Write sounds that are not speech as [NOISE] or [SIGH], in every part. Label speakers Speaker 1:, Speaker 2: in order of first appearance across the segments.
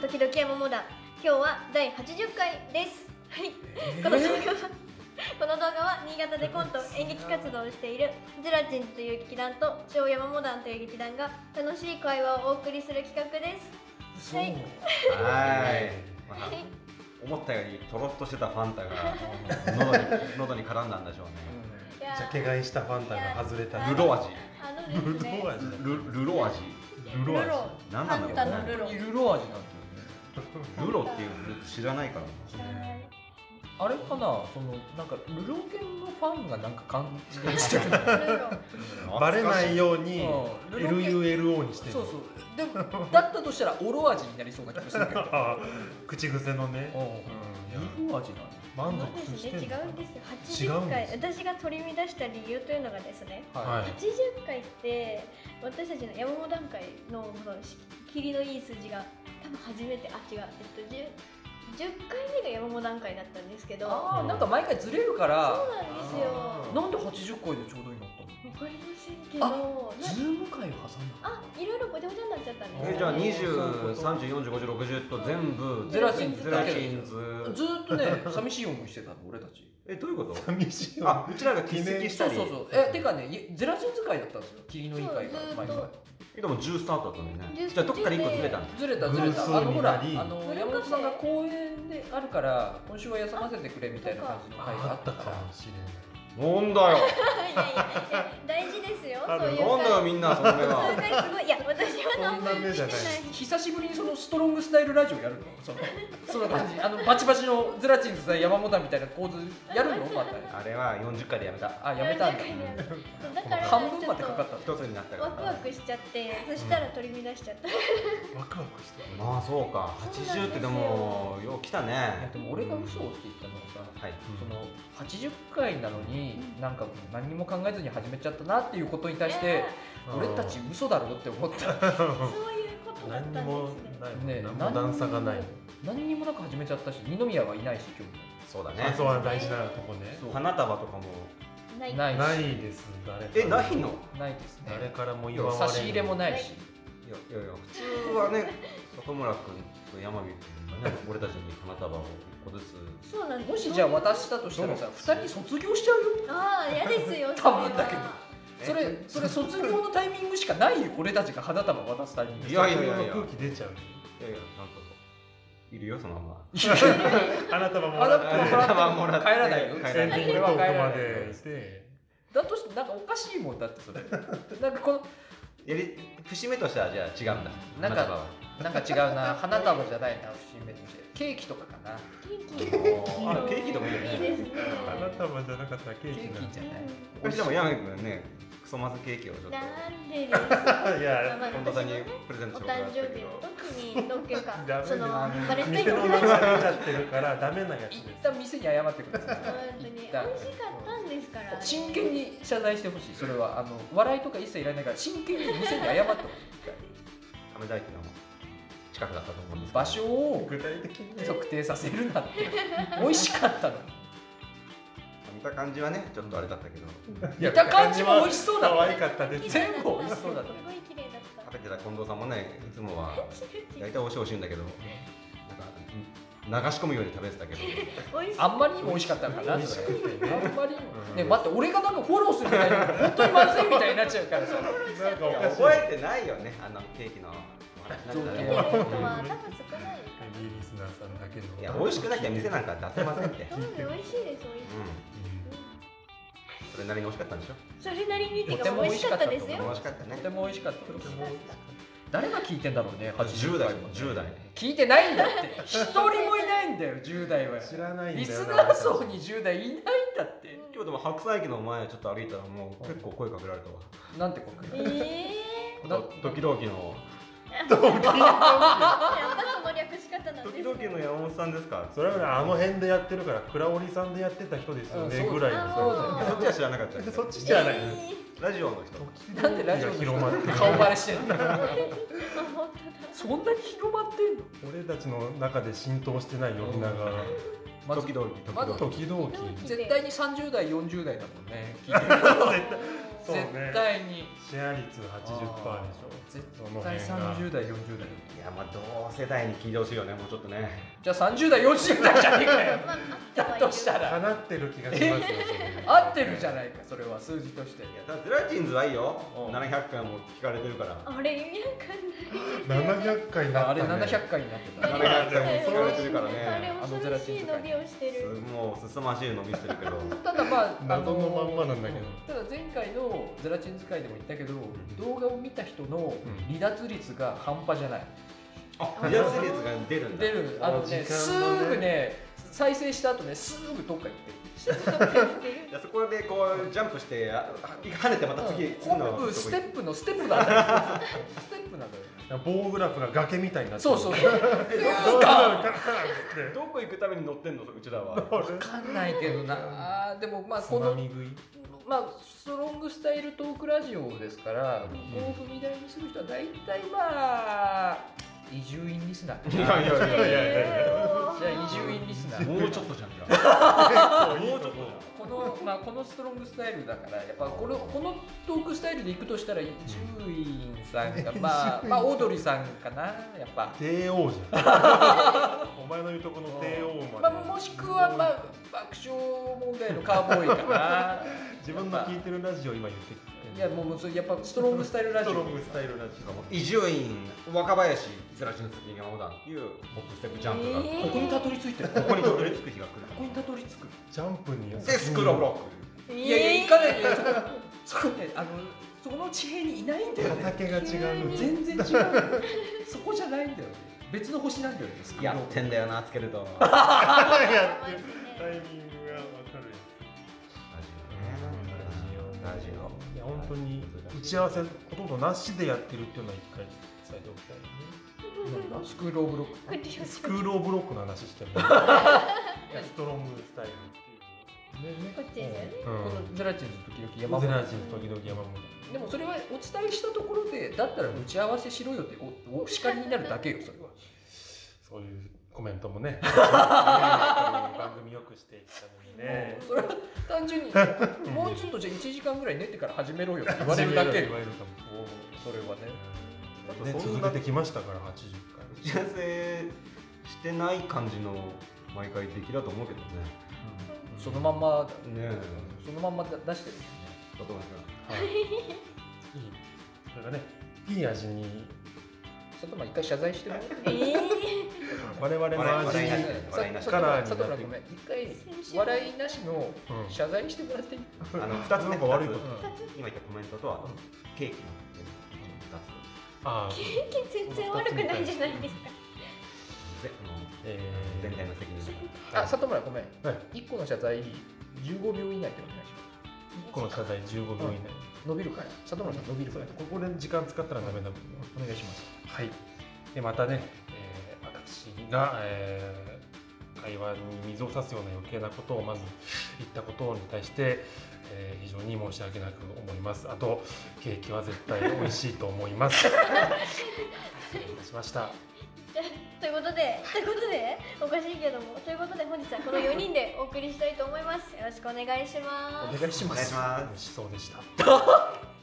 Speaker 1: 時々山モダン今日は第80回ですはいこの動画はこの動画は新潟でコント演劇活動をしているゼラチンズという劇団と小山モダンという劇団が楽しい会話をお送りする企画です
Speaker 2: そう
Speaker 1: はい
Speaker 3: はい、ま
Speaker 1: はい
Speaker 3: あ、思ったよりとろっとしてたファンタが喉に喉に絡んだんでしょうね
Speaker 1: いやー
Speaker 2: ジャケ買いしたファンタが外れた
Speaker 1: いや
Speaker 3: ルロ味
Speaker 1: あのです
Speaker 2: [LAUGHS]
Speaker 1: ね
Speaker 2: 味
Speaker 3: ルルロ味
Speaker 2: ルロ味
Speaker 3: 何なんだろうね
Speaker 1: ルロ
Speaker 4: ルロ味なんだよね
Speaker 3: ルロっていうの知らないから
Speaker 2: [LAUGHS]
Speaker 1: はい
Speaker 4: あれかなそのなんかルロケンのファンがなんか感じでしてる
Speaker 1: ルロ
Speaker 3: な
Speaker 2: バレないように
Speaker 4: うん
Speaker 2: LULO にしてる
Speaker 4: そうそうでもだったとしたらオロ味になりそうな気がするけど
Speaker 2: あ口癖のね
Speaker 4: うんルロ味なの
Speaker 2: 満
Speaker 1: そう
Speaker 2: 足
Speaker 1: です
Speaker 2: して
Speaker 1: ね違うん
Speaker 2: るのか
Speaker 1: ですよ
Speaker 2: 違う
Speaker 1: 80
Speaker 2: ん
Speaker 1: 回
Speaker 2: です
Speaker 1: 私が取り乱した理由というのがですね
Speaker 2: はい
Speaker 1: 80回って私たちの山本段階のその霧のいい数字が多分初めてあ違う、えっと、10, 10回目が山本段階だったんですけどそ
Speaker 4: ああなんか毎回ずれるから
Speaker 1: うなんですよ
Speaker 4: なんで80回でちょうどいいのあったの
Speaker 1: わかりませんけどな
Speaker 4: ズーム回を挟んだ
Speaker 1: あいろいろごちゃごちゃになっちゃったんです
Speaker 3: えじゃあ2030405060と全部
Speaker 4: ゼラチンズ
Speaker 3: ゼラチンズ
Speaker 4: ずーっとね寂しい思いしてたの俺たち
Speaker 3: えどういうこと
Speaker 2: 寂しい
Speaker 3: あ
Speaker 2: よ
Speaker 3: うちらが欠席し
Speaker 4: そ
Speaker 3: た
Speaker 4: う
Speaker 3: り
Speaker 4: そうそうえてかねゼラチン使いだったんですよ霧のいい会が
Speaker 1: そう
Speaker 4: 毎
Speaker 1: ずーっ
Speaker 4: 回
Speaker 1: と
Speaker 3: でも10スタートだったんだよね
Speaker 1: 10
Speaker 3: じゃあどっから1個ずれたんだ
Speaker 4: ずれたずれた
Speaker 2: 偶数
Speaker 4: あのほらあ
Speaker 2: になり
Speaker 4: の
Speaker 1: ブルーカフェ
Speaker 4: 山本さんが公演であるから今週は休ませてくれみたいな感じの会があ
Speaker 2: あ
Speaker 4: っ
Speaker 2: ったた
Speaker 4: か
Speaker 2: からもしれない
Speaker 3: なんだよ
Speaker 1: いやいやいや大事ですよ
Speaker 2: あ
Speaker 1: そういう
Speaker 3: なんだよみんなそれ
Speaker 1: そういう
Speaker 3: が
Speaker 1: 回すごいいや私は何も
Speaker 2: そんな目
Speaker 1: して
Speaker 2: じゃ
Speaker 1: な
Speaker 2: ない
Speaker 1: い
Speaker 4: 久しぶりにそのストロングスタイルラジオやるのそのそんな感じあのバチバチのゼラチンズ対山本みたいな構図やるのまた
Speaker 3: あれは40回でやめた
Speaker 4: あやめた
Speaker 1: 40
Speaker 4: んだ
Speaker 1: 回でやめそうだから
Speaker 4: 半分までかか
Speaker 1: ち
Speaker 4: ったんだ
Speaker 3: 一つになったから
Speaker 1: ょっとワクワクしちゃってそしたら取り乱しちゃった
Speaker 2: ワクワクしてる
Speaker 3: まあそうか
Speaker 1: そうなんですよ
Speaker 3: 80ってでもよう来た
Speaker 4: いや
Speaker 3: ね
Speaker 4: でも俺が嘘をって言ったのはさ
Speaker 3: はい
Speaker 4: その80回なのになんか何も考えずに始めちゃったなっていうことに対し
Speaker 1: い
Speaker 4: て
Speaker 1: や
Speaker 4: 俺たち嘘だろって思った
Speaker 1: そういうことだったん
Speaker 2: 何
Speaker 1: で
Speaker 2: に
Speaker 1: す
Speaker 2: も
Speaker 1: ね
Speaker 2: ない
Speaker 4: ね
Speaker 2: 何も段差がない
Speaker 4: [LAUGHS] 何にもなく始めちゃったし二宮はいないし今
Speaker 3: そうだね
Speaker 2: あそうは大事なとこね
Speaker 4: 日もそう
Speaker 3: 花束とかも
Speaker 1: ない
Speaker 4: ない
Speaker 2: ないです誰から
Speaker 3: えないの
Speaker 4: ないです
Speaker 2: 誰
Speaker 4: ね
Speaker 2: からも言わ
Speaker 4: 差
Speaker 2: れ
Speaker 4: し入れもないし
Speaker 3: いやいやいや普通はね [LAUGHS] 里村君と山火君がね俺たちに花束を一個ずつ
Speaker 1: そうなんです
Speaker 4: もしじゃあ渡したとしたらさ2人卒業しちゃうよ
Speaker 1: ああ嫌ですよ
Speaker 4: [LAUGHS] 多分だけどそ
Speaker 3: え
Speaker 4: れそれ卒業のタイミングしかないよ俺たちが花束渡すタイミング [LAUGHS]
Speaker 3: いやいやいやいや
Speaker 2: 空気出ちゃうよ
Speaker 3: いやいやなんといるよそのまま
Speaker 2: 花束も
Speaker 4: 花
Speaker 2: らっ
Speaker 4: 束も
Speaker 2: て
Speaker 4: らっても帰らないよ
Speaker 3: 帰
Speaker 2: エ
Speaker 3: ら
Speaker 2: ン
Speaker 3: ない
Speaker 2: ディングトークまでして
Speaker 4: だとしてなんかおかしいもんだってそれなんかこの
Speaker 3: やり節目としてはじゃあ違うんだ
Speaker 4: なんか
Speaker 3: 花束は
Speaker 4: なんか違うな花束じゃないな節目としてケーキとかかな
Speaker 1: ケーキ
Speaker 3: あケーキとかいいよ
Speaker 1: いいです
Speaker 3: ね
Speaker 1: ね
Speaker 2: 花束じゃなかったらケ
Speaker 4: ケ
Speaker 2: ー
Speaker 4: ーキ
Speaker 2: キ
Speaker 4: じ
Speaker 2: な
Speaker 4: ゃない
Speaker 3: 私でも山火君ねクソまずケーキをちょっと
Speaker 1: なんでですか
Speaker 2: いや
Speaker 1: まあ
Speaker 3: 本田さんに
Speaker 1: 私のね
Speaker 3: プレゼン
Speaker 1: お
Speaker 3: トしようか
Speaker 1: 誕生日の時にどっけか
Speaker 3: なったけど
Speaker 2: ダメ
Speaker 1: そのバレンタイン
Speaker 2: 店
Speaker 1: の
Speaker 2: の
Speaker 1: 話
Speaker 2: 名前出ちゃってるからダメなやつで
Speaker 4: 一
Speaker 2: す
Speaker 4: 旦店に謝ってくださ
Speaker 1: 本
Speaker 4: い
Speaker 1: 当に美味し
Speaker 4: 一
Speaker 1: か
Speaker 4: 旦
Speaker 1: ったんですから
Speaker 4: 真剣に謝罪してほしいそれはあの笑いとか一切いらないから真剣に店に謝ってほし
Speaker 3: 亀大輝の近くだったと思うん
Speaker 4: い
Speaker 3: ですけど
Speaker 4: 場所を
Speaker 2: 具体的に
Speaker 4: 特定させるなって美味しかったの
Speaker 3: 見た感じはねちょっとあれだったけど
Speaker 2: いや
Speaker 4: 見た感じも美味しそうだ
Speaker 2: 可愛かったで
Speaker 4: [LAUGHS]
Speaker 2: す
Speaker 4: 全部美味しそうだっ
Speaker 1: す
Speaker 4: た
Speaker 1: ごい綺麗だった
Speaker 3: 食べてた近藤さんもねいつもは
Speaker 1: 美
Speaker 3: 大体おいしいおいしいんだけどなんか流し込むように食べてたけど
Speaker 1: 味し
Speaker 4: あんまりにも美味しかったのかな
Speaker 2: 美味
Speaker 4: そ
Speaker 2: し
Speaker 4: れ
Speaker 2: くてね
Speaker 4: あんまりにも
Speaker 2: うん
Speaker 4: ね待って俺がなんかフォローするみたいに本当にまずいみたいになっちゃうからさ
Speaker 2: なんかおかしい
Speaker 3: 覚えてないよねあのケーキのお話なんだ
Speaker 1: イベン
Speaker 3: ね
Speaker 1: トは多分少ない
Speaker 2: ヘビーリスナーさんだけの
Speaker 3: いや美味しくなきゃ店なんか出せませんって
Speaker 1: そうです美味しいです美味しい
Speaker 3: うんそれなりに美味しかったんでしょ
Speaker 1: それなりにっていうか美味しかったです
Speaker 4: と
Speaker 1: よ
Speaker 4: 思
Speaker 3: 美
Speaker 4: い
Speaker 3: 味しかったね
Speaker 4: とても美味しかった
Speaker 1: 美味しかった
Speaker 4: 誰が聞いてんだろうね
Speaker 3: 10
Speaker 4: 80
Speaker 3: 代
Speaker 4: 回もね
Speaker 3: 10代
Speaker 4: 聞いてないんだって一人もいないんだよ10代は
Speaker 2: 知らないんだよ
Speaker 4: リスナー層に10代いないんだって
Speaker 3: 今日でも白菜駅の前ちょっと歩いたらもう結構声かけられたわ
Speaker 4: なんてこと
Speaker 1: え
Speaker 4: な
Speaker 3: ドキドキの
Speaker 1: えなんかその略し方なん
Speaker 3: ド
Speaker 1: です
Speaker 3: キドキの山本さんですか
Speaker 2: それはねあの辺でやってるから倉織さんでやってた人ですよ
Speaker 4: うん
Speaker 2: ね
Speaker 4: そう
Speaker 2: ぐらいの
Speaker 1: あー
Speaker 3: そっちは知らなかった
Speaker 2: そっちじゃない
Speaker 3: ラジオの人
Speaker 4: なんでラジオの人
Speaker 2: 広まってる
Speaker 4: 顔バレしてんの
Speaker 1: あ本当だ
Speaker 4: そんなに広まってんの
Speaker 2: 俺たちの中で浸透してない呼び名が
Speaker 4: まず
Speaker 3: ドキドキドキ
Speaker 4: まず
Speaker 3: ドキ
Speaker 2: 時々
Speaker 1: ドキ [LAUGHS]
Speaker 4: 絶対に30代40代だもんね聞いてる
Speaker 2: 絶対そうね
Speaker 4: 絶対に
Speaker 2: シェア率80%でしょ
Speaker 4: 絶
Speaker 2: その
Speaker 4: 対
Speaker 2: 辺が
Speaker 4: 30代40代
Speaker 3: いやまあ同世代に聞いてほしいよねもうちょっとね
Speaker 4: じゃあ30代40代じゃねえかよ
Speaker 1: まあ、あったは
Speaker 4: だ
Speaker 1: いる
Speaker 4: としたら
Speaker 2: 放ってる気がしますよ
Speaker 4: 合ってるじゃ
Speaker 2: い
Speaker 4: ないかそれは数字として
Speaker 3: いやただゼラチンズはいいよ
Speaker 4: うん
Speaker 3: 700回も聞かれてるから
Speaker 1: あれ、意味わかんない。
Speaker 2: 700回にな
Speaker 4: あ
Speaker 2: っ
Speaker 4: れ
Speaker 2: た、ね、
Speaker 4: 700回になってた
Speaker 3: あれ700回も聞かれてるからね
Speaker 1: あれ
Speaker 4: あの
Speaker 1: 恐
Speaker 4: ゼ
Speaker 1: ろ
Speaker 4: ラチ
Speaker 1: し
Speaker 4: ン
Speaker 1: い
Speaker 4: とか
Speaker 1: 伸びをしてる。
Speaker 3: もう凄まじい伸びしてるけど
Speaker 4: ただまああ
Speaker 2: 謎のまんまなんだけど
Speaker 4: ただ前回のゼラチン使いでも言ったけど、動画を見た人の
Speaker 2: ん
Speaker 4: 離脱率が半端じゃない、
Speaker 3: あ離脱率が出るんだ
Speaker 4: 出るあのね
Speaker 2: あ時
Speaker 4: す
Speaker 2: 間のね
Speaker 4: ぐね再生した後ねすぐどっか行ってる
Speaker 3: いやそこでこうジャンプしてああ跳ねてまた次、次の
Speaker 4: コンプステ
Speaker 3: プ
Speaker 4: ップのステップなんだよステップなんだよ
Speaker 2: 棒グラフが崖みたいになって
Speaker 4: そうそうそう
Speaker 2: どうなるかなって
Speaker 3: どこ行くために乗ってんのうちだわ
Speaker 4: 分かんないけどなあーでもまあ
Speaker 2: つ
Speaker 4: こ
Speaker 2: ま
Speaker 4: の
Speaker 2: み食い
Speaker 4: まあストロングスタイルトークラジオですから
Speaker 2: うん
Speaker 4: ここを踏み台にする人は大体まあ移住員リスナー
Speaker 3: いやいやいやいやいや
Speaker 4: じゃあ移住員リスナー
Speaker 3: もうちょっとじゃんじゃあもうちょっとじ
Speaker 4: このまあこのストロングスタイルだからやっぱこのこのトークスタイルでいくとしたら伊集院さんがまあまあオードリーさんかなやっぱ、
Speaker 2: 帝王じゃんお前の言うとこの帝王ま
Speaker 4: ま
Speaker 2: で、
Speaker 4: あ、もしくはまあ爆笑問題のカーボーイかな
Speaker 2: 自分の聞いてるラジオ今言ってきて
Speaker 4: いやもうそれやっぱストロングスタイルラ
Speaker 2: ス
Speaker 4: ジオ
Speaker 2: トロングスタイルラジ
Speaker 3: ゃあ伊集院若林ゼラチン好きがまだっていうホップステップジャンプが、
Speaker 1: え
Speaker 4: ここにたどり着いてるこ
Speaker 3: ここにたどり着く日が来る
Speaker 4: こにたどり着く
Speaker 2: オジャンプに
Speaker 3: でスクロブロ
Speaker 1: い
Speaker 4: いやいや行かないでそこそこねあのそこの地平にいないんだよね
Speaker 2: 畑が違う
Speaker 1: 全
Speaker 4: 全然違うよそこじゃないんだよね別の星なんだよね
Speaker 3: ックやってんだよなつけると
Speaker 2: [LAUGHS] やって
Speaker 4: [LAUGHS]
Speaker 2: るタイミングが分かる
Speaker 3: ラジオ
Speaker 2: いや本当に打ち合わせほとんどなしでやってるっていうのは一回伝えておきたいよね
Speaker 4: なんだスクールオブロック
Speaker 2: スクールオブロックの話して [LAUGHS] もストロングスタイルっていうね
Speaker 1: こっちですよね
Speaker 2: う
Speaker 4: この
Speaker 2: ん
Speaker 4: ゼラチンズ時々山
Speaker 2: 山ゼ
Speaker 4: 本
Speaker 2: ラチン時々山本
Speaker 4: でもそれはお伝えしたところでだったら打ち合わせしろよっておお叱りになるだけよそれは
Speaker 2: そういうコメント [LAUGHS] もね番組よくしていくためにね
Speaker 4: それは単純にもうちょっとじゃあ1時間ぐらい寝てから始めろよって言われるだけよ
Speaker 2: 言われるかも
Speaker 4: それはね
Speaker 2: うんね続けてきましたから80回
Speaker 3: 打ち合わせしてない感じの毎回出来だと思うけどね
Speaker 4: そのまんま
Speaker 3: ねえ
Speaker 4: そのまんま出してる
Speaker 3: だと思うけど
Speaker 2: はいいいそれがねいい味に
Speaker 4: それとも一回謝罪してもらって
Speaker 1: え
Speaker 2: 我々の味に、
Speaker 3: 笑い
Speaker 2: うん
Speaker 3: 笑いなし
Speaker 4: 里村
Speaker 2: カラーになって
Speaker 4: ごめん一回笑いなしの謝罪してもらっていい
Speaker 3: あの二つ
Speaker 2: な
Speaker 3: ね
Speaker 2: んか悪いこと
Speaker 3: 二つ今言ったコメントとあとケーキの二
Speaker 2: [LAUGHS] ああ
Speaker 1: ー、経験全然悪くないじゃないですか。
Speaker 3: つぜあ
Speaker 2: え
Speaker 3: の全体
Speaker 2: ー
Speaker 3: の責任だから
Speaker 4: あ里村ごめん
Speaker 2: はい
Speaker 4: 一個の謝罪15秒以内でお願いし
Speaker 2: この謝罪15秒以内、
Speaker 4: ます伸びるから里村さん伸びるから
Speaker 2: ここで時間使ったらダメだもんね、
Speaker 4: お願いします
Speaker 2: はいでまたね、えー私が、えー会話に水を差すような余計なことをまず言ったことに対して、えー非常に申し訳なく思いますあとケーキは絶対美味しいと思います失礼いたしました
Speaker 1: [LAUGHS] ということで、ということで、おかしいけども、ということで、本日はこの4人でお送りしたいと思います。よろしくお願いします
Speaker 4: お。願いし
Speaker 3: お
Speaker 4: ま
Speaker 3: 願いし
Speaker 4: す
Speaker 2: 美
Speaker 3: ます
Speaker 2: 味しそうでした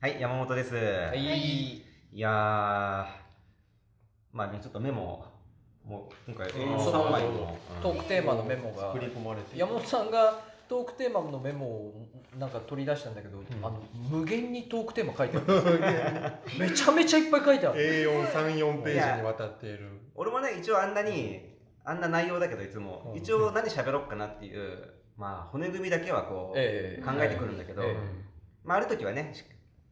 Speaker 3: はい山本です
Speaker 4: はいい
Speaker 3: やーまあねちょっとメモもう今回
Speaker 2: うん
Speaker 3: 3枚も
Speaker 4: トークテーマのメモが
Speaker 2: 作り込まれている
Speaker 4: 山本さんがトークテーマのメモをなんか取り出したんだけど、
Speaker 2: ん
Speaker 4: あの無限にトークテーマ書いてある
Speaker 3: [LAUGHS]
Speaker 4: めちゃめちゃいっぱい書いてある
Speaker 2: A434 ページにわたっている
Speaker 3: 俺もね一応あんなにあんな内容だけどいつも
Speaker 2: うん
Speaker 3: 一応何喋ろうかなっていうまあ骨組みだけはこう
Speaker 4: え
Speaker 3: 考えてくるんだけど
Speaker 4: ええ
Speaker 3: まあある時はねし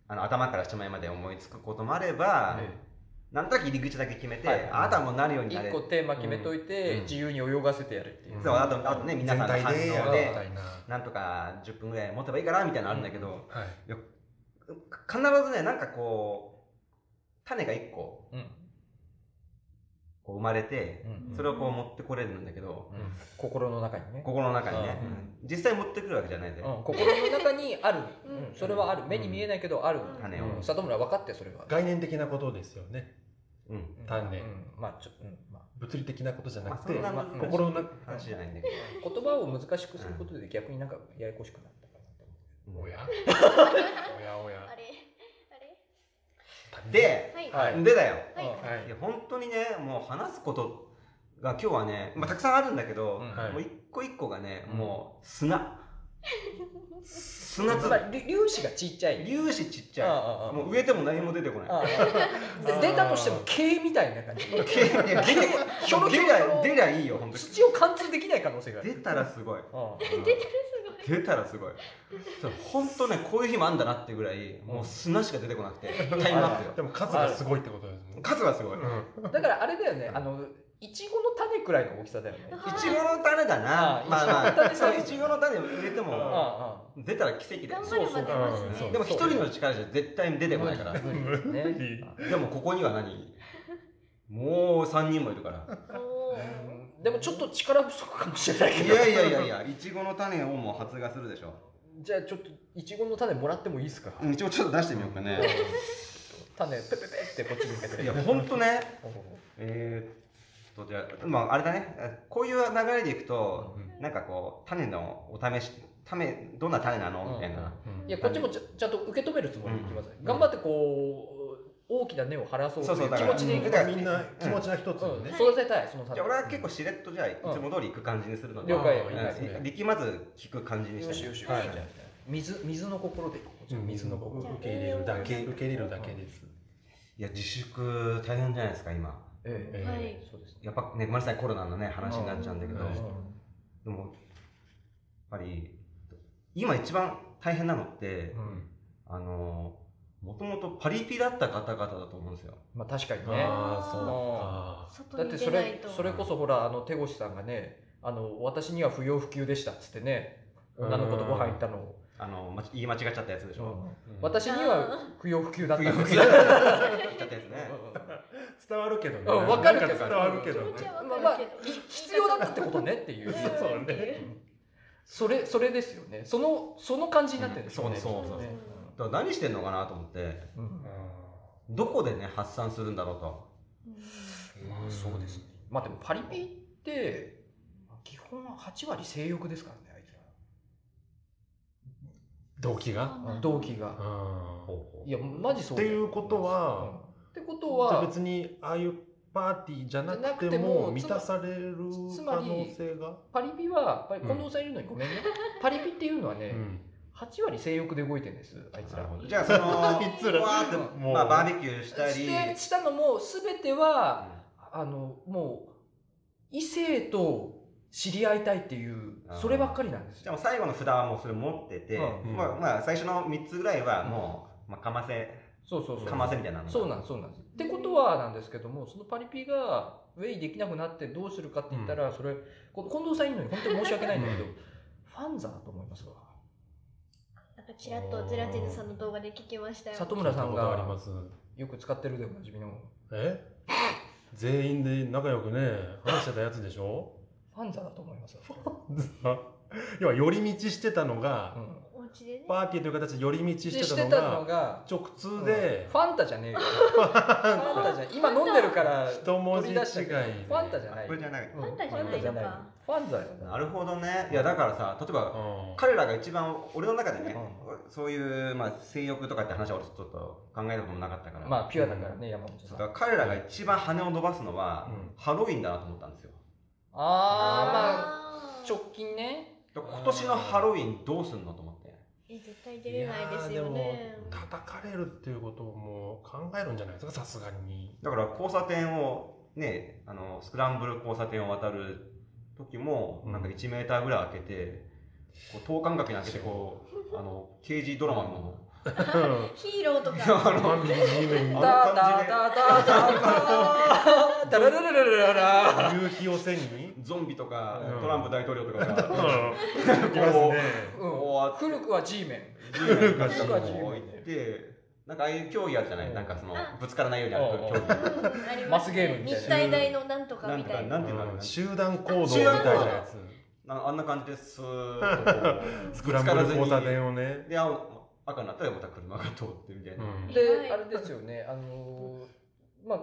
Speaker 3: あの頭から下前まで思いつくこともあれば
Speaker 4: え
Speaker 3: なんとなく入り口だけ決めて
Speaker 4: はい
Speaker 3: あなたはもうなるようにな
Speaker 4: 一
Speaker 3: れ
Speaker 4: 個テーマ決めといて、
Speaker 3: うん
Speaker 4: 自由に泳がせてやるっていう、
Speaker 2: うん
Speaker 3: そうあとあとね皆さんの反応
Speaker 2: 全体でやりた
Speaker 3: で
Speaker 2: いな
Speaker 3: なんとか10分ぐらい持てばいいかなみたいなのあるんだけど
Speaker 2: はい
Speaker 3: 必ずねなんかこう種が1個
Speaker 4: うん
Speaker 3: こう生まれて
Speaker 4: うん
Speaker 3: それをこう持ってこれるんだけど
Speaker 4: うん心の中にね、
Speaker 3: 心の中にね
Speaker 4: うん
Speaker 3: うん実際持ってくるわけじゃないで
Speaker 4: うん、心の中にある、
Speaker 1: うん
Speaker 4: うんそれはある目に見えないけどある、
Speaker 3: 種を
Speaker 4: うん里村分かってそれは、
Speaker 2: 概念的なことですよね
Speaker 3: うん。
Speaker 2: 鍛錬
Speaker 4: うんまあちょ、うんまあ、
Speaker 2: 物理的なことじゃな
Speaker 3: まあ、
Speaker 2: く
Speaker 3: そ
Speaker 2: て、
Speaker 3: んな
Speaker 4: まあ
Speaker 3: 難しい
Speaker 2: 心の中
Speaker 3: 話じゃないんだけ
Speaker 4: 言葉を難しくすることで逆になんかややこしくなったかなと思
Speaker 3: ど。
Speaker 2: おや
Speaker 1: [LAUGHS]
Speaker 2: おやお
Speaker 1: あ
Speaker 2: や
Speaker 1: れあ
Speaker 3: で、
Speaker 1: れ
Speaker 2: は
Speaker 1: はいい
Speaker 3: でだよ。
Speaker 1: はい
Speaker 4: うん
Speaker 2: はい
Speaker 3: いや本当にね、もう話すことが今日はね、まあ、たくさんあるんだけど、
Speaker 4: うん
Speaker 2: はい
Speaker 3: もう一個一個がね、
Speaker 4: うん
Speaker 3: もう砂。
Speaker 4: う。つまり
Speaker 3: 砂つ
Speaker 4: 粒粒子がちっちゃい。
Speaker 3: 粒子ちっち
Speaker 4: あ
Speaker 3: ゃ
Speaker 4: あああ
Speaker 3: い。もう植えても何も出てこない。
Speaker 4: ああ出たとしても毛みたいな感じ。
Speaker 3: けいや出て
Speaker 4: ひょろひょろ
Speaker 3: 出りゃ出りゃいいよ、本当
Speaker 4: 土を貫通できない可能性があ
Speaker 3: に。
Speaker 4: る。
Speaker 3: 出たらすごい。
Speaker 4: うん
Speaker 3: 出たらすごいそう本当ねこういう日もあんだなっていうぐらいもう砂しか出てこなくてタイムアップよ
Speaker 2: でも数がすごいってことですね
Speaker 3: 数がすごいい
Speaker 4: だからあれだよね、あの、いちごの種くらいの大きさだよね。
Speaker 3: ちごの種だな
Speaker 4: あ
Speaker 3: まあまあ
Speaker 4: いちごの種
Speaker 3: そういちごの種植えて
Speaker 4: うん
Speaker 3: も
Speaker 4: う
Speaker 3: 出たら奇跡だよ
Speaker 1: 頑張れば出ます
Speaker 2: そうそ
Speaker 1: ね
Speaker 2: ううん
Speaker 3: でも一人の力じゃ絶対に出てこないから
Speaker 4: んうん。無理です
Speaker 2: 無理
Speaker 4: ね。
Speaker 3: でもここには何もう3人もいるから
Speaker 1: おー
Speaker 4: うんでもちょっと力不足かもしれないけ
Speaker 3: い
Speaker 4: ど。
Speaker 3: やいやいやいやいちごの種をもう発芽するでしょ
Speaker 4: じゃあちょっといちごの種もらってもいいですか。
Speaker 3: 一応ちょっと出してみようかね
Speaker 4: 種ペペペってこっちに向けて。
Speaker 3: いや本当ね
Speaker 4: う
Speaker 3: えーっとじゃあまああれだねこういう流れでいくと
Speaker 2: うん
Speaker 3: なんかこう種のお試し、種どんな種なのみたいな、
Speaker 4: んいやこっちもちゃちゃんと受け止めるつもりでいきますね。
Speaker 2: ん
Speaker 4: 頑張ってこう大きな根を張らそうと
Speaker 3: そう
Speaker 4: い
Speaker 3: そううだ
Speaker 4: 気
Speaker 3: から
Speaker 4: 持ちでいく
Speaker 3: だから
Speaker 2: みんな気持ちが一つ
Speaker 4: う
Speaker 2: に
Speaker 4: ん
Speaker 2: ね、
Speaker 4: 育てたいその
Speaker 3: じゃあ
Speaker 4: 種。
Speaker 3: 俺は結構しれっとじゃあいつも通り行く感じにするので、
Speaker 4: 了解
Speaker 2: あーいいですね
Speaker 3: 力まず聞く感じにして
Speaker 4: よ
Speaker 3: ね
Speaker 4: しよしよし。
Speaker 2: はい
Speaker 4: じゃあ水水の心でいこう。
Speaker 2: うん水の僕受け入れるだけ受け入れるだけです、
Speaker 3: いや自粛大変じゃないですか今
Speaker 4: え
Speaker 1: は
Speaker 2: え
Speaker 1: い
Speaker 4: え。そうですね。
Speaker 3: やっぱねごめんなさいコロナのね話になっちゃうんだけど、
Speaker 2: うん
Speaker 3: でもやっぱり今一番大変なのって、
Speaker 2: うん
Speaker 3: あのもともとパリピだった方々だと思うんですよ
Speaker 4: まあ確かにね。
Speaker 2: ああそうか
Speaker 1: 外
Speaker 4: だ
Speaker 1: に
Speaker 4: って
Speaker 1: 出
Speaker 4: そ
Speaker 1: ない
Speaker 4: れ
Speaker 1: と
Speaker 4: それこそほらあの手越さんがねあの私には不要不急でしたっつってね女の子とご飯行ったのを、
Speaker 3: あのまち言い間違っちゃったやつでしょ、
Speaker 2: うん
Speaker 4: 私には不要不急だった
Speaker 3: 冬
Speaker 4: んで
Speaker 3: 服
Speaker 4: す
Speaker 3: 言っ
Speaker 4: よ
Speaker 3: ちゃったやつね
Speaker 4: [LAUGHS] う
Speaker 2: 伝わるけどね
Speaker 4: ん分かるけど
Speaker 2: なん伝わるけどね
Speaker 1: 気持ちは
Speaker 4: まあ
Speaker 1: 分かるけど
Speaker 4: まあ必要だったってことねっていう
Speaker 1: 言い方
Speaker 2: そうね
Speaker 1: ってい
Speaker 4: それそれですよねそのその感じになってるんですよね、
Speaker 3: うんそう
Speaker 1: そうそう
Speaker 4: ね
Speaker 3: だから何してんのかなと思って
Speaker 4: うん
Speaker 3: どこでね発散するんだろうと
Speaker 2: うん
Speaker 4: まあそうですねまあでもパリピって基本は8割性欲ですからね
Speaker 2: 動機が
Speaker 4: あいつら動機が
Speaker 2: うん
Speaker 4: いやマジそうだよ
Speaker 2: っていうことは
Speaker 4: うんってこと
Speaker 2: じゃ
Speaker 4: は
Speaker 2: あ別にああいうパーティーじゃな
Speaker 4: じゃな
Speaker 2: く
Speaker 4: く
Speaker 2: て
Speaker 4: て
Speaker 2: も
Speaker 4: も
Speaker 2: 満たされる
Speaker 4: つま
Speaker 2: 可
Speaker 4: り
Speaker 2: 能性が、
Speaker 4: パリピはやっぱり近藤さんいるのにごめんね、パリピっていうのはね、
Speaker 2: うん
Speaker 4: 8割性欲で動いてるんですあいつら
Speaker 3: じゃあその
Speaker 2: [LAUGHS] あいつら
Speaker 3: わーって
Speaker 2: もう
Speaker 3: まあ、バーベキューしたり
Speaker 4: [LAUGHS] してしたのも全てはあのもう異性と知り合いたいっていう
Speaker 3: あー
Speaker 4: そればっかりなんです
Speaker 3: じゃ
Speaker 4: よ
Speaker 3: あもう最後の札はもうそれ持ってて、
Speaker 4: うん
Speaker 3: まあ、まあ最初の3つぐらいはもう、まあ、かませ
Speaker 4: そうそうそう
Speaker 3: かませみたいなの
Speaker 4: そうなんですそうなんですってことはなんですけどもそのパリピがウェイできなくなってどうするかって言ったら、それこ近藤さんいるのに本当に申し訳ないんだけど、
Speaker 2: う
Speaker 4: ファンザだと思いますわ
Speaker 1: なんかちらっとゼラチンさんの動画で聞きましたよ
Speaker 4: 里村さん
Speaker 2: 聞いたことありま
Speaker 4: が
Speaker 2: す
Speaker 4: よく使ってるでおなじみの
Speaker 2: え [LAUGHS] 全員で仲良くね話してたやつでしょ [LAUGHS]
Speaker 4: ファンザだと思いますよ
Speaker 2: 要は寄り道してたのが、
Speaker 4: うん
Speaker 1: お家でね
Speaker 2: パーティーという形で寄り道
Speaker 4: で
Speaker 2: し
Speaker 4: して
Speaker 2: た
Speaker 4: た
Speaker 2: の
Speaker 4: の
Speaker 2: が
Speaker 4: が、
Speaker 2: 直通で
Speaker 4: フ、ァンタじゃねえよ。ファンタじゃない今飲んでるから
Speaker 2: 一文
Speaker 4: 取り
Speaker 2: 字違いで
Speaker 4: 出したけど、ファンタじゃない。
Speaker 3: これじゃない
Speaker 4: うん
Speaker 1: ファンタじゃないのか
Speaker 4: ファンタじゃない。ファンザよ。
Speaker 3: なるほどねいやだからさ例えば
Speaker 2: うん
Speaker 3: 彼らが一番俺の中でね、
Speaker 4: う
Speaker 3: そういう、まあ、性欲とかって話は俺ちょっと考えたこともなかったから、
Speaker 4: まあピュアだからね、山本さ
Speaker 3: だ
Speaker 4: ん。
Speaker 3: か
Speaker 4: あ
Speaker 3: ら彼らが一番羽を伸ばすのは、
Speaker 2: うん
Speaker 3: ハロウィンだなと思ったんですよ
Speaker 4: あーまあ
Speaker 1: ー
Speaker 4: 直近ね。
Speaker 3: だから今年のハロウィンどうすんのと思って
Speaker 1: え絶対出れないですよ
Speaker 2: いや
Speaker 1: ね
Speaker 2: ーでも叩かれるっていうことをもう考えるんじゃないですかさすが
Speaker 4: [LAUGHS]
Speaker 2: に
Speaker 3: だから交差点をねあのスクランブル交差点を渡る時も、
Speaker 2: うん
Speaker 3: なんか1メーターぐらい開けてこう等間隔に開けてこうあの刑事ドラ
Speaker 4: [LAUGHS]
Speaker 3: マの、
Speaker 1: ヒーローとか
Speaker 3: いやあの
Speaker 2: まあ右
Speaker 3: あ
Speaker 2: 目
Speaker 3: の
Speaker 4: ダダ
Speaker 2: に
Speaker 3: 感じ
Speaker 4: ダダ
Speaker 3: で
Speaker 4: ダダラララララララ。
Speaker 2: 夕日を背に
Speaker 3: ゾンビとか、
Speaker 2: うん
Speaker 3: トランプ大統領とか
Speaker 2: うん
Speaker 3: が、
Speaker 2: いきますね
Speaker 4: うん。古くは G メ
Speaker 3: 10年かし
Speaker 4: 古くは自由
Speaker 3: も置いてなんかああいう競技あるじゃない、
Speaker 4: うん
Speaker 3: なんかその
Speaker 1: あ
Speaker 3: ぶつからないようにある
Speaker 4: うん
Speaker 3: 競
Speaker 1: う
Speaker 3: 技
Speaker 1: んありま
Speaker 4: マ
Speaker 1: す
Speaker 4: スゲームみたいな
Speaker 1: 日体大のなんとか
Speaker 3: なん
Speaker 1: み
Speaker 3: と
Speaker 1: た
Speaker 3: か
Speaker 1: いな
Speaker 3: な
Speaker 1: ん
Speaker 3: ていうのあ
Speaker 2: う
Speaker 3: る
Speaker 2: ん集団行動みたい
Speaker 1: 集
Speaker 2: な
Speaker 1: 団行動
Speaker 2: やつ
Speaker 3: なあんな感じですーっとこ
Speaker 2: スクランブル交差点をね
Speaker 3: うで青赤になったらまた車が通ってみたいな、
Speaker 2: うん
Speaker 4: ン。で、あれですよね。あのーまあ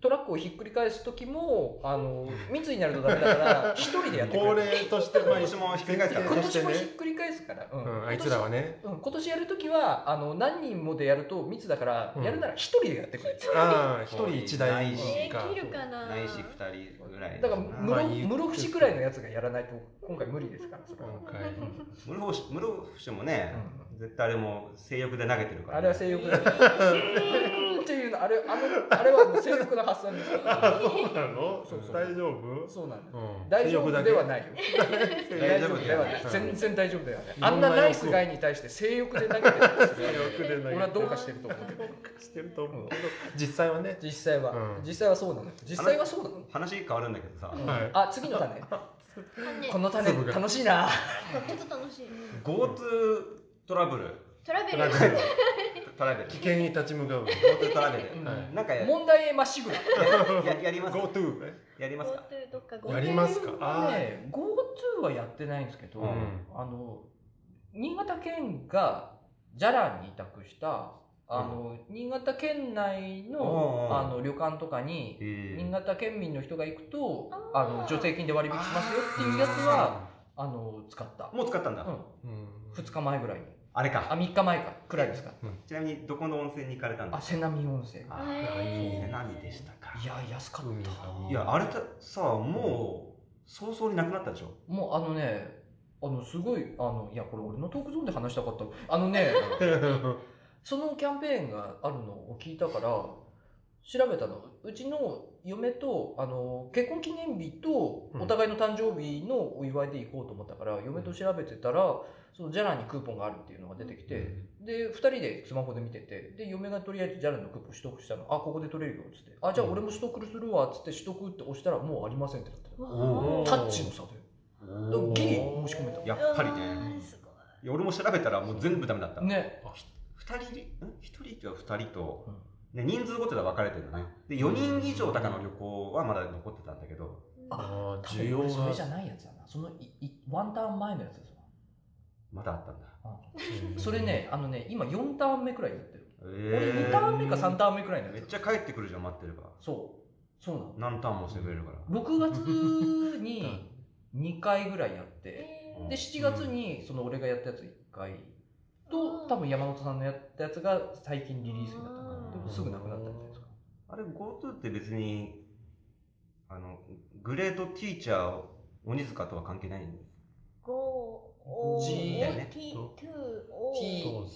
Speaker 4: トラックをひっくり返す時もあの密になるとダメだから一人でやってく
Speaker 5: 恒
Speaker 4: れる
Speaker 5: 例として
Speaker 3: 今年もひっくり返すから
Speaker 4: 今
Speaker 5: として
Speaker 4: 年も
Speaker 5: ね
Speaker 4: ひっくり返すから、うん
Speaker 2: うん、あいつらはね
Speaker 4: うん、今年やるときはあの何人もでやると密だから、
Speaker 2: うん
Speaker 4: やるなら一人でやってくれる
Speaker 2: ああ一人一台
Speaker 3: うん
Speaker 1: え
Speaker 2: か
Speaker 1: ー、切るかな
Speaker 3: ないし2人ぐらい
Speaker 4: だから
Speaker 2: むまあ
Speaker 4: 室
Speaker 2: 言う
Speaker 4: 室伏くらいのやつがやらないと今回無理ですからそれは、
Speaker 2: 今回
Speaker 3: 室伏室伏もね、絶対あれも性欲で投げてるから、
Speaker 4: あれは性欲だねっていうのあれあのあれはもう性欲の発散です
Speaker 2: あそうなの
Speaker 4: そうそう
Speaker 2: 大丈夫
Speaker 4: そうなんです
Speaker 2: うん
Speaker 4: 大丈夫ではないよ大丈夫
Speaker 3: 大丈夫ではない
Speaker 4: では全然大丈夫ではない
Speaker 2: うん
Speaker 4: あんなナイスガイに対して性欲で投げてるんですよ
Speaker 2: 性欲で投げてる
Speaker 4: 俺はどうかしてると思うけど
Speaker 2: してると思うけど実際はね
Speaker 4: 実際は、
Speaker 2: うん
Speaker 4: 実際はそうなのよ実際はそうなの
Speaker 3: 話変わるんだけどさ、
Speaker 2: はい
Speaker 4: あ次の種
Speaker 1: 種
Speaker 4: この種
Speaker 2: 粒が
Speaker 4: 楽しいな
Speaker 1: ちょっと楽しい
Speaker 3: GoTo トラブル
Speaker 1: トラベル
Speaker 2: トラベル
Speaker 3: トラベル
Speaker 2: 危険に立ち向かう
Speaker 3: GoTo トラベル、
Speaker 4: うん
Speaker 2: はい
Speaker 3: なんかや
Speaker 4: 問題へまっしぐら
Speaker 3: ややります
Speaker 2: GoTo ね
Speaker 3: やりますか
Speaker 1: GoTo どっか GoTo
Speaker 2: やりますかあー
Speaker 4: ね GoTo はやってないんですけど、
Speaker 3: うん
Speaker 4: あの新潟県がじゃらんに委託したあの、新潟県内の,、
Speaker 3: うんうん
Speaker 4: あの旅館とかに、
Speaker 3: え
Speaker 4: 新潟県民の人が行くと
Speaker 1: あ
Speaker 4: あ
Speaker 1: ー
Speaker 4: の助成金で割引しますよっていうやつはあの使った、
Speaker 3: もう使ったんだ、
Speaker 4: う
Speaker 2: うん
Speaker 4: ん、2日前ぐらいに
Speaker 3: あれ
Speaker 4: あ
Speaker 3: か
Speaker 4: 3日前かくらいですか
Speaker 3: ちなみにどこの温泉に行かれたん
Speaker 4: あ
Speaker 3: ですか
Speaker 4: 瀬波温泉
Speaker 3: あ
Speaker 1: へー
Speaker 3: 瀬波でしたか
Speaker 4: いや安かっ
Speaker 2: 海が
Speaker 4: た
Speaker 3: いやあれたさもう早々になくなったでしょ
Speaker 4: もうあのねあのすごいあのいやこれ俺のトークゾーンで話したかったあの
Speaker 3: [LAUGHS]
Speaker 4: ねそのキャンペーンがあるのを聞いたから調べたのうちの嫁とあの結婚記念日と
Speaker 2: うん
Speaker 4: お互いの誕生日のお祝いで行こうと思ったから、嫁と調べてたらそのジャラにクーポンがあるっていうのが出てきて、で2人でスマホで見ててで嫁がとりあえずジャラのクーポン取得したのあここで取れるよっつってあじゃあ俺も取得するわっつって取得って押したらもうありませんってなってた
Speaker 2: おー
Speaker 4: タッチの差で
Speaker 2: おー
Speaker 4: ギリ申し込めた
Speaker 3: やっぱりね
Speaker 1: ねすごい
Speaker 3: いや俺も調べたらもう全部ダメだった、
Speaker 4: ね
Speaker 3: 2人ん1人と2人と
Speaker 4: う、
Speaker 3: ね、人数ごとで分かれてるのねで4人以上高の旅行はまだ残ってたんだけど
Speaker 2: あ
Speaker 4: 多
Speaker 2: ー需
Speaker 4: 分
Speaker 2: 要
Speaker 4: これそれじゃ
Speaker 2: が
Speaker 4: ないやつだなそのいいワンターン前のやつですわ
Speaker 3: まだあったんだ
Speaker 4: それねあのね今4ターン目くらいになってる俺2
Speaker 3: え
Speaker 4: ターン目か3ターン目くらいになって
Speaker 3: め
Speaker 4: る
Speaker 3: っちゃ帰ってくるじゃん待ってれば
Speaker 4: そうそうなの
Speaker 3: 何ターンもしてくれるから、
Speaker 4: 6月に2回ぐらいやって
Speaker 1: え
Speaker 3: うん
Speaker 4: で7月にその俺がやったやつ1回と多分山本さんのやったやつが最近リリースになったか
Speaker 1: う
Speaker 4: なんでもすぐなくなったんじゃないですか
Speaker 3: あれ GoTo って別にあのグレートティーチャー鬼塚とは関係ないんで
Speaker 1: ー、Go O
Speaker 4: G
Speaker 3: だよね
Speaker 1: T to O
Speaker 4: T
Speaker 2: そうで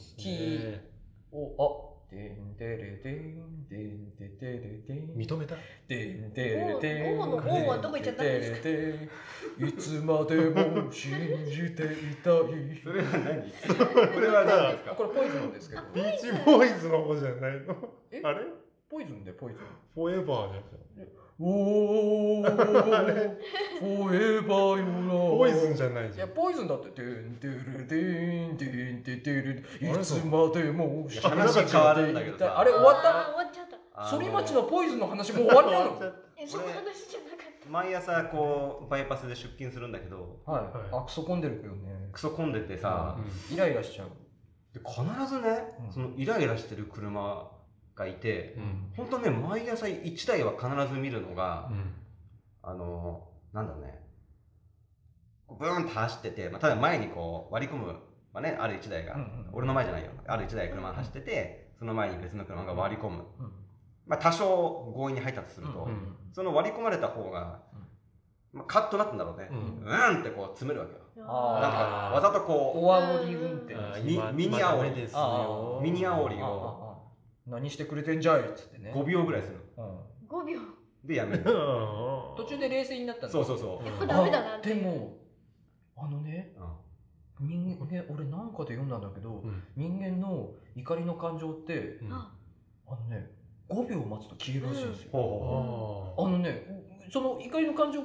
Speaker 2: すね
Speaker 4: おあでんでれでんでんでてれでん
Speaker 2: 認めた
Speaker 4: でんでれでん
Speaker 1: ゴーゴーのゴーはどこ行っちゃったんです
Speaker 4: でんでれでん [LAUGHS] いつまでも信じていた
Speaker 3: そ
Speaker 4: い
Speaker 3: れは何 [LAUGHS] それは何ですか
Speaker 4: これポイズンですけど
Speaker 2: ビーチボーイズの方じゃないの
Speaker 4: え
Speaker 2: あれ
Speaker 4: ポイズンでポイズン
Speaker 2: フォーエバーじゃん
Speaker 4: おーフォーエバーよな
Speaker 2: ポイズンじゃない
Speaker 4: い
Speaker 2: じ
Speaker 4: や
Speaker 2: ゃん
Speaker 4: ポイズンだってでんでれでんでんでてれでんいつまでも信じていたい
Speaker 3: 話変わるんだけどさ
Speaker 4: あれ終わった
Speaker 1: あー終わっちゃった
Speaker 3: あの
Speaker 4: 反町のポイズンの話もう終わりなの
Speaker 1: えその話じゃなかった
Speaker 3: 毎朝こうバイパスで出勤するんだけど
Speaker 4: はい、あクソ混んでるよね
Speaker 3: クソ混んでてさ、
Speaker 4: イライラしちゃう
Speaker 3: で必ずね、
Speaker 4: うん
Speaker 3: そのイライラしてる車がいて、
Speaker 2: うん
Speaker 3: 本当ね毎朝1台は必ず見るのが、
Speaker 2: うん
Speaker 3: あのなんだろうねこうブーンと走ってて、まあ、ただ前にこう割り込む、まあね、ある1台が、
Speaker 4: うんうん
Speaker 3: 俺の前じゃないよある1台車が走っててその前に別の車が割り込む、
Speaker 4: うん
Speaker 3: まあ、多少強引に入ったとすると、
Speaker 2: うん
Speaker 3: その割り込まれた方が、まあ、カッとなったんだろうね
Speaker 2: う、
Speaker 3: うんーんってこう詰めるわけよ
Speaker 4: あー
Speaker 3: なんかわざとこ
Speaker 4: おわもり運転
Speaker 2: あー
Speaker 3: み
Speaker 2: 今
Speaker 3: ミニアオリ
Speaker 2: 今ダメです
Speaker 4: あ
Speaker 2: よ
Speaker 3: ミニアオリ
Speaker 4: あああ何してくれてんじゃいっつってね
Speaker 3: う5秒ぐらいするの
Speaker 4: うん
Speaker 1: 5秒
Speaker 3: でやめ
Speaker 2: [LAUGHS]
Speaker 3: る
Speaker 4: 途
Speaker 2: 途
Speaker 4: 中で冷静になったんだ
Speaker 3: そうそうそう
Speaker 2: う
Speaker 1: これ
Speaker 2: ん
Speaker 1: ダメだな
Speaker 4: あでもあのね人間ね俺なんかで読んだんだけど
Speaker 2: うん
Speaker 4: 人間の怒りの感情って
Speaker 2: うん
Speaker 1: あ
Speaker 4: あのね5秒待つと消えるらしいんですよ、
Speaker 3: ほ
Speaker 2: あ
Speaker 4: あのねその怒りの感情5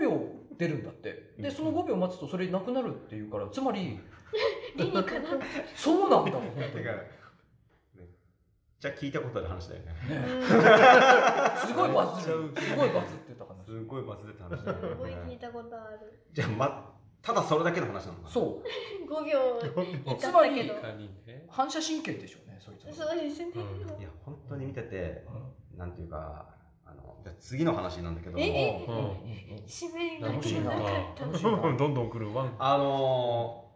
Speaker 4: 秒出るんだってでその5秒待つとそれなくなるっていうからつまり
Speaker 1: 理にかなって
Speaker 4: そうなんだもん本
Speaker 3: う
Speaker 4: 当
Speaker 3: て
Speaker 4: に
Speaker 3: かめっちゃ聞いたことある話だよね
Speaker 4: すごいバズるすごいバズってた話
Speaker 3: すごいバズれた話だよ
Speaker 1: すごい聞い [LAUGHS]
Speaker 3: ね
Speaker 1: たことある
Speaker 3: じゃあまただそれだけの話なのかなう
Speaker 4: そう
Speaker 1: 5秒
Speaker 2: あ
Speaker 1: つまり
Speaker 2: 他にね
Speaker 4: 反射神経でしょうねそいつの
Speaker 1: そうですね
Speaker 2: うん
Speaker 3: や本当に見てて
Speaker 4: うん
Speaker 3: なんていうかあのじゃあ次の話なんだけど
Speaker 1: え
Speaker 3: も、
Speaker 2: うん
Speaker 1: 指名が
Speaker 2: 楽しいな
Speaker 1: なかっ
Speaker 4: 楽しいな
Speaker 2: [LAUGHS] どんどん来るわん
Speaker 3: あのー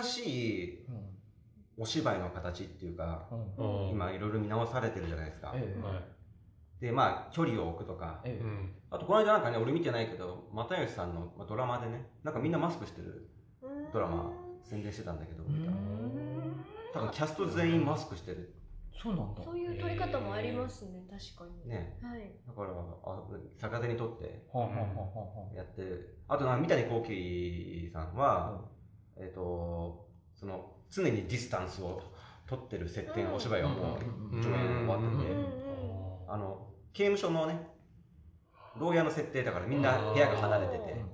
Speaker 3: 新しい
Speaker 4: うん
Speaker 3: お芝居の形っていうか、
Speaker 4: うん
Speaker 2: う
Speaker 4: うん
Speaker 2: ん
Speaker 3: 今いろいろ見直されてるじゃないですか。
Speaker 4: ええ
Speaker 2: はい
Speaker 3: で、まあ、距離を置くとか、
Speaker 4: ええ
Speaker 2: うん
Speaker 3: あとこの間なんかね、俺見てないけど、又吉さんのまあドラマでね、なんかみんなマスクしてる
Speaker 1: た
Speaker 3: ドラマ宣伝してたんだけど、
Speaker 4: うん
Speaker 1: うん
Speaker 3: 多分キャスト全員マスクしてる。
Speaker 4: そうなんだ
Speaker 1: そういう取り方もありますね確かに
Speaker 3: ね。
Speaker 1: はい
Speaker 3: だから、あ逆手にとって
Speaker 4: はあはあはあは
Speaker 3: やってる。あとなんか三谷幸喜さんは、えっ、と、その、常にディスタンスを取ってる設定のお芝居は
Speaker 4: あ
Speaker 3: もう、
Speaker 2: うん
Speaker 3: 上演終わってて、
Speaker 1: うん
Speaker 3: あの、刑務所のね、牢屋の設定だからみんな
Speaker 2: あー
Speaker 3: 部屋が離れて
Speaker 4: う
Speaker 3: て
Speaker 4: ん、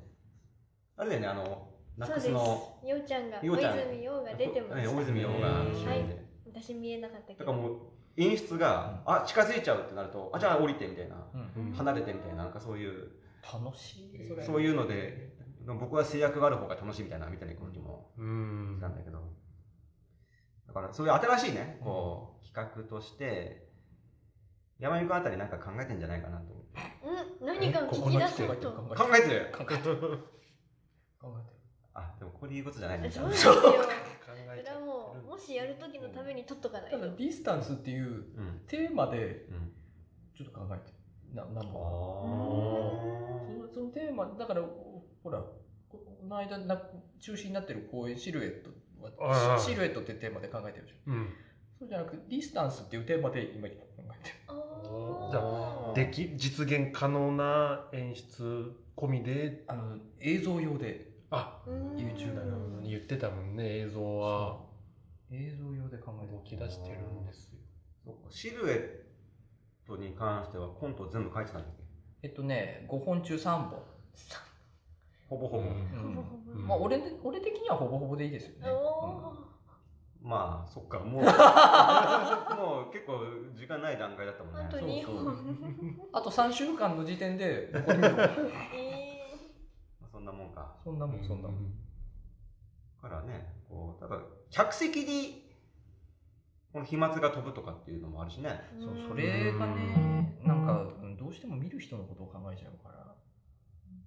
Speaker 3: あれだよね、あの、ナッ
Speaker 1: そうで
Speaker 3: クス
Speaker 1: す
Speaker 3: の、
Speaker 1: ようちゃんが
Speaker 3: よう
Speaker 1: 大
Speaker 3: ちゃん
Speaker 1: 泉洋が出てま
Speaker 3: え
Speaker 1: し
Speaker 3: え
Speaker 1: た
Speaker 3: 大泉洋が主演で。
Speaker 1: 私見えなかったけ
Speaker 3: だ
Speaker 1: ど
Speaker 3: からもう、演出が、あ、近づいちゃうってなると、あ、じゃあ降りてみたいな、
Speaker 4: うん
Speaker 1: うん
Speaker 3: 離れてみたいな、なんかそういう、
Speaker 4: 楽しいれ
Speaker 3: そういうので、僕は制約がある方が楽しいみたいな、みたいな気も
Speaker 2: うん
Speaker 3: なんだけど。だから、そういう新しいね、こう、企画として、山美君あたりなんか考えてんじゃないかなと思って。
Speaker 1: うん何かを聞き出そうと
Speaker 4: 考
Speaker 3: 考えてる
Speaker 4: えてる考
Speaker 3: あ、でもこれ言うことじゃないね。
Speaker 1: そうですよ
Speaker 2: 考
Speaker 1: そ
Speaker 2: え
Speaker 1: れ
Speaker 2: ちゃ
Speaker 1: は
Speaker 2: う
Speaker 1: もうもしやる時のために取っとかな
Speaker 4: え
Speaker 1: い
Speaker 4: て
Speaker 1: と
Speaker 4: るただディスタンスっていう
Speaker 3: うん。
Speaker 4: テーマで
Speaker 3: うん。
Speaker 4: ちょっと考えてるななん
Speaker 3: あ
Speaker 4: かそ
Speaker 3: ー
Speaker 4: のそのテーマだからほらここの間な中止になってる公演シルエット
Speaker 2: あ
Speaker 4: は
Speaker 2: あ
Speaker 4: シシルエットってテーマで考えてるじゃん
Speaker 2: うん
Speaker 4: そうじゃなくディスタンスっていうテーマで今考えてる
Speaker 1: あ
Speaker 2: じゃ
Speaker 1: ー
Speaker 2: でき実現可能な演出込みで
Speaker 4: あの映像用で
Speaker 2: あ
Speaker 1: うん
Speaker 4: YouTube だな
Speaker 2: 言ってたもんね映像は
Speaker 4: そう映像用で考えて
Speaker 2: 動き出してるんですよ
Speaker 3: そうかシルエットに関してはコント全部書いてたんだっけ
Speaker 4: えっとね5本中3本、
Speaker 1: さ
Speaker 3: ほぼほぼ。
Speaker 2: うん
Speaker 1: ほぼほぼ
Speaker 2: うん
Speaker 4: まあ俺で俺的にはほぼほぼでいいですよね、
Speaker 1: お
Speaker 3: まあ、そっか、
Speaker 2: [LAUGHS]
Speaker 3: もう、もう結構時間ない段階だったもん
Speaker 1: ーあと
Speaker 3: ね。
Speaker 1: 2
Speaker 4: そう
Speaker 1: [LAUGHS]
Speaker 4: そ
Speaker 1: 本
Speaker 4: ううんあと3週間の時点で残り2本
Speaker 1: えー
Speaker 3: そんなもんか。
Speaker 4: そんなもんそんなもん、
Speaker 3: だからね、こう、だから、客席に、この飛沫が飛ぶとかっていうのもあるしね。
Speaker 4: そうそ
Speaker 1: うん
Speaker 4: れがねなんかうんどうしても見る人のことを考えちゃうから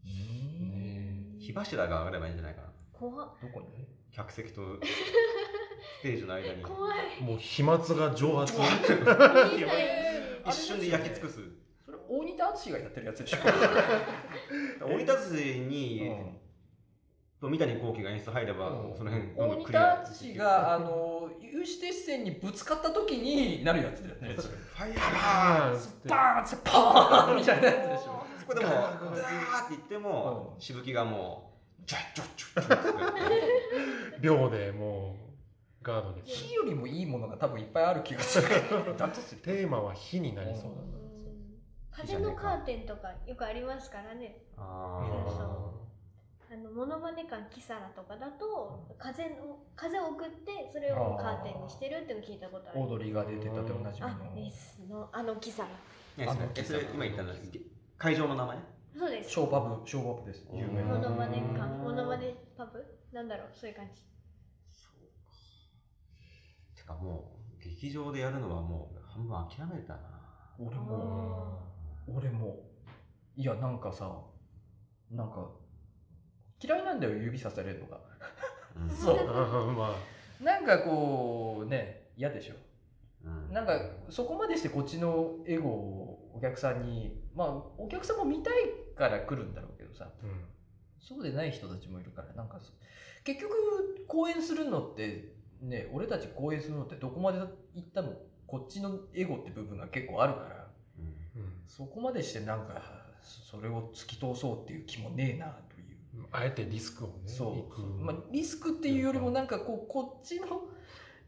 Speaker 4: うん
Speaker 2: ね
Speaker 3: 火柱が上がればいいんじゃないかな。
Speaker 1: 怖っ
Speaker 4: どこに
Speaker 3: 客
Speaker 1: [LAUGHS]
Speaker 3: 席とステージの間に。
Speaker 1: 怖い
Speaker 2: もう飛沫が蒸発
Speaker 1: 見えないし
Speaker 3: 一瞬で焼き尽くす。
Speaker 4: それ大仁田淳がやってるやつでし
Speaker 3: [LAUGHS]
Speaker 4: ょ、
Speaker 3: 鬼立に、
Speaker 4: うん
Speaker 3: と三谷幸喜が演出入れば、
Speaker 4: うん
Speaker 3: その辺、
Speaker 4: 大仁田淳があの有刺鉄線にぶつかった時になるやつだよねそれ
Speaker 3: ファイヤーバーン
Speaker 2: つって
Speaker 4: バーンってパーンみたいなやつでしょ
Speaker 3: [LAUGHS] そこでもう、ダーって言っても、
Speaker 4: うん
Speaker 3: しぶきがもう、ジャッジャッジャッジャッって
Speaker 2: 秒でもうガードで
Speaker 4: 火よりもいいものが多分いっぱいある気が
Speaker 3: [LAUGHS]
Speaker 4: するだとすると
Speaker 2: テーマは火になりそう
Speaker 1: う
Speaker 2: だ
Speaker 1: ん風のカーテンとかよくありますからね
Speaker 3: あ
Speaker 2: な
Speaker 1: そう
Speaker 3: ー
Speaker 1: あのモノマネ館キサラとかだと風を風を送ってそれをカーテンにしてるっていうの聞いたことあ
Speaker 4: オー
Speaker 1: る
Speaker 4: ドリーが出てたっておなじみの
Speaker 1: あレスのあのキサラ
Speaker 3: ね
Speaker 4: あ
Speaker 3: それ
Speaker 4: の
Speaker 3: えそれ今言ったの会場の名前
Speaker 1: そうです
Speaker 4: ショーパブショーパブです有名
Speaker 1: モ
Speaker 4: な
Speaker 1: ノマネ館
Speaker 2: うん
Speaker 1: モノマネパブなんだろうそういう感じ
Speaker 3: てかもう劇場でやるのはもう半分諦めたな
Speaker 4: 俺
Speaker 1: う
Speaker 4: も俺もいやなんかさなんか嫌いなんだよ指さされるのが
Speaker 3: う
Speaker 4: [LAUGHS]
Speaker 3: ん
Speaker 4: そう
Speaker 2: うんまあ
Speaker 4: なんかこうね嫌でしょ
Speaker 3: うん
Speaker 4: なんかそこまでしてこっちのエゴをお客さんにまあお客さんも見たいから来るんだろうけどさ
Speaker 2: うん
Speaker 4: そうでない人たちもいるからなんかそ結局公演するのってね俺たち公演するのってどこまで行ったのこっちのエゴって部分が結構あるから
Speaker 3: うん
Speaker 2: うん
Speaker 4: そこまでしてなんかそそれを突き通そうっていう気もねえなという
Speaker 2: あえてリスクをね
Speaker 4: そ
Speaker 2: 行
Speaker 4: う、
Speaker 2: く
Speaker 4: まあ、リスクっていうよりもなんかこうこっちの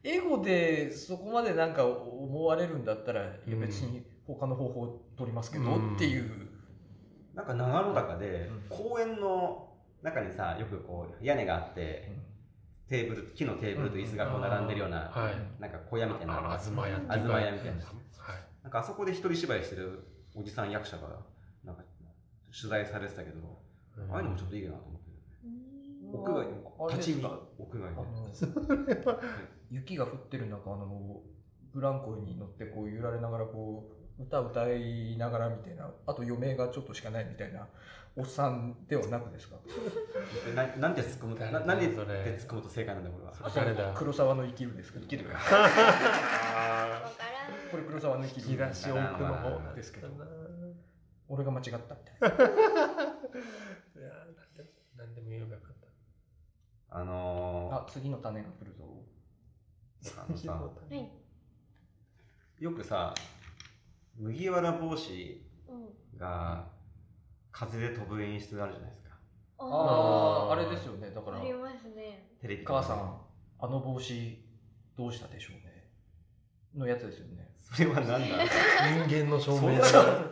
Speaker 4: エゴでそこまでなんか思われるんだったらいや
Speaker 2: うん
Speaker 4: 別に他の方法を取りますけど
Speaker 2: うん
Speaker 4: っていう、
Speaker 3: なんか長野坂で
Speaker 4: うん
Speaker 3: 公園の中にさよくこう屋根があってテーブル木のテーブルと椅子がこう並んでるような
Speaker 2: はい
Speaker 3: なんか小屋みたいなのが
Speaker 2: ああずまやっていうか
Speaker 3: あずまやみたいな
Speaker 2: はい
Speaker 3: なんかあそこで一人芝居してるおじさん役者がなんか取材されてたけどああいうのもちょっといいなと思って
Speaker 1: うん
Speaker 3: 屋外
Speaker 4: あれで
Speaker 3: 立ち
Speaker 4: す
Speaker 3: 見
Speaker 4: か
Speaker 3: 屋外
Speaker 4: あ
Speaker 3: で
Speaker 4: の雪が降ってる中あのブランコに乗ってこう揺られながらこう
Speaker 5: 歌歌いながらみたいなあと嫁がちょっとしかないみたいなおっさんではなくですか
Speaker 3: ななんで突っ込む
Speaker 2: 誰
Speaker 3: な
Speaker 2: だ
Speaker 3: なんで
Speaker 2: それ
Speaker 3: で突っ込むと正解なんだこれは
Speaker 2: 誰だ
Speaker 5: 黒沢の生きるですけど
Speaker 3: 生きる
Speaker 2: あ
Speaker 1: からん
Speaker 5: これ黒沢の生き
Speaker 2: ー
Speaker 5: る
Speaker 2: 引き出し奥 [LAUGHS] の方
Speaker 5: ですけど
Speaker 2: いや
Speaker 5: 俺が間違ったみたいな
Speaker 2: ーなんでも言えばよかった
Speaker 3: あの
Speaker 5: あ次の種が来るぞ
Speaker 3: ー、あのさ
Speaker 1: はい
Speaker 3: よくさ麦わら帽子
Speaker 1: うん
Speaker 3: が風で飛ぶ演出があるじゃないですか
Speaker 4: あ
Speaker 2: あー
Speaker 4: ああれですよねだか
Speaker 1: あ
Speaker 4: ら
Speaker 1: ありますね
Speaker 3: テレビとか
Speaker 4: 母
Speaker 3: で
Speaker 4: さんあの帽子どうしたでしょうねのやつですよね
Speaker 3: それは何だ
Speaker 2: 人間の証
Speaker 3: そん
Speaker 2: 明
Speaker 3: な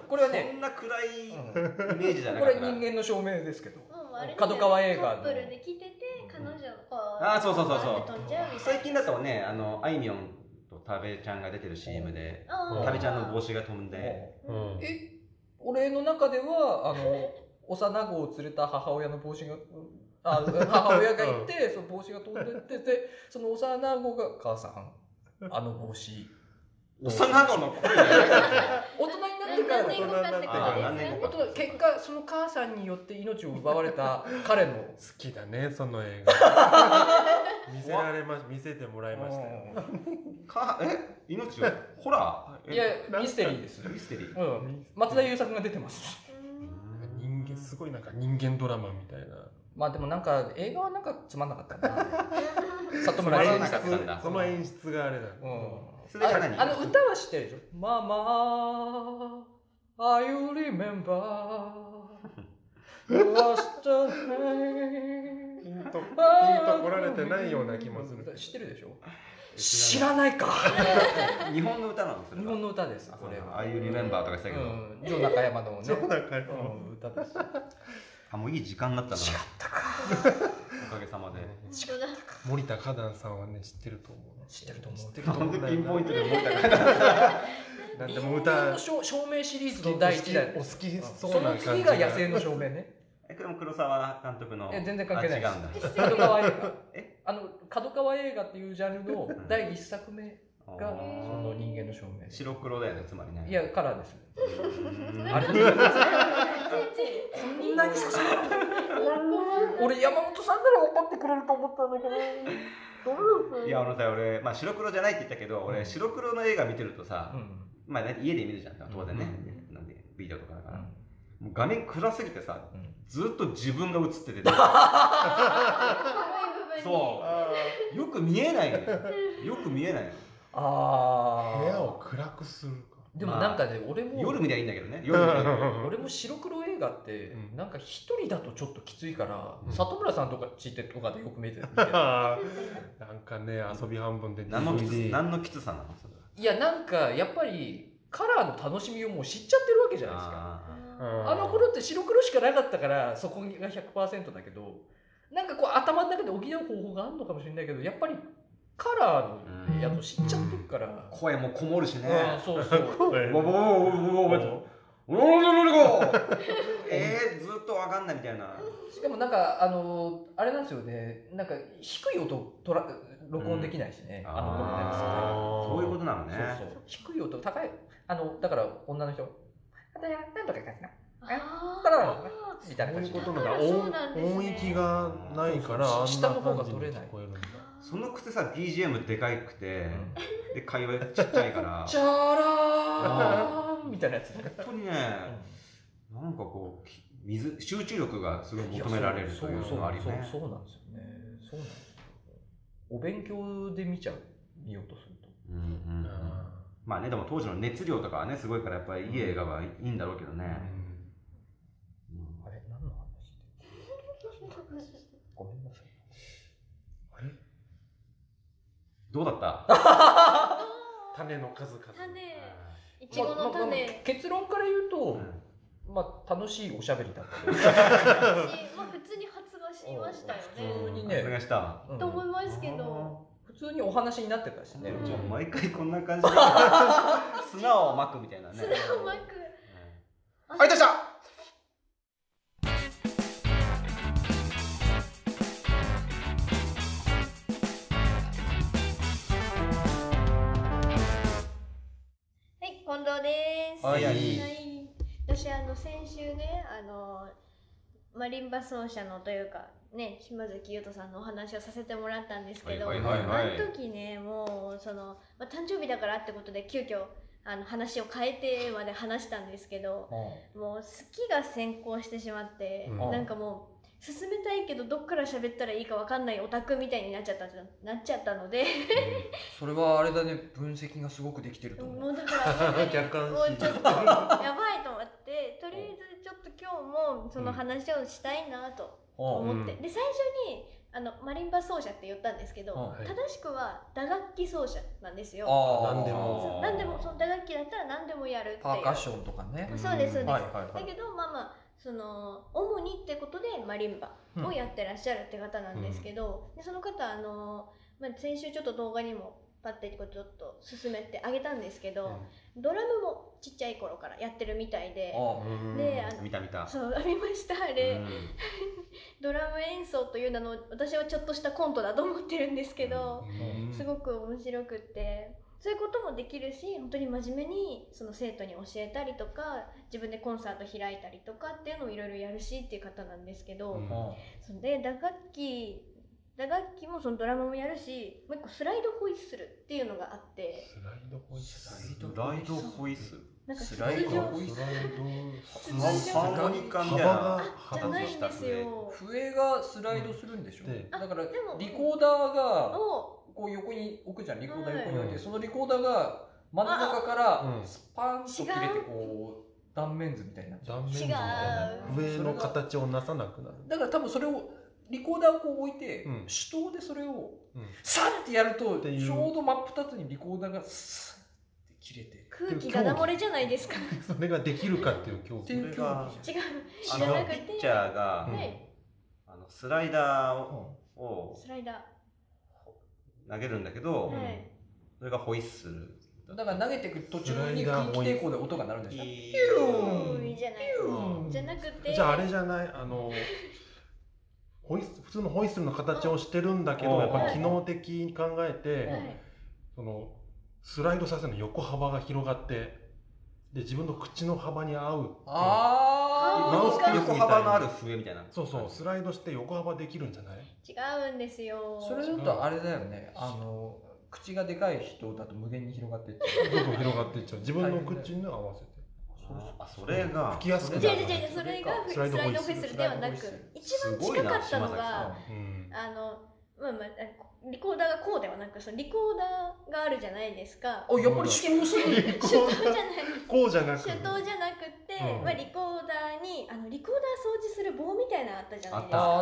Speaker 4: これはね
Speaker 3: そんな暗いイ
Speaker 4: うん
Speaker 3: メージじゃな
Speaker 4: こ
Speaker 3: かっ
Speaker 4: れ
Speaker 3: た
Speaker 4: 人間の証明ですけど
Speaker 1: もうあれ
Speaker 4: 角川映画の
Speaker 1: カップルで来てて彼女こ
Speaker 3: あーそうそうそうそう
Speaker 1: バーって飛んじゃうみたい
Speaker 3: 最
Speaker 1: な
Speaker 3: 近だとねあのあいみょんと多部ちゃんが出てる CM で
Speaker 1: あー
Speaker 3: 多部ちゃんの帽子が飛んで
Speaker 2: うん
Speaker 4: え俺の中ではあの幼子を連れた母親の帽子があ母親がいて、その帽子が飛んでってでその幼子が「母さんあの帽子
Speaker 3: 幼子の声じゃなかった
Speaker 4: 大人になってから
Speaker 1: 何年後かってことですよね
Speaker 4: 大人結果その母さんによって命を奪われた彼の
Speaker 2: 好きだねその
Speaker 3: [LAUGHS]
Speaker 2: 映画見せられま見せてもらいましたよ
Speaker 3: かえ命をホラー
Speaker 4: いや
Speaker 3: え
Speaker 4: ミステリーです、
Speaker 3: ミステリー
Speaker 4: うん、松田優作が出てます
Speaker 2: 人間すごいなんか人間ドラマみたいな
Speaker 4: まあでもなんか映画はなんかつまんなかったな
Speaker 1: う
Speaker 4: 里
Speaker 3: つま
Speaker 4: 村健
Speaker 3: らな
Speaker 4: 二
Speaker 3: か
Speaker 4: さ
Speaker 3: っ
Speaker 4: ん
Speaker 3: たんだ
Speaker 2: その演出があれだ、
Speaker 3: それが何
Speaker 4: ああの歌は知ってるでしょ「ママ Are you remember You are still here
Speaker 2: ピンとピンと来られてないような気もする
Speaker 4: 知ってるでしょ
Speaker 3: 知
Speaker 4: 知
Speaker 3: ら
Speaker 4: らないか
Speaker 3: 日本の歌なんです
Speaker 4: 日本の歌です
Speaker 3: あ
Speaker 4: これは
Speaker 3: あいうリメンバーとかした
Speaker 4: う
Speaker 3: けど、
Speaker 4: んジョー中山のね
Speaker 2: そうだか
Speaker 4: う
Speaker 2: ら、
Speaker 4: ん歌です
Speaker 3: あもういい時間になったな違ったかおかげさまで
Speaker 1: ん本当だ
Speaker 2: 森田花壇さんはね知ってると思う
Speaker 4: 知ってると思う
Speaker 2: 知ってると
Speaker 3: な
Speaker 2: 思うんんだ
Speaker 3: でピ
Speaker 2: よな
Speaker 3: ンポイントで思ったから
Speaker 2: なんでもう
Speaker 4: 人間
Speaker 2: 歌
Speaker 4: の証証明シリーズの第一弾
Speaker 2: お好き
Speaker 4: うん
Speaker 2: そ
Speaker 4: そう
Speaker 2: な
Speaker 4: の
Speaker 2: 感
Speaker 4: 次
Speaker 2: じ
Speaker 4: が野生の証明ね
Speaker 3: えこれも黒沢監督の
Speaker 4: え全然関係ないです
Speaker 3: あ違う
Speaker 4: 角
Speaker 3: んだ
Speaker 4: 川映画
Speaker 3: え
Speaker 4: あの角川映画っていうジャンルの第一作目が
Speaker 3: おー
Speaker 4: その人間の証明
Speaker 3: 白黒だよねつまりね
Speaker 4: いやカラーです
Speaker 3: うーん
Speaker 4: あれこんなに刺さる俺山本さんなら怒ってくれると思ったんだけど
Speaker 3: いやあのさ俺、まあ、白黒じゃないって言ったけど俺白黒の映画見てるとさ、
Speaker 4: うん
Speaker 3: まあ、家で見るじゃん当然ね、なんでビデオとかだから、もう画面暗すぎてさずっと自分が映ってて、
Speaker 1: そ
Speaker 3: そうよく見えないのよよく見えないの
Speaker 4: あ
Speaker 2: 部屋を
Speaker 4: あ
Speaker 2: 暗くするか
Speaker 4: でもなんかね俺も
Speaker 3: 夜見りゃいいんだけどね夜見りゃいいんだけど
Speaker 4: 俺も白黒映画って
Speaker 2: うん
Speaker 4: なんか一人だとちょっときついから
Speaker 2: うん
Speaker 4: 里村さんとかちってとかでよく見てる
Speaker 2: なんかね遊び半分で
Speaker 3: 何のきつ
Speaker 2: 自分で
Speaker 3: 何のきつさなのそれはい
Speaker 4: やなんかやっぱりカラーの楽しみをもう知っちゃってるわけじゃないですか
Speaker 3: あー
Speaker 2: うん
Speaker 4: あの頃って白黒しかなかったからそこが100%だけどなんかこう頭の中で補う方法があるのかもしれないけどやっぱりカラーのやつを知っちゃってるから、うん
Speaker 3: 声もこもるしね
Speaker 4: そうそう
Speaker 2: これ
Speaker 3: わわわわわわわわおーのりこえー、ずっとわかんないみたいな
Speaker 4: [LAUGHS] しかもなんかあのあれなんですよねなんか低い音をとら録音できないしね、あの頃のや
Speaker 2: あー
Speaker 3: そういうことなの
Speaker 4: つ
Speaker 3: ね
Speaker 4: って、そうそう低い音高いあのだから女の人あたやなんとかいかな
Speaker 1: あ
Speaker 4: カラーなのねみたいな
Speaker 2: そう
Speaker 4: 感
Speaker 2: い
Speaker 4: じ
Speaker 2: う
Speaker 4: で
Speaker 2: ことなんだ
Speaker 1: そうなんですね
Speaker 2: 音音域がないからあんな感じに
Speaker 4: 下の方が取れない
Speaker 2: 聞こえるんだ
Speaker 3: そのくせさ BGM でかいくて、
Speaker 4: うん
Speaker 3: で会話ち [LAUGHS] っちゃいから
Speaker 4: チャラーンみたいなやつ、
Speaker 3: 本当にね、なんかこうき水集中力がすごい求められるというのがあるよね
Speaker 4: そうそうそうそうなんですよねそうなんですよお勉強で見ちゃう見ようとすると
Speaker 3: うんうんうんまあねでも当時の熱量とかはねすごいからやっぱりいい映画はいいんだろうけど
Speaker 2: う
Speaker 3: ね、
Speaker 2: ん
Speaker 3: うん
Speaker 4: あれ何の話でごめんなさい
Speaker 2: あれ
Speaker 3: どうだった
Speaker 2: 種の数々
Speaker 1: 種いちごの
Speaker 4: まあまあま
Speaker 1: 種
Speaker 4: あ結論から言うと、
Speaker 3: うん
Speaker 4: まあ楽しいおしゃべりだった
Speaker 1: 私まあ普通に発芽しましたよ
Speaker 4: 普
Speaker 1: ね
Speaker 4: 通に
Speaker 3: お願
Speaker 4: ね、
Speaker 3: いした
Speaker 4: うん
Speaker 1: と思いますけど
Speaker 4: 普通にお話になってたしね、
Speaker 1: うん
Speaker 3: じゃあ毎回こんな感じで [LAUGHS] 砂をまくみたいなね
Speaker 1: 砂をまく
Speaker 3: うんあいたした
Speaker 1: はい近藤です
Speaker 5: 早
Speaker 3: い
Speaker 1: はい私あの先週ねあのマリンバ奏者のというかね島崎優斗さんのお話をさせてもらったんですけど、
Speaker 3: はいはいはいは
Speaker 1: あ
Speaker 3: い
Speaker 1: の時ねもうその、まあ、誕生日だからってことで急遽あの話を変えてまで話したんですけどもう好きが先行してしまって、
Speaker 2: うん
Speaker 1: なんかもう進めたいけどどっから喋ったらいいかわかんないオタクみたいになっちゃったなっちゃったので
Speaker 4: それはあれだね分析がすごくできてると思う
Speaker 1: もうだから本当に
Speaker 3: 客観視
Speaker 1: もうちょっとやばいと思ってとりあえずちょっと今日もその話をしたいなと思って、
Speaker 2: うん
Speaker 1: で最初にあのマリンバ奏者って言ったんですけど、
Speaker 4: はい
Speaker 1: 正しくは打楽器奏者なんですよ
Speaker 4: あー
Speaker 2: 何で
Speaker 1: そう
Speaker 2: も
Speaker 1: 何でもその打楽器だったら何でもやるっていう
Speaker 4: パーカッションとかね
Speaker 1: そうですそうです、
Speaker 4: はいはいは
Speaker 1: だ
Speaker 4: い
Speaker 1: けどまあまあその主にってことでマリンバをやってらっしゃるって方なんですけど、でその方あの、まあ、先週ちょっと動画にもパッてこうちょっと進めてあげたんですけど、ドラムもちっちゃい頃からやってるみたいで
Speaker 4: あー
Speaker 1: であ
Speaker 3: 見た見た
Speaker 1: のそうありましたあれ、ドラム演奏という名の私はちょっとしたコントだと思ってるんですけど、すごく面白くってそういうこともできるし本当に真面目にその生徒に教えたりとか自分でコンサート開いたりとかっていうのをいろいろやるしっていう方なんですけど、
Speaker 2: うん
Speaker 1: そんで打楽器打楽器もそのドラムもやるしもう一個スライドホイッスルっていうのがあって
Speaker 2: スライドホイッスル
Speaker 3: スライドホイッスル
Speaker 1: なんか
Speaker 4: ス
Speaker 1: 通
Speaker 4: ライド
Speaker 1: 常
Speaker 4: ホイッ
Speaker 2: スライ
Speaker 1: 通
Speaker 3: ハ
Speaker 1: 常
Speaker 3: ーモニカみたい
Speaker 2: 幅
Speaker 3: な
Speaker 2: が
Speaker 1: じゃないんですよ。
Speaker 4: 笛がスライドするんでしょ
Speaker 2: で
Speaker 4: だから
Speaker 1: あでも
Speaker 4: リコーダーが
Speaker 1: を
Speaker 4: こう横に置くじゃんリコーダー横に置いて
Speaker 2: うん
Speaker 4: そのリコーダーが真ん中から
Speaker 2: うん
Speaker 4: スパーンと切れてこう断面図みたいになっちゃう
Speaker 2: 断面図みたいな上の形をなさなくなる
Speaker 4: だから多分それをリコーダーをこう置いて、
Speaker 2: うん
Speaker 4: 手刀でそれを
Speaker 2: うん
Speaker 4: サッてやると
Speaker 2: ていう
Speaker 4: ちょうど真っ二つにリコーダーがスッて切れて
Speaker 1: 空気がダ漏れじゃないですか
Speaker 2: それができるかっていう競
Speaker 4: ってい
Speaker 2: 技
Speaker 4: う競技じ
Speaker 1: 違う
Speaker 3: あ
Speaker 1: 知らな
Speaker 3: の
Speaker 1: く
Speaker 3: ピ
Speaker 1: て
Speaker 3: ッチャーが
Speaker 1: はい
Speaker 3: あのスライ
Speaker 4: ゃ
Speaker 3: ダー
Speaker 4: ん、
Speaker 3: をを
Speaker 1: スライダ
Speaker 3: 投げるんだけ
Speaker 1: ー
Speaker 3: ど
Speaker 1: はい、
Speaker 3: それがホイッスル
Speaker 4: だから投げていく途中に空気抵抗で音が鳴るんでしょ
Speaker 3: いい
Speaker 1: うんいいじゃない
Speaker 3: うん
Speaker 1: じゃなくて
Speaker 2: じゃああれじゃないあのホイッス普通のホイッスルの形をしてるんだけ
Speaker 3: う
Speaker 2: ど
Speaker 3: ん
Speaker 2: やっぱ機能的に考えて、
Speaker 1: はい
Speaker 2: そのスライドさせるの横幅が広がってで自分の口の幅に合うっていう
Speaker 4: あ
Speaker 1: マウスピース
Speaker 3: 横幅のある笛みたいな
Speaker 2: そうそうスライドして横幅できるんじゃない
Speaker 1: 違うんですよ
Speaker 4: それだとあれだよねあの口がでかい人だと無限に広がっていっちゃう
Speaker 2: どんどん広がっていっちゃう自分の口に合わせて
Speaker 3: あそれが
Speaker 2: 吹きやすく
Speaker 1: 違う
Speaker 2: なる
Speaker 1: 違う違うそれが
Speaker 2: ス
Speaker 1: ス
Speaker 2: ラ
Speaker 1: ラ
Speaker 2: イ
Speaker 1: イ
Speaker 2: ド
Speaker 1: ドホ
Speaker 2: ホイ
Speaker 1: イ
Speaker 2: ッ
Speaker 1: ッ
Speaker 2: スル
Speaker 1: スルではなく
Speaker 4: スライドホイッ
Speaker 1: 一番近かっ
Speaker 4: スル
Speaker 1: たの
Speaker 3: すごいな
Speaker 1: が
Speaker 2: うん
Speaker 1: あのまあまああリコーダーがこうではなくそのリコーダーがあるじゃないですか
Speaker 4: おやっぱり主張する
Speaker 2: リコ
Speaker 1: 手動じ
Speaker 2: ー
Speaker 1: ゃ
Speaker 2: ダ
Speaker 1: ない
Speaker 2: ーこうじゃなく
Speaker 1: 手動じゃなくて、
Speaker 2: うん
Speaker 1: まあ、リコーダーにあのリコーダー掃除する棒みたいなのあったじゃないです
Speaker 4: あ
Speaker 1: か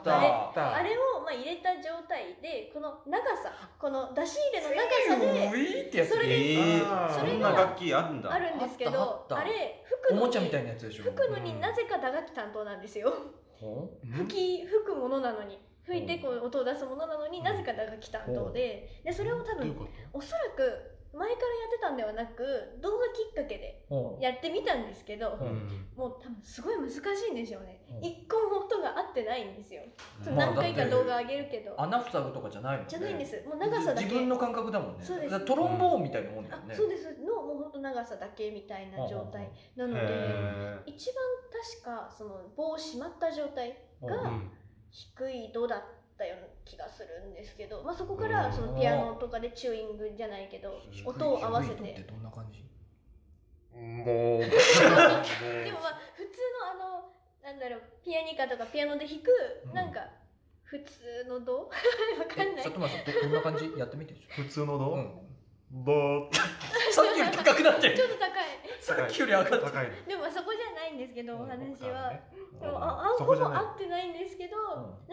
Speaker 4: ったあった
Speaker 1: あ
Speaker 4: あ
Speaker 1: れをまあ入れた状態でこの長さこの出し入れの長さで
Speaker 4: ウィーってやつ
Speaker 1: それで
Speaker 3: え
Speaker 2: あ
Speaker 3: ー、
Speaker 2: ー
Speaker 3: そんな楽器あるんだ
Speaker 1: あるんですけど
Speaker 4: あ
Speaker 1: あ
Speaker 4: ったあった
Speaker 1: れ服
Speaker 4: お
Speaker 1: の
Speaker 4: もちゃみたいなやつでしょ
Speaker 1: 服のになぜか打楽器担当なんですよ
Speaker 4: ほん
Speaker 1: 吹き吹くものなのに吹いてこう音を出すものなのに
Speaker 2: うん
Speaker 1: なぜか打楽器担当ででそれを多
Speaker 2: どういう
Speaker 1: 分
Speaker 2: こ
Speaker 1: おそらく前からやってたんではなく動画きっかけで
Speaker 4: ほん
Speaker 1: やってみたんですけど
Speaker 2: と、
Speaker 4: うん
Speaker 1: もう多分すごい難しいんでしょうね
Speaker 4: うん
Speaker 1: 一個も音が合ってないんですよ
Speaker 3: う
Speaker 1: そ
Speaker 3: ん
Speaker 1: の
Speaker 4: まあ
Speaker 1: 何回か動画上げるけど
Speaker 4: 穴塞ぐとかじゃないもんね
Speaker 1: じゃないんですもう長さだけ
Speaker 4: 自分の感覚だもんね
Speaker 1: そうです
Speaker 4: だからトロンボーンみたいなもんだ
Speaker 1: あ
Speaker 4: よね、
Speaker 1: そうですのもうほんと長さだけみたいな状態なので
Speaker 3: へ
Speaker 1: 一番確かその棒をしまった状態が
Speaker 2: うん
Speaker 1: 低い度だったような気がするんですけど、まあ、そこか
Speaker 2: う
Speaker 1: ら
Speaker 2: ん
Speaker 1: そのピアノとかでチューイングじゃないけど
Speaker 4: 低い
Speaker 1: 音を合わせ
Speaker 2: [LAUGHS]
Speaker 4: 低い人ってどんな感じ
Speaker 2: もう
Speaker 1: でもまあ普通のあのなんだろうピアニカとかピアノで弾く
Speaker 4: うん
Speaker 1: なんか普通の度 [LAUGHS] わかん
Speaker 4: え
Speaker 1: ない
Speaker 4: 里村さんどどんな感じやって
Speaker 1: [LAUGHS]
Speaker 4: みてちょっ
Speaker 2: 普通の
Speaker 4: と、う
Speaker 2: の、
Speaker 4: ん、
Speaker 2: ぼーっ
Speaker 4: さっきより高くなって
Speaker 1: ちょ
Speaker 4: る
Speaker 1: っと高い
Speaker 4: さっきより上がってる
Speaker 2: 高いの
Speaker 1: でもまあそこじゃないんですけどお話は、
Speaker 2: うん
Speaker 1: でもああ
Speaker 2: そ
Speaker 1: ん
Speaker 2: こ
Speaker 1: こ
Speaker 2: じゃ
Speaker 1: も
Speaker 2: ない
Speaker 1: 合ってないんですけど、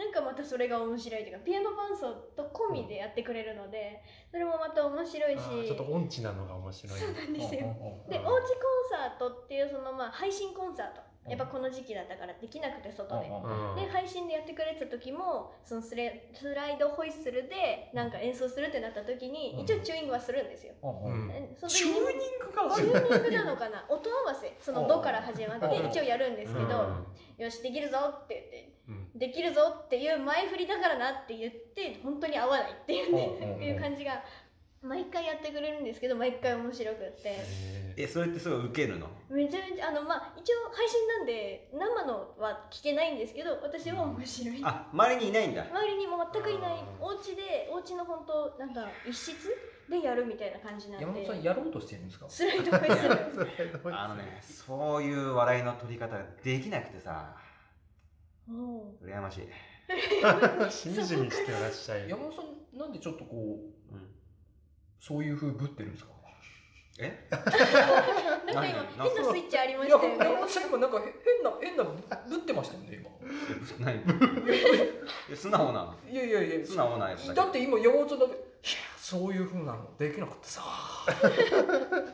Speaker 1: なんかまたそれが面白いというかピアノ伴奏と込みでやってくれるのでそれもまた面白いし
Speaker 2: あーちょっと音痴なのが面白い
Speaker 1: そうなんですよ
Speaker 4: う
Speaker 1: でおうちコンサートっていうそのまあ配信コンサー
Speaker 4: う
Speaker 1: ト
Speaker 4: ん
Speaker 1: やっぱこの時期だったからできなくて外で。
Speaker 4: んうんうん
Speaker 2: うん
Speaker 1: で配信でやってくれてた時もそのスレスライドホイッスルでなんか演奏するってなった時に一応チューイングはするんですよ。
Speaker 4: うんうん
Speaker 2: うん
Speaker 1: えその時
Speaker 4: チューニングが
Speaker 1: チューニングなのかな音合わせその「ド」から始まって
Speaker 4: うん
Speaker 1: 一応やるんですけど
Speaker 2: うん
Speaker 1: 「よしできるぞ」って言って
Speaker 2: うん
Speaker 1: 「できるぞ」っていう前振りだからなって言って本当に合わないっていうね
Speaker 4: うんうんうん
Speaker 1: っていう感じが毎回やってくれるんですけど毎回面白くって
Speaker 2: え
Speaker 3: え、それってすごいウケるの
Speaker 1: めちゃめちゃあのまあ一応配信なんで生のは聞けないんですけど私は面白い
Speaker 3: あ、周りにいないんだ。
Speaker 1: 周りにも全くいない
Speaker 2: あー
Speaker 1: お家でお家の本当なんだ一室でやるみたいな感じなん
Speaker 4: 山本さん
Speaker 1: で
Speaker 4: やろうとしてるんですか
Speaker 1: 辛いとこです
Speaker 3: あのね、そういう笑いの取り方ができなくてさ、
Speaker 1: も
Speaker 3: 羨ましい。
Speaker 2: ー、しみじみしてらっしゃい。
Speaker 4: 山本さんなんでちょっとこう
Speaker 3: うん。
Speaker 4: そういう風ぶってるんですか
Speaker 3: え
Speaker 1: うなんか今
Speaker 3: 何
Speaker 1: 変なスイッチありま
Speaker 4: い
Speaker 1: し
Speaker 4: や
Speaker 1: たよ
Speaker 4: 山
Speaker 1: ね
Speaker 4: 本さん今なんか変な変なぶってましたよね
Speaker 3: ない。え素直な、
Speaker 4: 今いやいやいや
Speaker 3: 素直なやつ
Speaker 4: [LAUGHS]
Speaker 3: だけど
Speaker 4: だって今山本さんだっていやそういう風なのできなかったさ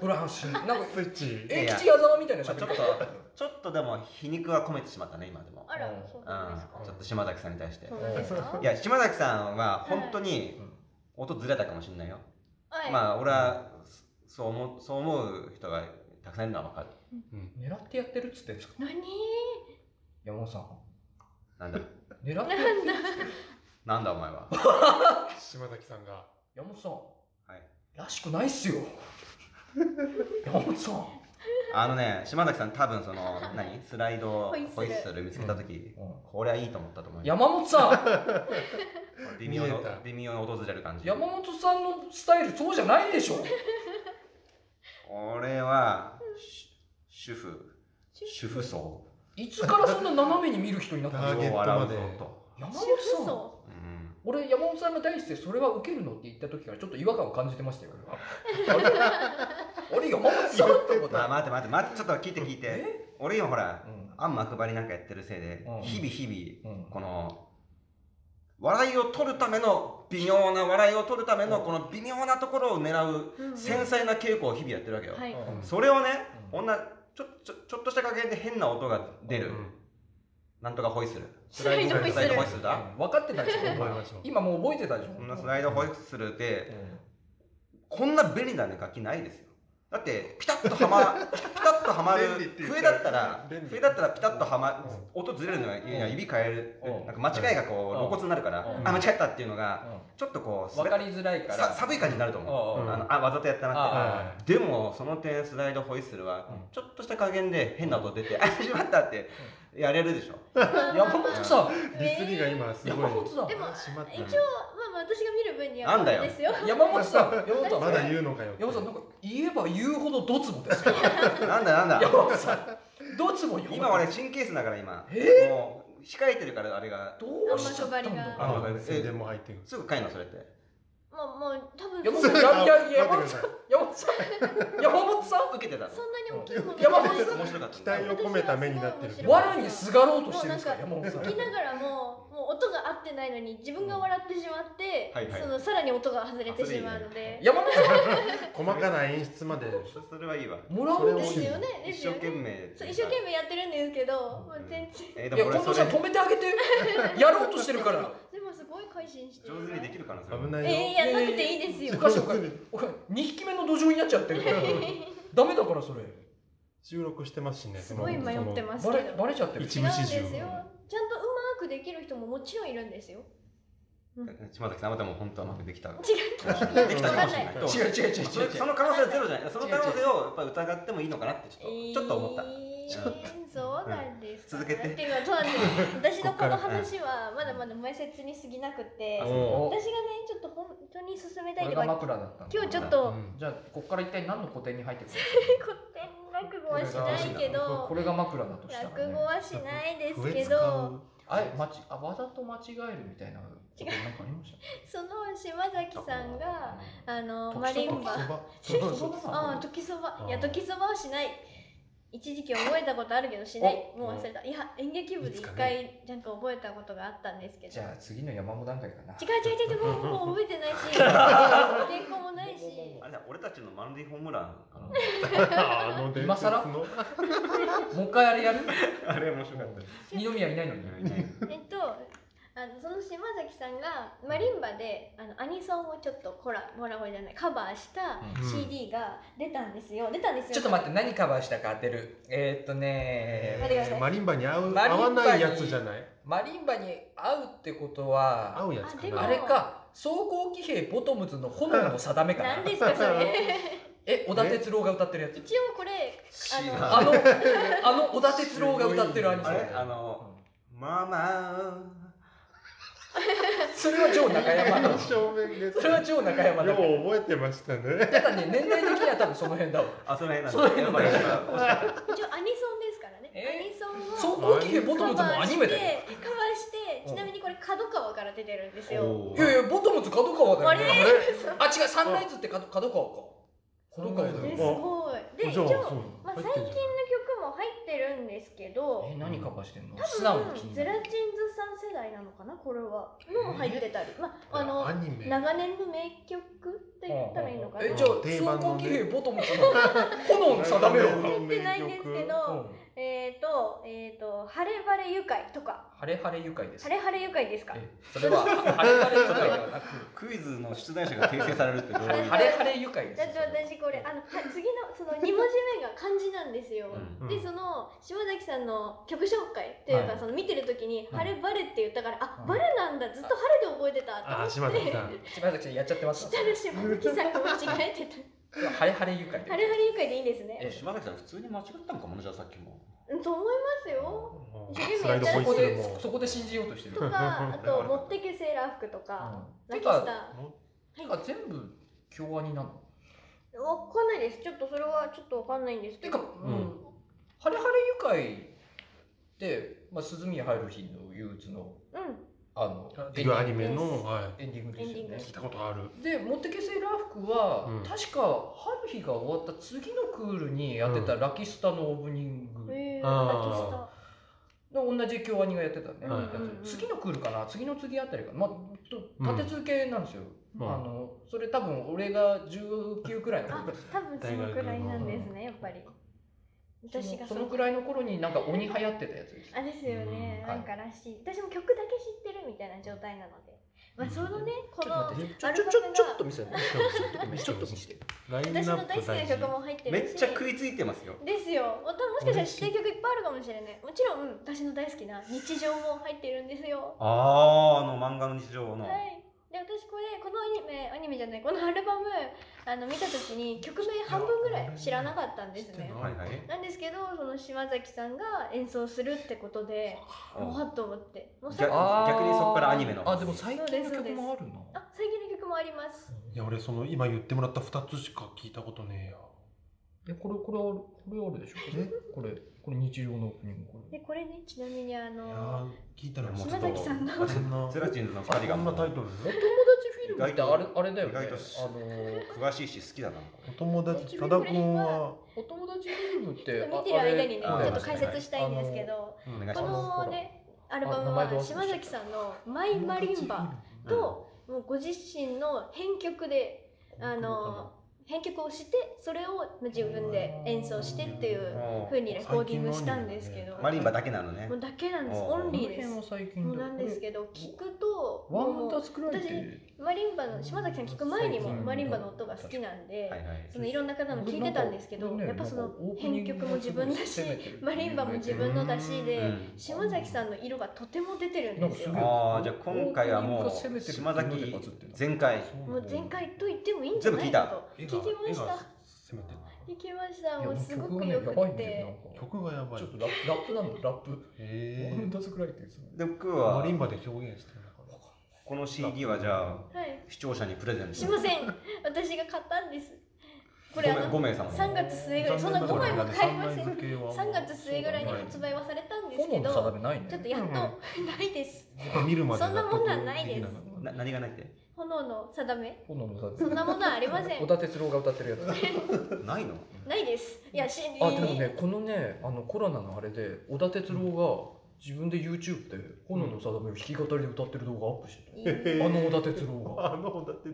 Speaker 4: ブランシーなんか
Speaker 2: スイッチ。
Speaker 4: え吉矢沢みたいな
Speaker 3: ちょっ
Speaker 4: 喋り
Speaker 3: と
Speaker 4: 方、
Speaker 3: ちょっとでも皮肉は込めてしまったね、今でも。
Speaker 1: あら
Speaker 4: うん
Speaker 1: そうなんですか
Speaker 3: うん、ちょっと島崎さんに対して。
Speaker 1: そうなんですか
Speaker 3: [LAUGHS] いや、島崎さんは本当に音ずれたかもしれないよ。
Speaker 1: はい
Speaker 3: まあ、俺はそう思うそう思う人がたくさんいるのは分かる。
Speaker 2: うん
Speaker 4: 狙ってやってるっつってんですか
Speaker 1: 何
Speaker 4: 山本さん
Speaker 3: なんだ、
Speaker 1: [LAUGHS]
Speaker 4: 狙って
Speaker 1: なんだ
Speaker 3: なんだお前は。
Speaker 2: 島崎さんが。
Speaker 4: 山本さん
Speaker 3: はい
Speaker 4: らしくないっすよ山本さん
Speaker 3: あのね、島崎さん、多分その、何スライドを
Speaker 1: ホイッスル
Speaker 3: ホイッスル見つけたとき、これはいいと思ったと思うよ。
Speaker 4: 山本さ
Speaker 3: 微妙な
Speaker 2: 見えた
Speaker 3: 微妙な訪れる感
Speaker 4: ん
Speaker 3: じ。
Speaker 4: 山本さんのスタイルそうじゃないでしょ
Speaker 3: 俺は、し主婦、主婦層。
Speaker 4: いつからそんな斜めに見る人になった
Speaker 2: ター
Speaker 4: の
Speaker 2: ゲットまで
Speaker 3: 笑うぞと。
Speaker 4: 山本
Speaker 1: 主婦
Speaker 4: さん
Speaker 1: 層
Speaker 3: うん。
Speaker 4: 俺山本さんが大してそれはウケるのって言った時からちょっと違和感を感じてましたよ俺は
Speaker 3: [LAUGHS]
Speaker 4: あれあれ山本さんって思っ
Speaker 3: ま
Speaker 4: た
Speaker 3: あ、待って待って、待って、ちょっと聞いて聞いて。
Speaker 4: え
Speaker 3: 俺今ほら、
Speaker 4: うん
Speaker 3: あんま配りなんかやってるせいで
Speaker 4: うん、
Speaker 3: 日々日
Speaker 4: うん
Speaker 3: 々、この、笑いを取るための、微妙な笑いを取るための、この微妙なところを狙う、
Speaker 1: うんうん
Speaker 3: 繊細な稽古を日々やってるわけよ。
Speaker 1: はい
Speaker 4: うん
Speaker 3: それをね、
Speaker 4: うん
Speaker 3: 女ちょちょちょっとした加減で変な音が出る、
Speaker 2: うん
Speaker 3: なんとかホイッスル
Speaker 1: スライドホイッ
Speaker 3: スライドホイッ
Speaker 1: ス
Speaker 3: スルだ、
Speaker 4: うん分かってたでしょ
Speaker 2: 覚えましょう。
Speaker 4: 今もう覚えてたでしょ
Speaker 3: こんなスライドホイッスルで、
Speaker 4: うん
Speaker 3: こんな便利な、ね、楽器ないですよだってピタッとはまピタッとはまる
Speaker 2: 便利って言った
Speaker 3: 笛だったら
Speaker 2: 便利
Speaker 3: 笛だったらピタッとはま
Speaker 2: うん
Speaker 3: 音ずれるのがいや
Speaker 4: うん
Speaker 3: 指変え
Speaker 4: うん
Speaker 3: るなんか間違いがこう
Speaker 4: うん
Speaker 3: 露骨になるから
Speaker 4: うん
Speaker 3: あ間違ったっていうの
Speaker 4: う
Speaker 3: が
Speaker 4: ん
Speaker 3: ちょっとこう
Speaker 4: 分
Speaker 3: 滑
Speaker 4: か
Speaker 3: っ
Speaker 4: りづらいから
Speaker 3: さ寒い感じになると思う
Speaker 4: うんうん
Speaker 3: あのあわざとやったなって
Speaker 2: は
Speaker 3: でもその点スライドホイッスルはちょっとした加減で変な音出て「あ始まった」ってやれるでしょ
Speaker 4: 山本さん
Speaker 2: い。ディスりが今すごい。
Speaker 4: 山本さん
Speaker 1: で
Speaker 2: でも
Speaker 1: も
Speaker 2: まった
Speaker 1: 一応まあまあ私が見る分には
Speaker 3: なんだよ
Speaker 1: あれですよ
Speaker 4: 山本さん山本さん
Speaker 2: まだ言うのかよ。
Speaker 4: 山本さんなんか言えば言うほどドツボですよ
Speaker 3: なんだなんだ
Speaker 4: 山本さんドツボよ
Speaker 3: 今俺神経質だから今
Speaker 4: え
Speaker 3: もう控えてるからあれが
Speaker 4: どうしちゃったんだ
Speaker 1: あ
Speaker 2: あ
Speaker 3: わかる
Speaker 2: 宣伝も入ってる。
Speaker 3: すぐ帰るのそれって
Speaker 1: まあまあ多分
Speaker 4: 山本
Speaker 1: そ
Speaker 4: さ
Speaker 1: ん
Speaker 4: ん
Speaker 1: な
Speaker 4: やいやいや
Speaker 2: 待
Speaker 4: 山
Speaker 2: って
Speaker 4: 本
Speaker 2: くだ
Speaker 4: さ
Speaker 2: さ
Speaker 4: ん山本さん山本さん
Speaker 3: 受けてたの
Speaker 1: に大きいもの
Speaker 4: 山本さん
Speaker 3: 面白かったん
Speaker 2: 期
Speaker 3: だ
Speaker 2: 待を込めた目になってる。
Speaker 4: 藁にすがろうとしてるんですか山
Speaker 1: も
Speaker 4: 本さん
Speaker 1: 聞きながらももう音が合ってないのに自分が笑ってしまって、
Speaker 3: はいはい
Speaker 1: そのさらに音が外れてしまうので
Speaker 4: 山本さ
Speaker 2: 細かな演出まで。
Speaker 3: そそれはいいわ
Speaker 4: んもらおうと
Speaker 1: です
Speaker 4: して
Speaker 1: よ
Speaker 4: る
Speaker 1: ねで
Speaker 3: 一
Speaker 1: すよ
Speaker 3: 生懸
Speaker 1: ね
Speaker 3: 命
Speaker 1: そう一生懸命やってるんですけど、もう
Speaker 3: うん
Speaker 1: 全然
Speaker 3: えー
Speaker 4: い
Speaker 3: で
Speaker 4: や
Speaker 3: も
Speaker 4: 近
Speaker 3: 俺
Speaker 4: 藤
Speaker 3: そ
Speaker 4: さ
Speaker 3: れ
Speaker 4: ん止めてあげてやろうとしてるから
Speaker 1: でもすごい改心して
Speaker 3: 上手にできるかなそれ
Speaker 2: 危ないよ。
Speaker 1: えー、いやなくていいです
Speaker 4: お
Speaker 1: よ
Speaker 4: かしいおかしいおかしい2匹目の土壌になっちゃってるからダメだからそれ
Speaker 2: [LAUGHS] 収録してますしね。
Speaker 1: すごい迷ってます
Speaker 4: バ
Speaker 1: けど違
Speaker 4: レバレちゃってる
Speaker 2: 一
Speaker 1: うん
Speaker 2: 部
Speaker 1: です
Speaker 2: 始
Speaker 1: よ
Speaker 2: 終
Speaker 1: ちゃんとうまくできる人ももちろんいるんですよ
Speaker 3: 島崎さんあなたも本当はうまくできたかも
Speaker 1: 違
Speaker 3: しれな
Speaker 1: う
Speaker 3: いできたかもしれない
Speaker 2: 違
Speaker 3: と
Speaker 4: 違う違う違う違う
Speaker 3: そその可能性はゼロじゃないその可能性をやっぱり疑ってもいいのかなってちょっとちょっと思った
Speaker 1: えーそうなんですか、
Speaker 3: うん続けて
Speaker 1: っていうのはそうなん
Speaker 3: [LAUGHS]
Speaker 1: です私のこの
Speaker 2: こっから
Speaker 1: 話はまだまだ前説に過ぎなくて
Speaker 3: あ
Speaker 1: 私
Speaker 3: そう
Speaker 1: がね
Speaker 2: お
Speaker 4: お
Speaker 1: ちょっと本当に進めた
Speaker 4: こ
Speaker 1: い
Speaker 4: れ
Speaker 1: の
Speaker 4: が
Speaker 1: は
Speaker 4: 枕だったんだ
Speaker 1: 今日ちょっ
Speaker 2: う
Speaker 1: と
Speaker 2: ん
Speaker 4: じゃあこっから一体何の古典に入ってくる
Speaker 1: 古典落語はしないけ [LAUGHS]
Speaker 4: の
Speaker 1: ど
Speaker 4: これが枕だとしたら、
Speaker 1: 落
Speaker 4: ね
Speaker 1: 語、はしないです
Speaker 2: 笛
Speaker 1: け
Speaker 2: 使
Speaker 1: ど
Speaker 2: う。
Speaker 4: あれまちあわざと間違えるみたいなことなんかありました
Speaker 1: その島崎さんがあのマ
Speaker 4: 時
Speaker 1: リ
Speaker 4: そば
Speaker 1: ンバ
Speaker 4: [LAUGHS]
Speaker 2: 時そば
Speaker 4: 時そば
Speaker 1: ああ時そばいや
Speaker 2: あー
Speaker 1: 時そばはしない一時期覚えたことあるけどしない
Speaker 2: お
Speaker 1: もう忘れたいや演劇部で一回なんか覚えたことがあったんですけど
Speaker 4: じゃあ次の山本段階かな
Speaker 1: 違う違う違うもうもう覚えて
Speaker 4: [LAUGHS]
Speaker 1: ないし原稿もないし
Speaker 3: あれだ俺たちのマルディホームランか
Speaker 2: あの伝説の
Speaker 4: 今更もう一回あれやる
Speaker 3: なあれ面白かった
Speaker 4: 二宮いないのに
Speaker 1: えっとあのその島崎さんがマリンバであのアニソンをちょっとコラコラボじゃないカバーした
Speaker 2: うん
Speaker 1: CD が出たんですよ出たんですよ
Speaker 5: ちょっと待って何カバーしたか当てるえー、っと
Speaker 1: 待
Speaker 5: ね
Speaker 1: ってください
Speaker 2: マリンバに合う合
Speaker 5: マリンバ
Speaker 2: わ
Speaker 5: に
Speaker 2: ないやつじゃない
Speaker 5: マリンバに合うってことは
Speaker 2: 合うやつ
Speaker 1: あで
Speaker 2: か
Speaker 1: も
Speaker 2: な
Speaker 5: あれか
Speaker 4: 装甲騎兵ボトムズの炎の定めかな
Speaker 1: 何ですかそれ
Speaker 2: [LAUGHS]
Speaker 4: え小田哲郎が歌ってるやつ
Speaker 1: 一応これ
Speaker 3: 知らん
Speaker 4: あのあの小田哲郎が歌ってるアニソン
Speaker 3: あれあのママ
Speaker 4: それは超中山
Speaker 2: [LAUGHS]
Speaker 4: の
Speaker 2: 正面で
Speaker 4: それは超中山だから
Speaker 2: よう覚えてましたね。
Speaker 4: ただね年代的には多分その辺だわ
Speaker 3: あその辺なん
Speaker 4: そういうの
Speaker 3: だやっぱりやっぱ
Speaker 1: 一応アニソンですからね、
Speaker 4: えー
Speaker 1: アニソンを
Speaker 4: 装甲騎兵ボトムズもアニメだよ
Speaker 1: カバーしてカバーしてちなみにこれ角川から出てるんです
Speaker 3: り
Speaker 1: よ
Speaker 3: お
Speaker 4: いや
Speaker 3: ー
Speaker 4: いやボトムズ角川
Speaker 1: あ
Speaker 4: だ
Speaker 1: れ
Speaker 4: よね
Speaker 1: [LAUGHS]
Speaker 4: あ違うサンライズって角角川か角川だよ
Speaker 1: ね
Speaker 4: ね
Speaker 1: すごいで一応、まあ、最近の曲
Speaker 2: 近
Speaker 1: も入ってるんですけど
Speaker 4: え何カバーしてんの
Speaker 1: 多
Speaker 4: 素直に気
Speaker 1: 分
Speaker 4: に
Speaker 1: ゼ
Speaker 4: な
Speaker 1: ラ
Speaker 4: る
Speaker 1: チンズさん世代なのかなこれはのも入ってたり、まああ
Speaker 2: ア
Speaker 1: の
Speaker 2: ニメ。
Speaker 1: 長年の名曲って言ったらいいのかな
Speaker 4: え
Speaker 1: 入
Speaker 4: じゃあ
Speaker 2: 定番
Speaker 4: 装
Speaker 2: の
Speaker 4: 甲
Speaker 2: ね
Speaker 4: 騎兵ボトムズの炎の定めよ
Speaker 2: 定番の
Speaker 1: ってないんですけどえっ、とえっ、と「晴れ晴れ愉快」とか
Speaker 4: ハレハレ愉快
Speaker 1: 「
Speaker 4: です
Speaker 1: 晴れ晴れ愉快」ですか
Speaker 4: えそれはハレハレ愉快ではなく
Speaker 3: クイズの出題者が訂正されるってどういう
Speaker 4: ハレハレ愉快です
Speaker 1: だって私これあのは次のその2文字目が漢字なんですよ、
Speaker 3: うん
Speaker 1: でその島崎さんの曲紹介っていうか、
Speaker 4: はい
Speaker 1: その見てる時に「
Speaker 4: うん
Speaker 1: 晴れ晴れ」って言ったから「あ
Speaker 4: うん
Speaker 1: 晴れなんだずっと晴れで覚えてた」
Speaker 2: あ、
Speaker 1: と
Speaker 2: 島
Speaker 1: 思って
Speaker 2: 崎
Speaker 1: [LAUGHS]
Speaker 2: さん。
Speaker 4: 島崎さんやっちゃってます
Speaker 1: したら島崎さんが間違えてた
Speaker 4: ハレハレ愉
Speaker 1: 「
Speaker 4: 快
Speaker 1: 晴れ晴れ愉快」でいいんですね
Speaker 4: え
Speaker 3: 柴崎さん普通に間違ったのかもねじゃあさっきも
Speaker 1: うんと思いますよ
Speaker 2: スライド
Speaker 4: そ
Speaker 2: ホイ
Speaker 4: こ
Speaker 2: ッスル
Speaker 4: で
Speaker 2: も。
Speaker 4: そこで信じようとしてる
Speaker 1: とかあと「持ってけセーラー服」とか「
Speaker 4: うん
Speaker 1: ラキ
Speaker 4: て
Speaker 1: ス
Speaker 4: か
Speaker 1: タ
Speaker 4: てか全部京アニなの」
Speaker 1: わかんないですちょっとそれはちょっとわかんないんです
Speaker 4: て
Speaker 1: け
Speaker 4: か、
Speaker 1: ど
Speaker 4: うん
Speaker 2: ん
Speaker 4: ハレハレ愉快って、まあ、涼みに入る日の憂鬱の
Speaker 1: うん
Speaker 4: あの
Speaker 2: っていうアニ
Speaker 4: メ
Speaker 2: メの、は
Speaker 4: エンディングですよ
Speaker 1: エンディング
Speaker 4: ね
Speaker 2: い。聞いたことある。
Speaker 4: で「持ってけセーラー服は」
Speaker 2: うん
Speaker 4: 確か春日が終わった次のクールにやってた「ラキスタ」のオープニング
Speaker 1: ええ
Speaker 2: あー
Speaker 1: ラキスタ
Speaker 4: の同じ京アニがやってたね、
Speaker 2: はい
Speaker 4: やつ次のクールかな次の次あたりかな、まあ、と立て続けなんですよ、
Speaker 2: うん
Speaker 4: あのそれ多分俺が19くらいの
Speaker 1: あ
Speaker 4: 頃です
Speaker 1: 多分そのくらいなんですねやっぱり私が
Speaker 4: そのそのくらいの頃になんか鬼流行ってたやつです
Speaker 1: あですよね、
Speaker 4: うん
Speaker 1: なんからしい、私も曲だけ知ってるみたいな状態なので、まあ、そのね、こ
Speaker 4: ちょっと
Speaker 1: の
Speaker 4: 待ってち
Speaker 1: ア
Speaker 4: ょ
Speaker 1: ル
Speaker 4: ち
Speaker 1: バ
Speaker 4: ょちょ
Speaker 1: ム
Speaker 4: ちょっと
Speaker 1: が
Speaker 4: 見せてちょっと見せて
Speaker 2: ラインナ
Speaker 1: 私の
Speaker 2: ッ
Speaker 1: 大好
Speaker 2: プ
Speaker 1: きな
Speaker 2: 大事
Speaker 1: 曲。も入って
Speaker 3: め
Speaker 1: る
Speaker 3: っ
Speaker 1: し
Speaker 3: ちゃ食いついてますよ
Speaker 1: ですよまたもしかしたら知ってる曲いっぱいあるかもしれないもちろん私の大好きな日常も入ってるんですよ
Speaker 3: あああの漫画の日常の
Speaker 1: はいで私これこのアニメアニメじゃないこのアルバムあの見た時に曲名半分ぐらい知らなかったんですね
Speaker 3: はいはい
Speaker 1: なんですけどその島崎さんが演奏するってことでも
Speaker 3: うん
Speaker 1: わっと思ってもう
Speaker 3: じゃ
Speaker 1: さ
Speaker 3: あ逆にそっからアニメの
Speaker 4: あでも最近の曲もあるな
Speaker 1: あ最近の曲もあります
Speaker 2: いや、俺、その、今言ってもらった二つしか聞いたことねえ
Speaker 4: え
Speaker 2: や。
Speaker 4: これこれあるこれあるでしょこれこれ日常のオープニングこ
Speaker 1: でこれねちなみにあ
Speaker 2: いや
Speaker 1: の
Speaker 2: ー、聞いたらもうちょ
Speaker 1: 島
Speaker 2: っと。
Speaker 1: 崎さんが
Speaker 2: こんな。
Speaker 3: ゼラチンズの
Speaker 2: あ
Speaker 3: 2人
Speaker 2: こ
Speaker 3: が
Speaker 2: ん
Speaker 3: も
Speaker 2: な
Speaker 3: う
Speaker 2: タイト
Speaker 4: お
Speaker 2: ル
Speaker 4: 友達フィルムってあれ
Speaker 3: 意外
Speaker 4: あれだよね
Speaker 3: 意外とし
Speaker 4: あの
Speaker 3: 詳しいし好きだな
Speaker 2: お友達、多田君は。
Speaker 4: お友達フィルムっ
Speaker 1: ち
Speaker 4: て
Speaker 1: ょっと見てる間にねち
Speaker 3: ああ
Speaker 1: ょっと解説したいんですけど
Speaker 2: うん
Speaker 3: お願いし
Speaker 1: こ
Speaker 3: ま
Speaker 1: のねアルバ
Speaker 4: あ
Speaker 1: ム
Speaker 4: 名前どう
Speaker 1: は
Speaker 4: しま
Speaker 1: 島
Speaker 4: した
Speaker 1: 崎さんの「マイ・マリンバ
Speaker 3: す」
Speaker 1: ともうご自身の編曲であの編曲をしてそれを自分で演奏してってい
Speaker 3: うん
Speaker 1: う
Speaker 3: も
Speaker 1: ふう
Speaker 3: う
Speaker 1: にレコーディングしたんですけど
Speaker 3: マリンバだけなのね
Speaker 1: もうだけなんです
Speaker 3: ああ
Speaker 1: オン
Speaker 4: この
Speaker 1: リー
Speaker 4: 辺
Speaker 1: で
Speaker 4: は
Speaker 1: す
Speaker 4: 最近
Speaker 1: もう
Speaker 4: だ
Speaker 1: なんですけど聞くと
Speaker 4: ワン
Speaker 1: も
Speaker 4: ダ
Speaker 1: う
Speaker 4: ースクライって
Speaker 1: マリンバの島崎さん聞く前にも
Speaker 4: 最近
Speaker 1: マリンバの音が好きなんで。
Speaker 3: はいはい
Speaker 1: そのいろんな方の聞いてたんですけど、やっぱその編曲も自分だし、マリンバも自分の出し
Speaker 3: う
Speaker 1: で、
Speaker 3: ん
Speaker 1: 島崎さんの色がとても出てるんですよ。
Speaker 4: なんか
Speaker 3: ああじゃあ今回はもう島崎前回
Speaker 1: もう前回と言ってもいいんじゃないかと。聞きました。
Speaker 2: せめて
Speaker 1: 聞きました。
Speaker 4: いや
Speaker 1: も
Speaker 4: も
Speaker 1: う
Speaker 4: う
Speaker 1: す
Speaker 4: 曲
Speaker 1: ご
Speaker 4: が
Speaker 1: く
Speaker 4: ね
Speaker 1: よ
Speaker 4: や
Speaker 1: く
Speaker 4: ばいん
Speaker 1: て。
Speaker 4: だよねなんか
Speaker 2: 曲がやばい
Speaker 4: ちょっとラップラップなのラップワ
Speaker 2: へえ
Speaker 4: ンダースクライってやつなんだ
Speaker 3: で僕
Speaker 2: マ
Speaker 3: は
Speaker 2: リンバで表現してる
Speaker 3: この CD はじゃあ
Speaker 1: はい。
Speaker 3: 視聴者にプレゼント
Speaker 1: しません。私が買ったんです。これあ
Speaker 3: 5
Speaker 1: の、
Speaker 3: 名様
Speaker 1: 3月末ぐらい、そんな5枚も買いません。3月末ぐらいに発
Speaker 2: 売
Speaker 1: 売はされたんですけ
Speaker 4: 炎の定
Speaker 1: ど、
Speaker 4: めないね
Speaker 1: ちょっとやっと [LAUGHS] ないです。
Speaker 2: 見るまで
Speaker 1: そんなものはないです
Speaker 2: 納得きかっ
Speaker 3: な何がないって
Speaker 1: 炎の定め。
Speaker 4: 炎の定め
Speaker 1: そんなものはありません
Speaker 4: [LAUGHS] 小。田哲郎が歌ってるやつ
Speaker 3: ないの
Speaker 1: ないです。いや、し、
Speaker 4: あでもねこのねあのコロナのあれで小田哲郎が自分で YouTube で「炎の定め」を弾き語りで歌ってる動画アップして
Speaker 1: いい
Speaker 4: たよあの小田哲郎
Speaker 2: た
Speaker 4: が
Speaker 2: あのだって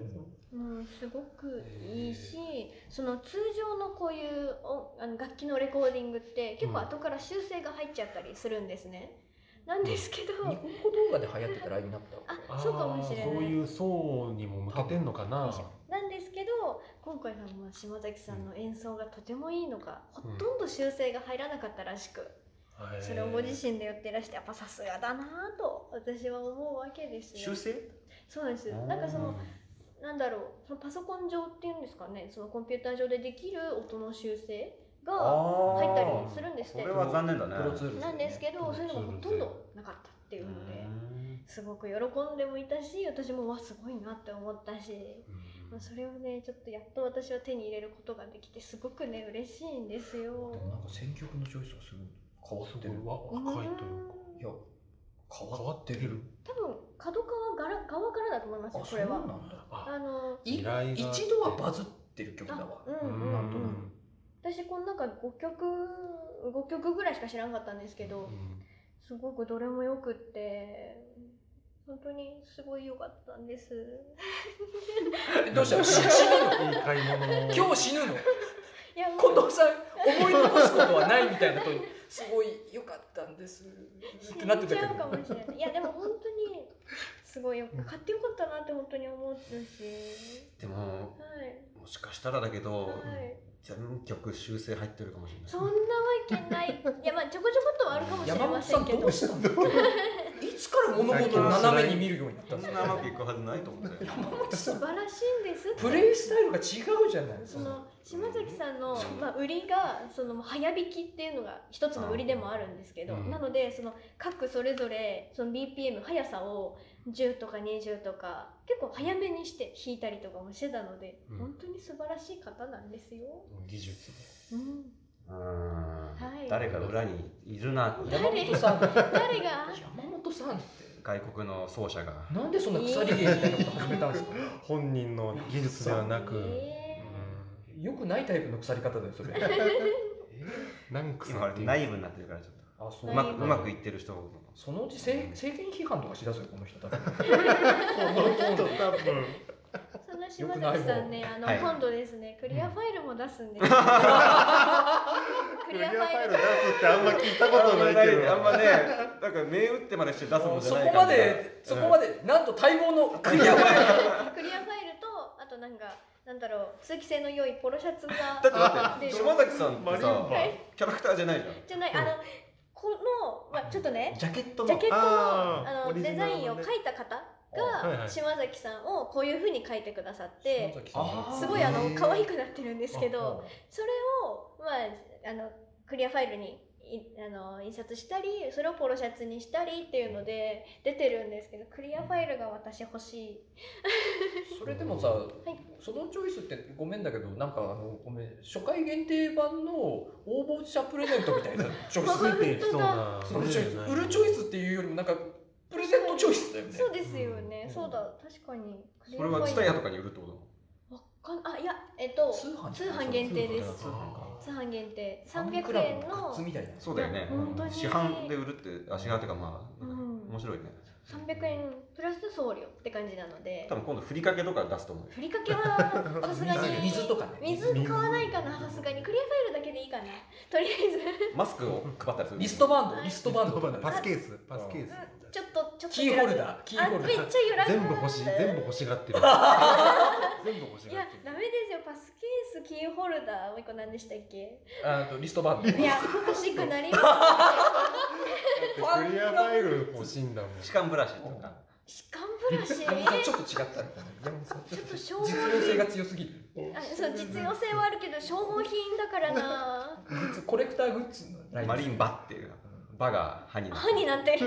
Speaker 1: うん、すごくいいし、その通常のこういうおあの楽器のレコーディングって結構後から修正が入っちゃったりするんですね。なんですけど、
Speaker 4: ニコニコ動画で流行ってたラインナップだわ
Speaker 1: あそうかもしれない
Speaker 2: そういう層にも向けてんのかな
Speaker 1: なんですけど今回のまあ島崎さんの演奏がとてもいいのが、ほとんど修正が入らなかったらしく、
Speaker 2: はい
Speaker 1: それをご自身で言ってらしてやっぱさすがだなぁと私は思うわけですね
Speaker 3: 修正
Speaker 1: そうなんですなんかそのなんだろうそのパソコン上っていうんですかねそのコンピューター上でできる音の修正が入
Speaker 3: 入
Speaker 1: ったりするんですっ
Speaker 3: こ
Speaker 1: て
Speaker 3: れは残念だ
Speaker 4: プ
Speaker 3: ね
Speaker 4: ロツール
Speaker 1: なんですけどそ
Speaker 2: ツー
Speaker 1: ういう
Speaker 2: ルです
Speaker 1: のが
Speaker 2: よね
Speaker 1: ほとんどなかったっていうので
Speaker 3: うん
Speaker 1: すごく喜んでもいたし私もわすごいなって思ったし、
Speaker 2: うん
Speaker 1: まあ、それをねちょっとやっと私は手に入れることができてすごくね嬉しいんですよ
Speaker 4: でもなんか選曲のチョイスがすごい変わ
Speaker 2: す
Speaker 4: っ
Speaker 2: ご
Speaker 4: てる
Speaker 2: いわ若いというか
Speaker 1: うん
Speaker 4: いや変
Speaker 2: 変わってる
Speaker 1: 多分角川から側からだと思います
Speaker 4: あ
Speaker 1: よ
Speaker 4: そ
Speaker 1: こ
Speaker 4: うな
Speaker 1: れ
Speaker 4: んだ
Speaker 1: はあの
Speaker 4: い
Speaker 2: 依頼があって
Speaker 4: 一度はバズってる曲だわ
Speaker 1: あうんうん、
Speaker 4: なんとなく
Speaker 1: 私この中5曲5曲ぐらいしか知らなかったんですけど、
Speaker 2: うん
Speaker 1: すごくどれもよくって本当にすごい良かったんです
Speaker 4: えどうしたし死ぬの
Speaker 2: いい買い物を
Speaker 4: 今日死ぬ
Speaker 1: い
Speaker 4: の
Speaker 1: やもう
Speaker 4: 近藤さん思い残すことはないみたいなとすごい良かったんですってなってた
Speaker 1: 死んじ
Speaker 4: けど
Speaker 1: ゃうかもしれないいやでも本当にすごいよ買ってよかったなって本当に思ったし
Speaker 3: でも
Speaker 1: はい
Speaker 3: もしかしたらだけど
Speaker 1: はい
Speaker 3: 全曲修正入ってるかもしれない
Speaker 1: そんなわけないいやまあちょこちょこっとはあるかもしれ
Speaker 4: 山
Speaker 1: ま
Speaker 4: 本
Speaker 1: せ
Speaker 4: さ
Speaker 1: ん
Speaker 4: ん
Speaker 1: けど
Speaker 4: どうしたんですかいつから物事を斜めに見るようになった
Speaker 3: そ
Speaker 4: ん
Speaker 3: ん
Speaker 4: です
Speaker 3: な
Speaker 4: か
Speaker 3: うまくいくはずないと思うんだよね
Speaker 4: 山本さ
Speaker 1: 素
Speaker 4: ん
Speaker 1: 晴らしいんですって
Speaker 4: プレイスタイルが違うじゃない
Speaker 1: その島崎さんの、まあ、売りがその早弾きっていうのが一つの売りでもあるんですけど、
Speaker 2: うん
Speaker 1: なのでその各それぞれその BPM 速さを10とか20とか結構早めにして弾いたりとかもしてたので、
Speaker 2: うん
Speaker 1: 本当に素晴らしい方なんですよ。
Speaker 2: 技術
Speaker 1: うん、
Speaker 3: うん
Speaker 1: はい
Speaker 3: 誰か裏にいるなって
Speaker 4: 山本さん山
Speaker 1: 誰が
Speaker 4: 本さんって
Speaker 3: 外国の奏者が
Speaker 4: なんでそんな鎖芸みたいなこと始めたんですか
Speaker 2: 本人の技術ではなく、
Speaker 1: え
Speaker 4: よくないタイプの鎖方だよそれ
Speaker 1: [LAUGHS]
Speaker 2: うんランク
Speaker 3: 今
Speaker 2: さんっていう
Speaker 3: 内部になってるからちょっと
Speaker 4: あそうう
Speaker 3: まくうまくいってる人の
Speaker 4: そのうち政政権批判とかしだすよこの人多分
Speaker 2: 多分
Speaker 1: ーそんな島崎さんねあの、
Speaker 3: はい
Speaker 1: 今度ですねクリアファイルも出すんですよクリアファイル
Speaker 2: 出すってあんま聞いたことないけど
Speaker 3: あんまねなんか銘打ってまでして出すもんじゃ
Speaker 4: そ
Speaker 3: ない
Speaker 4: こまでそこまでなんと待望のク
Speaker 1: ク
Speaker 4: リアファイル
Speaker 1: リアファイルとあとなんかなんだろう通気性の良いポロシャツが
Speaker 3: だってだって
Speaker 1: で
Speaker 3: 島崎さんって
Speaker 2: マリン
Speaker 3: さ
Speaker 2: バ
Speaker 3: キャラクターじゃないじゃん
Speaker 1: じゃないあのこの、まあ、ちょっとね
Speaker 3: ジャケットの
Speaker 1: ジャケットの
Speaker 2: あー
Speaker 1: あの
Speaker 2: オリジ
Speaker 1: デ
Speaker 2: ナ
Speaker 1: ザ
Speaker 2: ルのね
Speaker 1: インを描いた方
Speaker 2: あはいは
Speaker 1: が
Speaker 2: い
Speaker 1: 島崎さんをこういう風に描いてくださって
Speaker 5: 島崎さん
Speaker 4: あー
Speaker 1: すごいあの
Speaker 3: へー
Speaker 1: 可愛くなってるんですけ
Speaker 4: あ
Speaker 1: どそれを、まあ、あのクリアファイルにいあの印刷したりそれをポロシャツにしたりっていうので出てるんですけどクリアファイルが私欲しい。
Speaker 4: それでもさ、そのチョイスってごめんだけどなんかあのごめん初回限定版の応募者プレゼントみ [LAUGHS] たいなチョイス
Speaker 1: 本当だ
Speaker 2: そうな
Speaker 4: そのチョイス売るチョイスっていうよりもなんかプレゼントチョイスだよね
Speaker 1: そうですよね、
Speaker 4: うん
Speaker 1: そうだ確かにクリ
Speaker 3: そ
Speaker 1: ア
Speaker 3: れ
Speaker 1: ファイル
Speaker 3: はツタヤとかに売るってこと
Speaker 1: わかんあいやえっと
Speaker 4: 通販
Speaker 1: 通販限定です
Speaker 2: 通販か
Speaker 1: 通販限定
Speaker 4: ファン
Speaker 1: 300
Speaker 4: クラブ
Speaker 1: 円
Speaker 4: のグ
Speaker 1: の
Speaker 4: ッズみたいな
Speaker 3: そうだよね
Speaker 1: いや本当に
Speaker 3: 市販で売るってあ市販っていうかま
Speaker 1: う
Speaker 3: あ、
Speaker 1: ん
Speaker 3: 面白いね
Speaker 1: 300円プラス送料って感じなので
Speaker 3: 多分今度ふりかけとか出すと思うよ
Speaker 1: ふりかけはさすがに
Speaker 4: 水水とかね
Speaker 1: 水買わないかなさすがにクリアファイルだけでいいかなとりあえ
Speaker 3: マスクを配ったりする
Speaker 4: リストバン
Speaker 1: は
Speaker 4: ド
Speaker 1: い
Speaker 4: リストバンド
Speaker 2: パスケースパスケース
Speaker 1: ず [LAUGHS] ちょっとちょっと
Speaker 4: キーホルダーキーホルダ
Speaker 1: あめっ
Speaker 4: ー
Speaker 1: ちゃ揺らぐ
Speaker 2: 全部欲しい全部欲しがってる全部欲し
Speaker 1: い
Speaker 2: が
Speaker 1: や
Speaker 2: って
Speaker 1: ダ
Speaker 2: る
Speaker 1: メですよパスケースキーホルダーもう一個何でしたっけ
Speaker 4: あとリストバンド
Speaker 1: いや欲しくなりま
Speaker 4: [LAUGHS]
Speaker 2: クリアファイル欲しいんだもん
Speaker 3: 歯間ブラシとか
Speaker 1: す歯間ブラシ
Speaker 4: 山本さんちょっと違ったみたいな山本さん
Speaker 1: ちょっと消
Speaker 4: 実
Speaker 1: 耗
Speaker 4: 用性が強すぎる
Speaker 1: あそう実用性はあるけど消耗品だからな
Speaker 4: グッズコレクターグッズのライン
Speaker 3: マリンバっていうバが歯になって
Speaker 1: 歯
Speaker 3: る
Speaker 1: になってる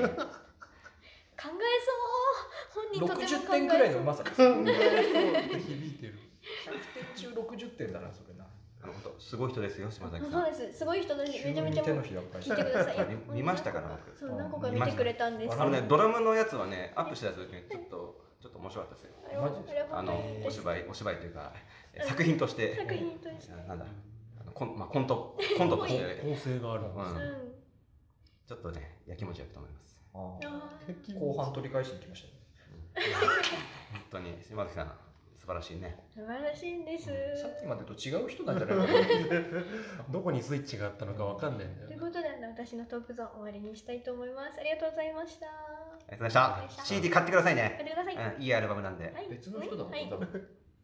Speaker 1: 考えそう本人とても考えそう
Speaker 4: 60点くらいのうまさです100
Speaker 2: 響いてる
Speaker 4: 点中60点だなそれな
Speaker 3: あの本当すごい人ですよ島崎さん
Speaker 1: そうですすごい人だしめちゃめちゃ
Speaker 4: 急
Speaker 1: もう
Speaker 4: に手のひらを返し
Speaker 1: 聞いてくださいいや
Speaker 3: 見見ましたから僕
Speaker 1: そう何個か見てくれたんです
Speaker 4: 見ま
Speaker 3: あの
Speaker 4: し
Speaker 3: ねドラムのやつはねアップしたやつの時にちょっとちょっと面白かったですよ
Speaker 1: あれはあれは
Speaker 3: あ
Speaker 1: 本当
Speaker 3: の
Speaker 1: に
Speaker 3: お
Speaker 1: 私
Speaker 3: 芝居お芝居というかえ作品として
Speaker 1: 作品として
Speaker 3: なんだあのコン,、まあ、コ
Speaker 1: [LAUGHS]
Speaker 3: ントコントとして、
Speaker 2: 構成がある
Speaker 3: う、
Speaker 1: うんん
Speaker 3: ちょっとねやきもち焼くと思います
Speaker 1: あ
Speaker 2: うん
Speaker 4: 後半取り返しに来ましたね
Speaker 3: 本当に島崎さん素晴らしいね
Speaker 1: ー素晴らしいんです
Speaker 4: さっきまでと違う人なんじゃないかな
Speaker 2: どこにスイッチがあったのかわかんないんだよ
Speaker 1: とい
Speaker 2: ね
Speaker 1: うことであの私のトークゾーン終わりにしたいと思いますありがとうございました
Speaker 3: ありがとうございました CD 買ってください
Speaker 1: や
Speaker 3: ね、
Speaker 1: ってください、
Speaker 3: うん、いいアルバムなんで
Speaker 1: はい
Speaker 4: 別の人だもん
Speaker 1: はい
Speaker 4: 多分
Speaker 1: は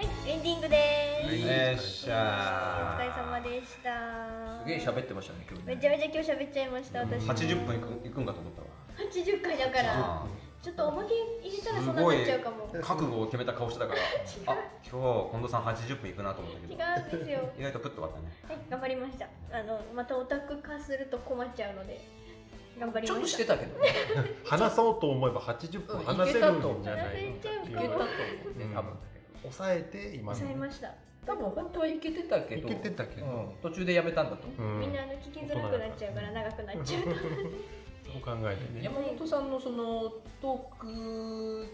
Speaker 1: い、エンディング
Speaker 3: っしゃ
Speaker 1: お疲れ様でした
Speaker 4: すげえ喋ってましたね今日ね
Speaker 1: めちゃめちゃ今日喋っちゃいました私
Speaker 3: 八十分いくいくんかと思ったわ
Speaker 1: 80回だから
Speaker 3: あ
Speaker 1: ちょっとおまけ入れたらそんなになっちゃうかも
Speaker 3: ー覚悟を決めた顔してた [LAUGHS] からあ今日近藤さん八十分いくなと思ったけ
Speaker 1: 違
Speaker 3: ど
Speaker 1: うんですよ
Speaker 3: 意外とプッと終わったね
Speaker 1: はい頑張りましたあのまたオタク化すると困っちゃうので頑張りまし
Speaker 4: ち
Speaker 1: た
Speaker 4: ょっとしてたけどね
Speaker 2: 話そうと思えば80分話せるんじゃない
Speaker 1: うんいけたと思う
Speaker 4: い
Speaker 2: い
Speaker 4: け
Speaker 2: け
Speaker 4: たと
Speaker 2: た
Speaker 4: 思
Speaker 2: と
Speaker 4: うね多分だけど
Speaker 2: 抑えて今の
Speaker 1: 抑えました
Speaker 4: 多分本当はいけてたけ
Speaker 2: い
Speaker 4: ど
Speaker 2: けてたけ
Speaker 4: う
Speaker 2: ど
Speaker 4: ん、途中でやめたんだと思う
Speaker 2: うん
Speaker 1: みんなあの聞きづらくなっちゃうから長くなっちゃう
Speaker 3: [LAUGHS]
Speaker 1: と
Speaker 2: そう考えてね
Speaker 4: 山本さんのそのトーク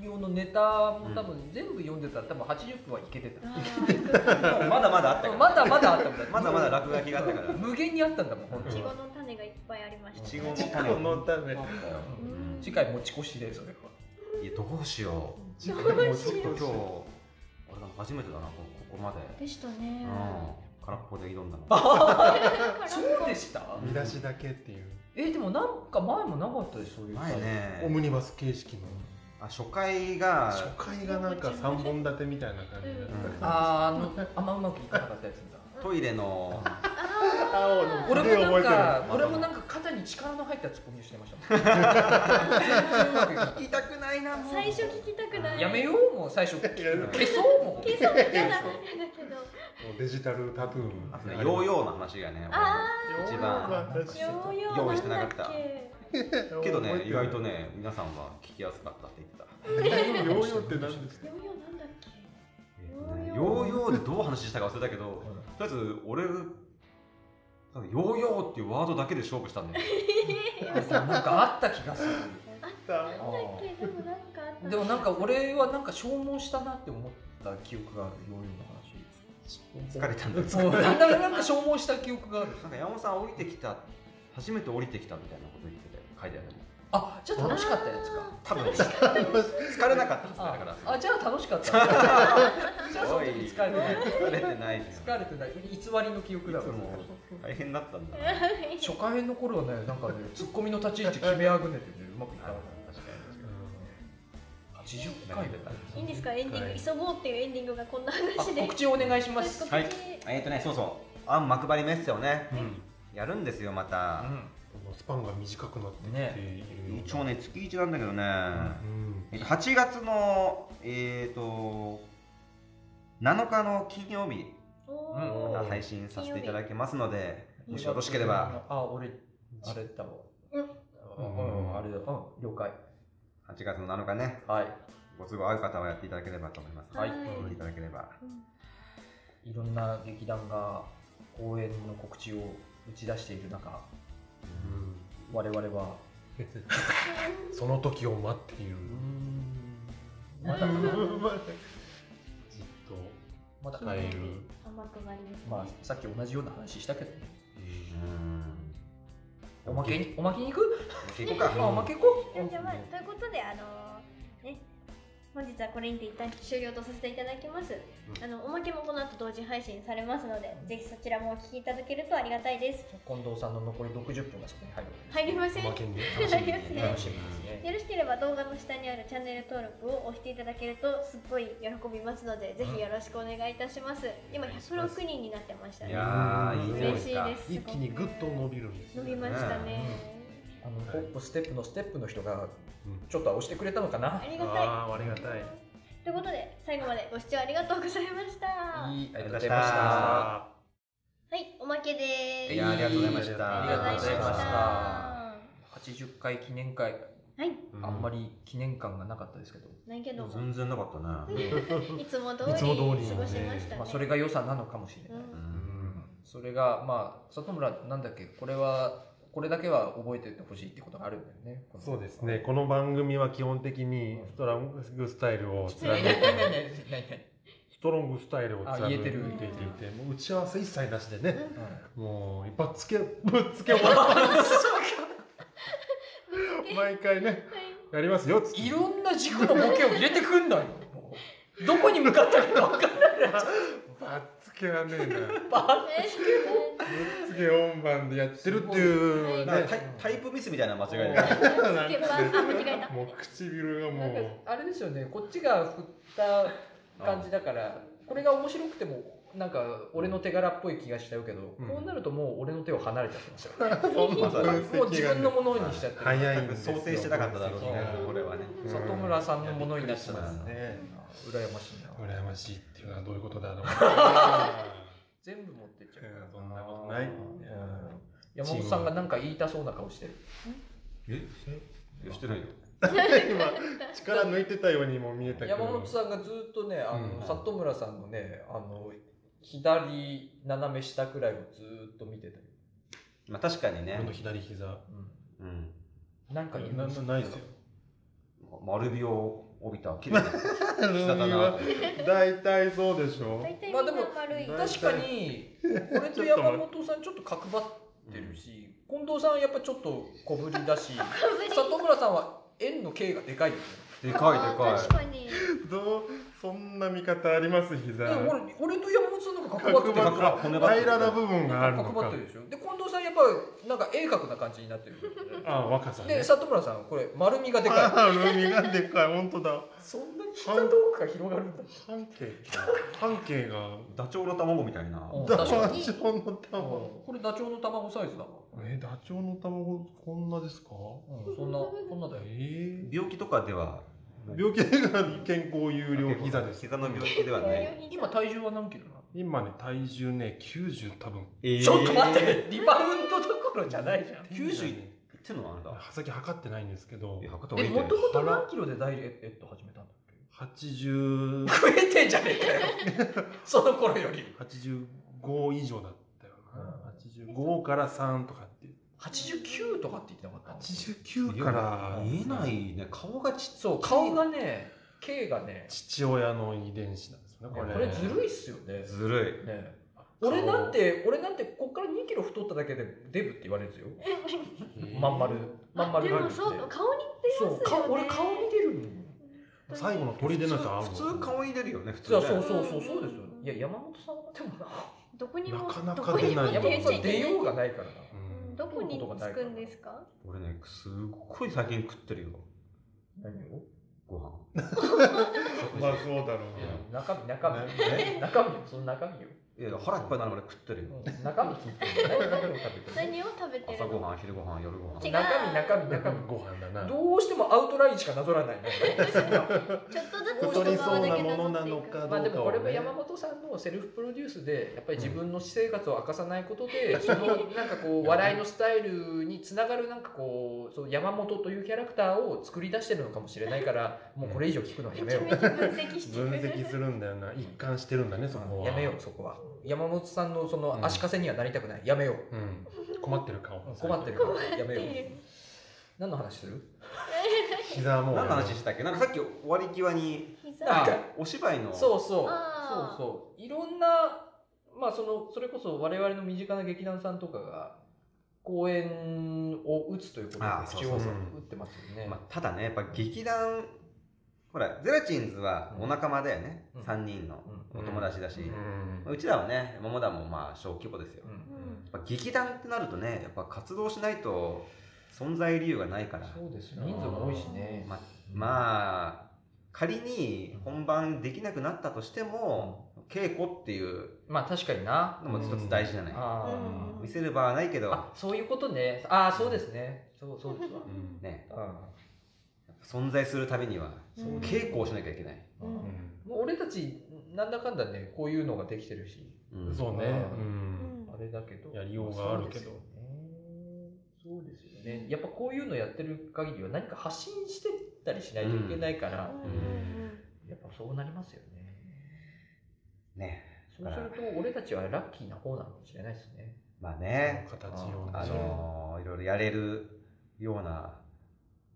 Speaker 4: 用のネタも多分全部読んでたら多分80分はいけてた、
Speaker 3: まだまだあったから
Speaker 4: まだまだあったもんだ
Speaker 3: まだまだ落書きがあったから
Speaker 4: 無限にあったんだもん本
Speaker 1: い
Speaker 4: 当
Speaker 1: ち
Speaker 4: に
Speaker 1: ごの種がいっぱいありまし
Speaker 3: い
Speaker 1: た
Speaker 3: ちごの
Speaker 2: 自己
Speaker 3: 種
Speaker 2: のため
Speaker 1: うん
Speaker 4: 次回持ち越しでそれはい
Speaker 3: やどうしよう
Speaker 1: どうしよう
Speaker 3: ちょっと今日俺なんか初めてだなこここまで
Speaker 1: でした
Speaker 3: う
Speaker 1: ね
Speaker 3: ん
Speaker 1: [LAUGHS]
Speaker 3: 空っぽで挑んだの
Speaker 4: そうでした
Speaker 2: 見出しだけっていう
Speaker 4: えでもなんか前もなかったでそういう
Speaker 3: 前
Speaker 2: オ
Speaker 3: ね
Speaker 2: ムニバス形式の
Speaker 3: あ初回が
Speaker 2: 初回がなんか3本立てみたいな感じ
Speaker 3: う
Speaker 2: で
Speaker 3: ん
Speaker 4: あーあのあんまうまくいかなかったやつだ
Speaker 3: トイレの
Speaker 2: あ
Speaker 4: [LAUGHS] 俺もなんか
Speaker 3: てる
Speaker 4: 俺もなんか肩に力の入ったツッコミをしてましたもん全然うまくいかなかっ
Speaker 3: 聞きたくないなもう
Speaker 1: 最初聞きたくな
Speaker 4: た
Speaker 1: い
Speaker 4: やめようもう最初消そうもう
Speaker 1: 消そう
Speaker 3: [LAUGHS]
Speaker 1: 嫌だだけど
Speaker 2: もうデジタルタトゥー
Speaker 3: あとねヨーヨーの話がね
Speaker 1: あ
Speaker 3: 一番
Speaker 1: ヨーヨ
Speaker 3: 用意し
Speaker 1: ー
Speaker 3: てな
Speaker 1: な
Speaker 3: か
Speaker 1: ん
Speaker 3: っ
Speaker 1: だ
Speaker 3: た
Speaker 1: っけ
Speaker 2: ー
Speaker 3: けどね意
Speaker 2: [LAUGHS]
Speaker 3: 外とね皆さんは聞きやすかったって言ってた
Speaker 2: ヨーヨーって何ですか
Speaker 1: ヨーヨーなんだっけ
Speaker 3: えっとね
Speaker 1: ヨ
Speaker 3: ヨ
Speaker 1: ー
Speaker 3: ーヨーでどう話したか忘れたけどとりあえず俺多分ヨーヨーっていうワードだけで勝負したん [LAUGHS] だよ
Speaker 4: なんかあった気がする
Speaker 1: なんだっけでもなんかあった
Speaker 4: でもなんか俺はなんか消耗したなって思った記憶があるヨーヨ
Speaker 3: 疲れたんだ
Speaker 4: ーの
Speaker 3: よ
Speaker 4: 話そうなんだかなんか消耗した記憶がある
Speaker 3: なんか山本さん降りてきた初めて降りてきたみたいなこと言ってたよ書いてある
Speaker 4: あじゃあ楽しかったやつか
Speaker 3: 多分ね [LAUGHS] 疲れなかったはずだ
Speaker 4: あ
Speaker 3: から
Speaker 4: あじゃあ楽
Speaker 3: [LAUGHS]
Speaker 4: しかったじゃあその時疲れてない
Speaker 3: 疲れてないです
Speaker 4: 疲れてない偽りの記憶だ
Speaker 3: いつも大変だったんだ
Speaker 4: 初回編の頃はねなん
Speaker 3: [LAUGHS]
Speaker 4: かねツッコミの立ち位置決めあぐねてねうまくいかなかった80回だから
Speaker 1: いいんですかエンディング急ごうっていうエンディングがこんな
Speaker 4: あ
Speaker 1: 話で
Speaker 4: 告知をお願いします
Speaker 1: 告知
Speaker 3: はいえっとねそうそうあん幕張メッセをね
Speaker 2: うん
Speaker 3: やるんですよまた
Speaker 2: スパンが短くなってきている
Speaker 3: 一応ね月一なんだけどね、
Speaker 2: うん
Speaker 3: えっと8月のえっ、と7日の金曜日
Speaker 1: お
Speaker 4: うん
Speaker 3: また
Speaker 1: ー
Speaker 3: 配信させていただきますので
Speaker 1: 金曜日
Speaker 3: もしよろしければ
Speaker 4: あ俺あれだもん
Speaker 1: うん
Speaker 4: うんうんあれだうん了解
Speaker 3: 8月の7日ね
Speaker 4: はい
Speaker 3: ご都合合う方はやっていただければと思います
Speaker 1: はい
Speaker 3: 見ていただければ
Speaker 4: いろんな劇団が公演の告知を打ち出している中我々は
Speaker 2: その時を待っている
Speaker 4: まだ
Speaker 2: じっと
Speaker 4: まだ
Speaker 2: 帰る
Speaker 1: 甘くなりですね
Speaker 4: まあさっき同じような話したけどね
Speaker 3: うん
Speaker 4: おまけにおまけに行く
Speaker 3: 結構か
Speaker 4: あおまけ行こう
Speaker 1: じゃあまあということであのね本日はこれにて一旦終了とさせていただきます、
Speaker 2: うん
Speaker 1: あのおまけもこの後同時配信されますので、ぜひそちらもお聞きいただけるとありがたいです
Speaker 4: 近藤さんの残り60分がそこに入る
Speaker 1: 入りません
Speaker 2: おま
Speaker 1: よ
Speaker 2: けに
Speaker 1: 楽しみですね
Speaker 4: 楽しみですね
Speaker 1: ろしければ動画の下にあるチャンネル登録を押していただけるとすっごい喜びますので、ぜひよろしくお願いいたします今106人になってました
Speaker 3: い
Speaker 1: ね
Speaker 3: やーいいじゃない
Speaker 1: 嬉し
Speaker 3: です
Speaker 1: い
Speaker 3: か
Speaker 1: です [LAUGHS]
Speaker 2: 一気にグッと伸びるんです
Speaker 1: 伸
Speaker 2: よ
Speaker 1: びましたね、
Speaker 4: あのポップステップのステップの人が
Speaker 2: うん
Speaker 4: ちょっとは押してくれたのかな
Speaker 1: ありがたい
Speaker 2: あーありがたい
Speaker 1: ということで最後までご視聴ありがとうございました
Speaker 4: いいありがとうござい
Speaker 3: ありがとうございま
Speaker 4: まし
Speaker 3: したた
Speaker 1: はいおまけでーす
Speaker 3: いやありがとうございました
Speaker 1: ありがとうございまし
Speaker 4: 80回記念会
Speaker 1: はい、
Speaker 4: あんまり記念感がなかったですけど、
Speaker 1: ないけども、
Speaker 3: 全然なかったね
Speaker 1: いつも通り
Speaker 2: い
Speaker 1: 過
Speaker 2: つも通り
Speaker 1: ご
Speaker 2: のね
Speaker 1: しましたね。
Speaker 4: まあ、それが良さなのかもしれ
Speaker 1: う [LAUGHS]
Speaker 4: ない、
Speaker 1: ん
Speaker 2: うん
Speaker 4: それがまあ里村なんだっけこれはこれだけは覚えておいてほしいってことがあるんだよね
Speaker 2: そうですねこの番組は基本的にストラングスタイルを
Speaker 4: 何
Speaker 2: 貫い
Speaker 4: 何
Speaker 2: て
Speaker 4: 何 [LAUGHS]
Speaker 2: ストロングスタイルを貫いてい
Speaker 4: あ
Speaker 2: て
Speaker 1: 言えてる
Speaker 2: もう打ち合わせ一切なしでね、
Speaker 4: 何
Speaker 2: もう一発つけぶっつけ終わる [LAUGHS] 毎回ねやりますよっつって
Speaker 4: いろんな軸のボケを入れてくんだよもうどこに向かったのか分かんない
Speaker 2: ばっつけはねえなぶっ
Speaker 4: バ
Speaker 2: つけ音番でやってるっていう
Speaker 1: すごい
Speaker 3: なん
Speaker 2: ね
Speaker 3: かタイタイプミスみたいな間違いだね
Speaker 1: つけばあ間違えた。
Speaker 2: [LAUGHS] もう唇が
Speaker 4: ー
Speaker 2: も
Speaker 4: なんか
Speaker 2: う
Speaker 4: あれですよねこっちが振った感じだからこれが面白くてもなんか俺の手柄っぽい気がしちゃうけど、
Speaker 3: うん
Speaker 4: こうなるともう俺の手を離れちゃってますよ、
Speaker 3: そんな
Speaker 5: 分析
Speaker 4: も
Speaker 5: が
Speaker 4: う
Speaker 5: ね
Speaker 4: 自分のものにしちゃってる、
Speaker 2: 早いんです
Speaker 3: 想
Speaker 2: よ
Speaker 3: 定してなかっただろうね
Speaker 2: 分析、
Speaker 3: これはね。
Speaker 2: うん
Speaker 4: 里村さんのものになっちゃ
Speaker 3: いやびっくりしま
Speaker 4: う
Speaker 3: す
Speaker 2: ね
Speaker 5: 羨ましいな
Speaker 2: 羨ましいっていうのはどういうことだろう
Speaker 4: 全部持ってっちゃうから
Speaker 2: うんそんなことない
Speaker 4: うん
Speaker 2: いや
Speaker 4: 山本さんがなんか言いたそうな顔してる
Speaker 3: ええしてないよ。
Speaker 2: 今力抜いてたようにも見えたけど
Speaker 4: 山本さんがずっとねあの、
Speaker 2: うん
Speaker 4: 里村さんのねあの左斜め下くらいをずっと見てたよ、
Speaker 3: まあ確かにね
Speaker 2: 俺、の左膝
Speaker 3: うん、
Speaker 4: なんか
Speaker 2: ななないです [LAUGHS] よ
Speaker 3: 丸みを帯びた
Speaker 2: [LAUGHS]
Speaker 3: 綺麗な膝だなと思って。
Speaker 2: 大体そうでしょ
Speaker 1: 大体みん
Speaker 4: まあで
Speaker 1: な
Speaker 4: も
Speaker 1: 丸い、
Speaker 2: うん
Speaker 4: 確かに俺と山本さんちょっと角張ってるし近藤さんやっぱちょっと小ぶりだし
Speaker 1: かぶり
Speaker 4: 里村さんは円の径がでかいよね
Speaker 3: でかい
Speaker 1: あー
Speaker 3: でか
Speaker 1: 確かに
Speaker 2: どうそんな見方あります膝
Speaker 4: でも俺俺と山本さんなんか角張ってる
Speaker 3: 角張ってる
Speaker 2: 平らな部分があるの
Speaker 4: 角張
Speaker 2: か
Speaker 4: ってるでしょで近藤さんやっぱなんか鋭角な感じになってるよね
Speaker 2: ああ若さね
Speaker 4: で里村さんこれ丸みがでか
Speaker 2: [LAUGHS] ああ海がでかい本当だ
Speaker 4: いそんなに膝トークが広がるんだ
Speaker 2: 半径半径が
Speaker 3: い。ダチョウの卵みたいな。
Speaker 4: うん
Speaker 2: ダ
Speaker 4: 確
Speaker 2: チ
Speaker 4: か
Speaker 1: に
Speaker 2: ョウの卵
Speaker 4: これダチョウの卵サイズだわ、
Speaker 2: えダチョウの卵こんなですか
Speaker 4: うん、そんなこんなだよ
Speaker 2: え
Speaker 3: 病気とかでは
Speaker 2: え病気だから健康有料膝です
Speaker 4: [LAUGHS]
Speaker 3: 膝の病気ではない。
Speaker 4: 今体重は何キロなの
Speaker 2: 今ね体重ね90多分
Speaker 4: ちょっと待って、リバウンドどころじゃないじゃん。
Speaker 3: 九十いってんのあんだ。
Speaker 2: 先測ってないんですけど
Speaker 3: え、博多
Speaker 4: え、
Speaker 3: 行
Speaker 4: も
Speaker 3: っ
Speaker 4: と
Speaker 3: て
Speaker 4: もと何キロでダイエット始めたんだっけ
Speaker 2: 80
Speaker 4: 増えてんじゃねえかよ。 [LAUGHS] その頃より。
Speaker 2: 85以上だったよな85から3とかっていう
Speaker 4: 89とかって言ってなかった
Speaker 2: 89から
Speaker 3: 見えないね。顔がちっ
Speaker 4: そう、顔がね、K がね、
Speaker 2: 父親の遺伝子なんですよね
Speaker 4: こ
Speaker 2: これ
Speaker 4: れずるいっすよね。
Speaker 3: ずる
Speaker 4: ね俺なんて、俺なんて、こっから2キロ太っただけでデブって言われるんですよ。まん丸。まん
Speaker 1: あ
Speaker 4: 丸
Speaker 1: で
Speaker 4: デブっ
Speaker 1: も
Speaker 4: て。
Speaker 1: そうか顔に
Speaker 4: そう、顔俺顔似てるもん。
Speaker 2: 最後の砦でなんて合う
Speaker 3: い。普通顔入れるよね。普
Speaker 4: そう
Speaker 3: 通
Speaker 4: そう
Speaker 3: ね。
Speaker 4: そうそう、そうですよ。いや、山本さんはでもな。
Speaker 1: どこにも
Speaker 2: なかな
Speaker 1: ど
Speaker 2: か
Speaker 1: こにも
Speaker 2: 出ない
Speaker 4: 山
Speaker 1: 手
Speaker 4: 本さ
Speaker 1: つ
Speaker 4: ん
Speaker 1: いて
Speaker 4: 出
Speaker 1: ない
Speaker 4: ようがないからな。
Speaker 2: うん
Speaker 1: どこにつくんですか
Speaker 3: 俺ね、すっごい最近食ってるよ。
Speaker 4: 何を
Speaker 3: ご飯。
Speaker 2: まあそうだろ
Speaker 3: う
Speaker 4: 中身中身、
Speaker 3: ね
Speaker 4: 中身よその中身よ、
Speaker 3: いや腹いっぱいになるまで食ってるよ。
Speaker 4: うん中身聞いて何食べる食べてる
Speaker 1: 何を食べてる
Speaker 3: 朝ご
Speaker 1: の
Speaker 3: はん、昼ごはん、夜ごはん。
Speaker 1: 違う
Speaker 4: 中身中身
Speaker 2: な
Speaker 4: 中
Speaker 2: かな
Speaker 4: 身
Speaker 2: かご飯だな
Speaker 4: どうしてもアウトラインしかなぞらないの
Speaker 1: ちょっとずつ
Speaker 2: 太りそうなも
Speaker 1: 外側だ
Speaker 2: のな
Speaker 1: け
Speaker 2: の
Speaker 1: 残っていく
Speaker 2: かどう
Speaker 4: ま
Speaker 2: かをね
Speaker 4: あでもこれは山本さんのセルフプロデュースでやっぱり自分の私生活を明かさないことで、そのなんかこう笑いのスタイルにつながるなんかこうその山本というキャラクターを作り出してるのかもしれないからもうこれ以上聞くのはやめよう
Speaker 1: めちゃめちゃ分析して
Speaker 2: 分
Speaker 1: る
Speaker 2: 析するんだよな一貫してるんだねそこは
Speaker 4: やめようそこは山本さんのその足かせにはなりたくないやめよう
Speaker 2: うん困ってる顔
Speaker 4: 困ってるからやめよう
Speaker 1: 困ってる
Speaker 4: 何の話する
Speaker 2: 膝も
Speaker 3: 何の話したっけなんかさっき終わり際に、
Speaker 1: 膝
Speaker 4: あ
Speaker 3: あお芝居の。
Speaker 4: そうそう
Speaker 1: あー
Speaker 4: そうそういろんなまあそのそれこそ我々の身近な劇団さんとかが公演を打つということで
Speaker 3: あーそう
Speaker 4: 口
Speaker 3: そう
Speaker 4: を打
Speaker 2: そ
Speaker 4: っ
Speaker 2: う
Speaker 4: てますよね、
Speaker 3: まあ、ただね、やっぱ劇団、ほら、ゼラチンズはお仲間だよね。
Speaker 4: うん
Speaker 3: 3人の
Speaker 2: うん
Speaker 3: お友達だし。
Speaker 2: う
Speaker 3: ま
Speaker 2: ん
Speaker 3: あうちらはね、桃田もまあ小規模ですよ。
Speaker 4: う
Speaker 3: や
Speaker 1: うんん
Speaker 3: っぱ劇団ってなるとね、やっぱ活動しないと存在理由がないから。
Speaker 4: そうですよ人数も多いしね
Speaker 3: まあ、まあ、仮に本番できなくなったとしても、稽古っていう
Speaker 4: まあ確かにな
Speaker 3: のも一つ大事じゃない。
Speaker 4: あ
Speaker 1: う
Speaker 4: ー
Speaker 1: ん
Speaker 3: 見せる場はないけど、
Speaker 4: あそういうことねああそうですねそうそ
Speaker 1: [LAUGHS]
Speaker 4: うですわ
Speaker 2: うん
Speaker 3: ね、
Speaker 4: う
Speaker 3: 存在するためには、
Speaker 1: うん
Speaker 3: 稽古をしなきゃいけない。
Speaker 1: うんん
Speaker 2: う
Speaker 4: もう俺たちなんだかんだねこういうのができてるし
Speaker 3: うん
Speaker 2: んそう
Speaker 4: う
Speaker 2: ねうん
Speaker 4: あれだけど
Speaker 2: やりようがあるけ
Speaker 4: そ
Speaker 2: ど
Speaker 4: うですよねそうですよねやっぱこういうのやってる限りは何か発信してったりしないといけないから、やっぱそうなりますよね
Speaker 3: ね、
Speaker 4: そうすると俺たちはラッキーな方なのかもしれないですね
Speaker 3: まあね、
Speaker 2: 形を
Speaker 3: あのーいろいろやれるような、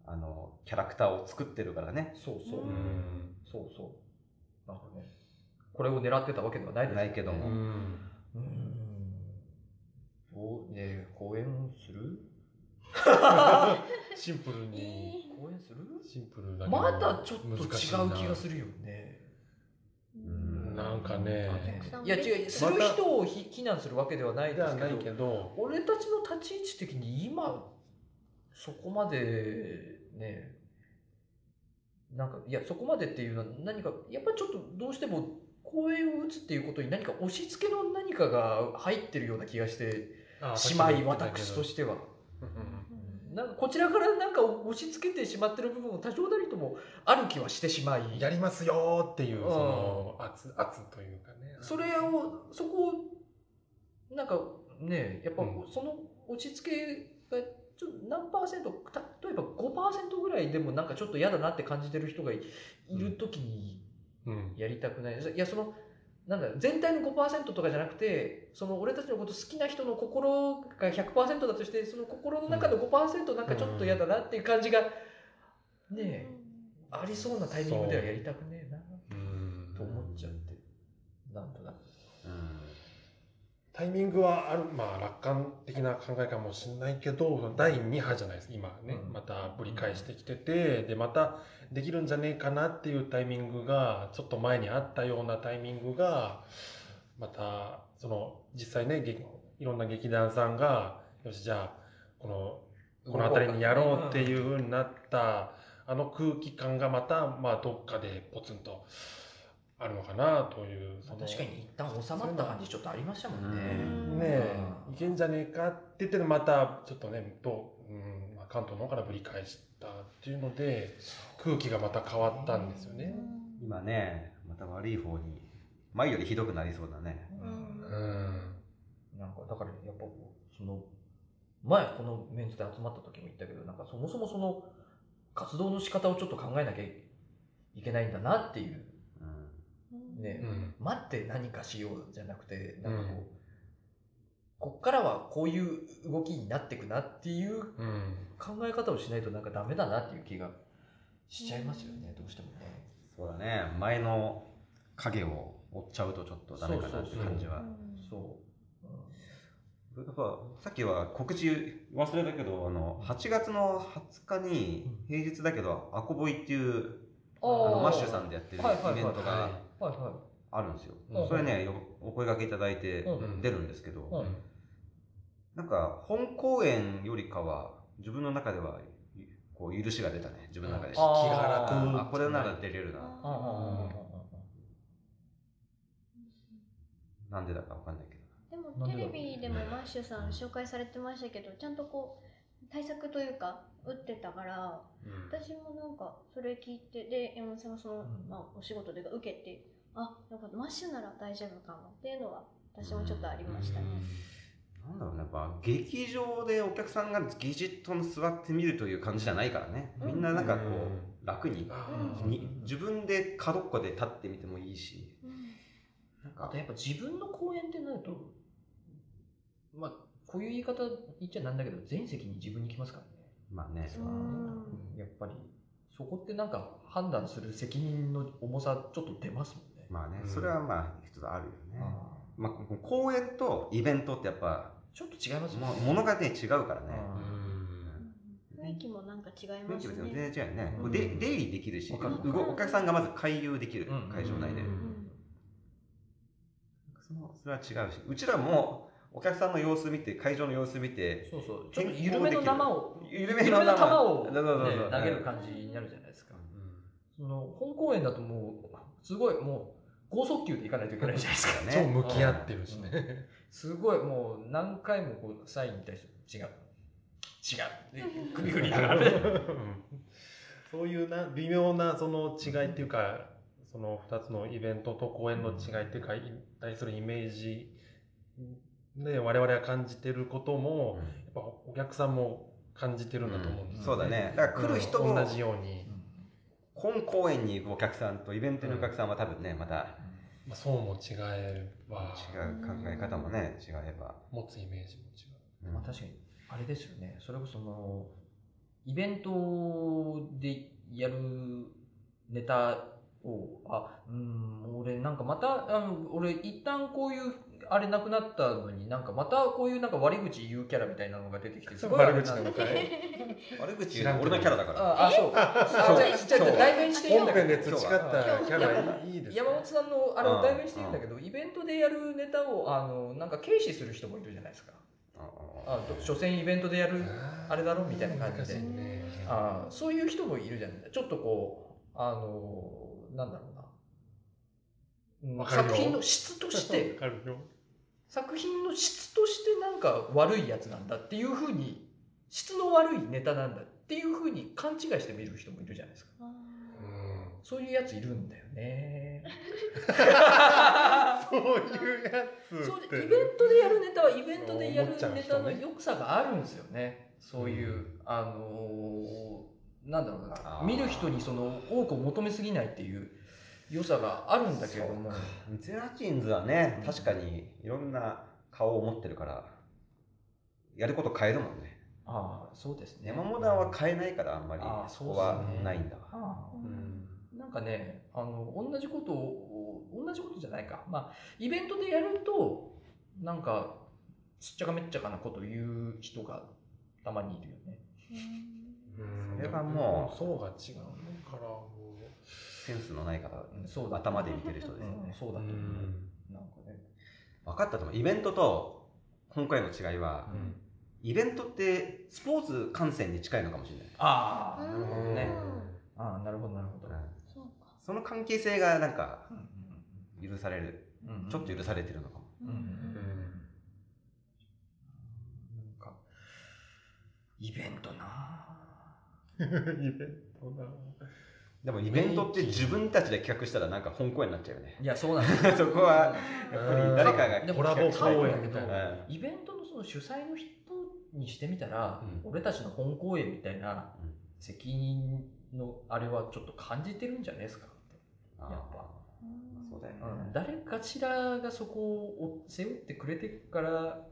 Speaker 3: あのーキャラクターを作ってるからね。
Speaker 4: そうそう、
Speaker 1: う
Speaker 2: うん
Speaker 4: そうそうなんかねこれを狙ってたわけではないですよね
Speaker 3: ないけど
Speaker 2: う
Speaker 3: も [LAUGHS]
Speaker 2: ん
Speaker 4: うんおね公演する
Speaker 2: シンプルに
Speaker 4: 公演する
Speaker 2: シンプルだけど
Speaker 4: まだちょっと違う
Speaker 2: 難しい
Speaker 4: 気がするよね
Speaker 3: うん
Speaker 2: なんかね
Speaker 4: いや違うする人を非非難するわけではない
Speaker 2: で
Speaker 4: で
Speaker 2: は
Speaker 4: すけ
Speaker 2: ない
Speaker 4: ど
Speaker 2: けど
Speaker 4: 俺たちの立ち位置的に今そこまでねなんかいやそこまでっていうのは何かやっぱりちょっとどうしても公演を打つっていうことに何か押し付けの何かが入ってるような気がして
Speaker 2: あ
Speaker 4: しまい私と
Speaker 2: て。
Speaker 4: しては。
Speaker 2: うんうん
Speaker 4: なんかこちらからなんか押し付けてしまってる部分を多少なりともある気はしてしまい
Speaker 2: やりますよーっていうう、
Speaker 4: ん
Speaker 2: その、圧、圧というかね。
Speaker 4: それをそこをなんかねやっぱ
Speaker 2: うん
Speaker 4: その落ち着けがちょっと何パーセント例えば5%ぐらいでもなんかちょっと嫌だなって感じてる人がいいる時に
Speaker 2: うん。
Speaker 4: やりたくない、いやそのなんだろう全体の5%とかじゃなくてその俺たちのこと好きな人の心が100%だとしてその心の中の5%なんかちょっと嫌だなっていう感じがねえありそうなタイミングではやりたくねえな
Speaker 2: うん
Speaker 4: と思っちゃってなんとなく。
Speaker 2: タイミングはある、まあ、楽観的な考えかもしれないけど、第2波じゃないです、今ね
Speaker 4: う、ん
Speaker 2: またぶり返してきてて、で、またできるんじゃねえかなっていうタイミングが、ちょっと前にあったようなタイミングが、また、その、実際ね、劇いろんな劇団さんが、よし、じゃあ、この、この辺りにやろうっていう風になった、あの空気感がまた、まあ、どっかでポツンとあるのかなという、その
Speaker 4: 確かに一旦収まった感じちょっとありましたもんね。
Speaker 2: ね
Speaker 4: う
Speaker 2: え
Speaker 4: ん
Speaker 2: いけんじゃねえかって言ってまたちょっとねどう、うんまあ、関東の方からぶり返したっていうので空気がまた変わったんですよね。
Speaker 3: 今ね、また悪い方に、前よりひどくなりそうだね。
Speaker 4: うん
Speaker 2: うん
Speaker 4: なんかだからやっぱその前このメンツで集まった時も言ったけどなんかそもそもその活動の仕方をちょっと考えなきゃいけないんだなっていう
Speaker 3: うん。
Speaker 4: ね、
Speaker 2: うん
Speaker 4: 待って何かしようじゃなくてなんかこう、こっからはこういう動きになっていくなっていう
Speaker 2: うん
Speaker 4: 考え方をしないとなんかダメだなっていう気がしちゃいますよねどうしてもね。
Speaker 3: そうだね、前の影を追っちゃうとちょっとダメかなって感じは。
Speaker 4: そう、うん
Speaker 3: やっぱさっきは告知忘れたけど、あの、8月の20日に、平日だけど、アコボイっていう、
Speaker 4: あ
Speaker 3: あ
Speaker 4: ー
Speaker 3: のマッシュさんでやってる
Speaker 4: はいはいはい
Speaker 3: イベントが
Speaker 4: はいは
Speaker 3: あるんですよ。
Speaker 2: うん
Speaker 3: それね、よお声掛けいただいて
Speaker 4: うん
Speaker 3: 出るんですけ
Speaker 4: う
Speaker 3: ど
Speaker 4: ん、
Speaker 3: なんか本公演よりかは、自分の中では、ゆこう、許しが出たね、自分の中で。
Speaker 4: あ
Speaker 2: 気が楽
Speaker 3: あ、これなら出れるな。
Speaker 4: い。うんうんうんうんうん
Speaker 3: なんでだかわかんないけど。
Speaker 1: でもテレビでもマッシュさん紹介されてましたけどちゃんとこう対策というか打ってたから私もなんかそれ聞いてで山本さんがその、
Speaker 4: ん
Speaker 1: まあ、お仕事というか受けてあよかったマッシュなら大丈夫かもっていうのは私もちょっとありましたね。
Speaker 3: なんだろうね、やっぱ劇場でお客さんがぎじっと座ってみるという感じじゃないからね。みんななんかこう、楽に、に自分で角っこで立ってみてもいいし、
Speaker 1: うん
Speaker 3: なん
Speaker 4: あ
Speaker 3: か
Speaker 4: と、やっぱ自分の公演ってなると、まあ、こういう言い方言っちゃなんだけど、全席に自分に来ますからね。
Speaker 3: まあね、
Speaker 1: う
Speaker 4: うん
Speaker 1: ん
Speaker 4: やっぱり、そこってなんか判断する責任の重さちょっと出ますもんね。
Speaker 3: まあね
Speaker 2: う、ん
Speaker 3: それはまあ一つあるよね。
Speaker 4: あ
Speaker 3: まあ、ここ公演とイベントってやっぱ、
Speaker 4: ーちょっと違います
Speaker 3: も
Speaker 4: もんね。
Speaker 3: 物がね、違うからね。
Speaker 4: うん
Speaker 1: 雰囲気もなんか違い
Speaker 3: 雰囲
Speaker 1: ま
Speaker 3: 気
Speaker 1: す
Speaker 3: 別に
Speaker 1: ね。
Speaker 3: 全然違うよね。
Speaker 4: うん
Speaker 3: これで出入りできるし、
Speaker 4: わかる
Speaker 3: 動お客さんがまず回遊できる
Speaker 4: うん、
Speaker 3: 会場内で
Speaker 2: う。ん
Speaker 3: そのそれは違うし、うちらもお客さんの様子見て、会場の様子見て、
Speaker 4: そうそう。ちょっと緩めの球を、
Speaker 3: 緩めの
Speaker 4: を
Speaker 3: 球そうそうそう
Speaker 4: ね
Speaker 3: そう
Speaker 4: 投げる感じになるじゃないですか。
Speaker 2: う
Speaker 4: その、本公演だともう、すごいもう、高速球でいかないといけないじゃないですか。
Speaker 2: ん超向き合ってるしね。
Speaker 4: すごいもう何回もこうサインに対して
Speaker 2: [LAUGHS]
Speaker 4: 違う違うで首振りながらね
Speaker 2: そういうな微妙なその違いっていうか、その2つのイベントと公演の違いっていうか、い対するイメージで我々が感じてることも、やっぱお客さんも感じてるんだと思うんです
Speaker 3: そうだね。だから来る人
Speaker 2: うん
Speaker 3: も、
Speaker 2: 同じように、
Speaker 3: 本公演に行くお客さんとイベントに行くお客さんは多分ね、また
Speaker 2: まあ、そうも違えば
Speaker 3: 違う考え方もね、違えば。
Speaker 2: 持つイメージも違う。
Speaker 3: うん
Speaker 4: まあ確かにあれですよねそれこそそのイベントでやるネタをあうん俺なんかまたあの俺一旦こういうあれなくなったのになんかまたこういうなんか悪口言うキャラみたいなのが出てきてすごいあれなんだ
Speaker 2: 悪口なのかい
Speaker 3: 悪口言うの俺のキャラだから。
Speaker 4: ああ
Speaker 2: [LAUGHS]
Speaker 4: そうあじゃあじゃあじゃあ代弁していいんだ
Speaker 2: 本
Speaker 4: け
Speaker 2: 編
Speaker 4: ど
Speaker 2: で培ったキャラいいですね
Speaker 4: 山本さんのあれを代弁していいんだけど、イベントでやるネタをあのなんか軽視する人もいるじゃないですか
Speaker 3: あ
Speaker 4: あど所詮イベントでやるあれだろみたいな感
Speaker 2: 難
Speaker 4: じ
Speaker 2: しい
Speaker 4: で
Speaker 2: ね。
Speaker 4: あそういう人もいるじゃないちょっとこうあのなんだろうな
Speaker 2: わかるよ
Speaker 4: 作品の質と [LAUGHS] して
Speaker 2: [LAUGHS] わかるよ
Speaker 4: 作品の質としてなんか悪いやつなんだっていうふうに質の悪いネタなんだっていうふうに勘違いして見る人もいるじゃないですか
Speaker 1: [LAUGHS] あ
Speaker 2: うん
Speaker 4: そういうやついるんだよ
Speaker 2: [LAUGHS]
Speaker 4: ね
Speaker 2: そういうやつ
Speaker 4: そう
Speaker 2: っ
Speaker 4: イ
Speaker 2: て
Speaker 4: ベントでやるネタはイベントでやる
Speaker 2: 思っちゃう
Speaker 4: ネ
Speaker 2: 人
Speaker 4: タ
Speaker 2: ね
Speaker 4: の良さがあるんですよねそういう、
Speaker 2: うん
Speaker 4: あのーなんだろうな
Speaker 3: あー
Speaker 4: 見る人にその多くを求めすぎないっていう良さがあるんだけれども
Speaker 3: ゼラチンズはね
Speaker 4: うん
Speaker 3: 確かにいろんな顔を持ってるからやること変えるもんね
Speaker 4: ああそうですね
Speaker 3: 山モダンは変えないからあんまり
Speaker 4: あー
Speaker 3: そこは
Speaker 4: そうっすね
Speaker 3: ないんだわ
Speaker 4: ああ
Speaker 2: うん
Speaker 4: なんかね、あの、同じことを、同じことじゃないか。まあ、イベントでやると、なんか、すっちゃかめっちゃかなこと言う人がたまにいるよね。
Speaker 2: うん
Speaker 3: それはもう
Speaker 2: 層が違うからも
Speaker 3: センスのない方
Speaker 4: うんそうだ。
Speaker 3: 頭で見てる人ですよ
Speaker 4: うん
Speaker 3: ね
Speaker 4: そう
Speaker 2: う
Speaker 4: だと思う。
Speaker 2: ん
Speaker 4: なんかね。
Speaker 3: 分かったと思うイベントと今回の違いは
Speaker 4: う、ん
Speaker 3: イベントってスポーツ観戦に近いのかもしれない、
Speaker 4: あ
Speaker 1: う
Speaker 4: あ、
Speaker 1: ん
Speaker 4: なるほどね。ああ、なるほど、なるほど。
Speaker 1: そうか
Speaker 3: その関係性がなんか
Speaker 4: うん
Speaker 3: 許される、
Speaker 4: うんうん
Speaker 3: ちょっと許されてるのかも、
Speaker 1: う
Speaker 4: うん
Speaker 2: うんん
Speaker 4: なんか、イベントな
Speaker 2: イベントだ
Speaker 3: でもイベントって自分たちで企画したらなんか本公演になっちゃうよね
Speaker 4: いや、そうなんですよ
Speaker 3: [LAUGHS] そこは、やっぱり誰か
Speaker 4: う
Speaker 3: が
Speaker 4: んでも
Speaker 2: コラボ公演みたい
Speaker 3: うん
Speaker 2: な
Speaker 4: イベントのその主催の人にしてみたら、
Speaker 3: うん
Speaker 4: 俺たちの本公演みたいな
Speaker 3: うん
Speaker 4: 責任のあれはちょっと感じてるんじゃないですか、
Speaker 3: あー
Speaker 4: やっぱ
Speaker 3: そうだよね、
Speaker 4: うん誰かしらがそこを背負ってくれてるから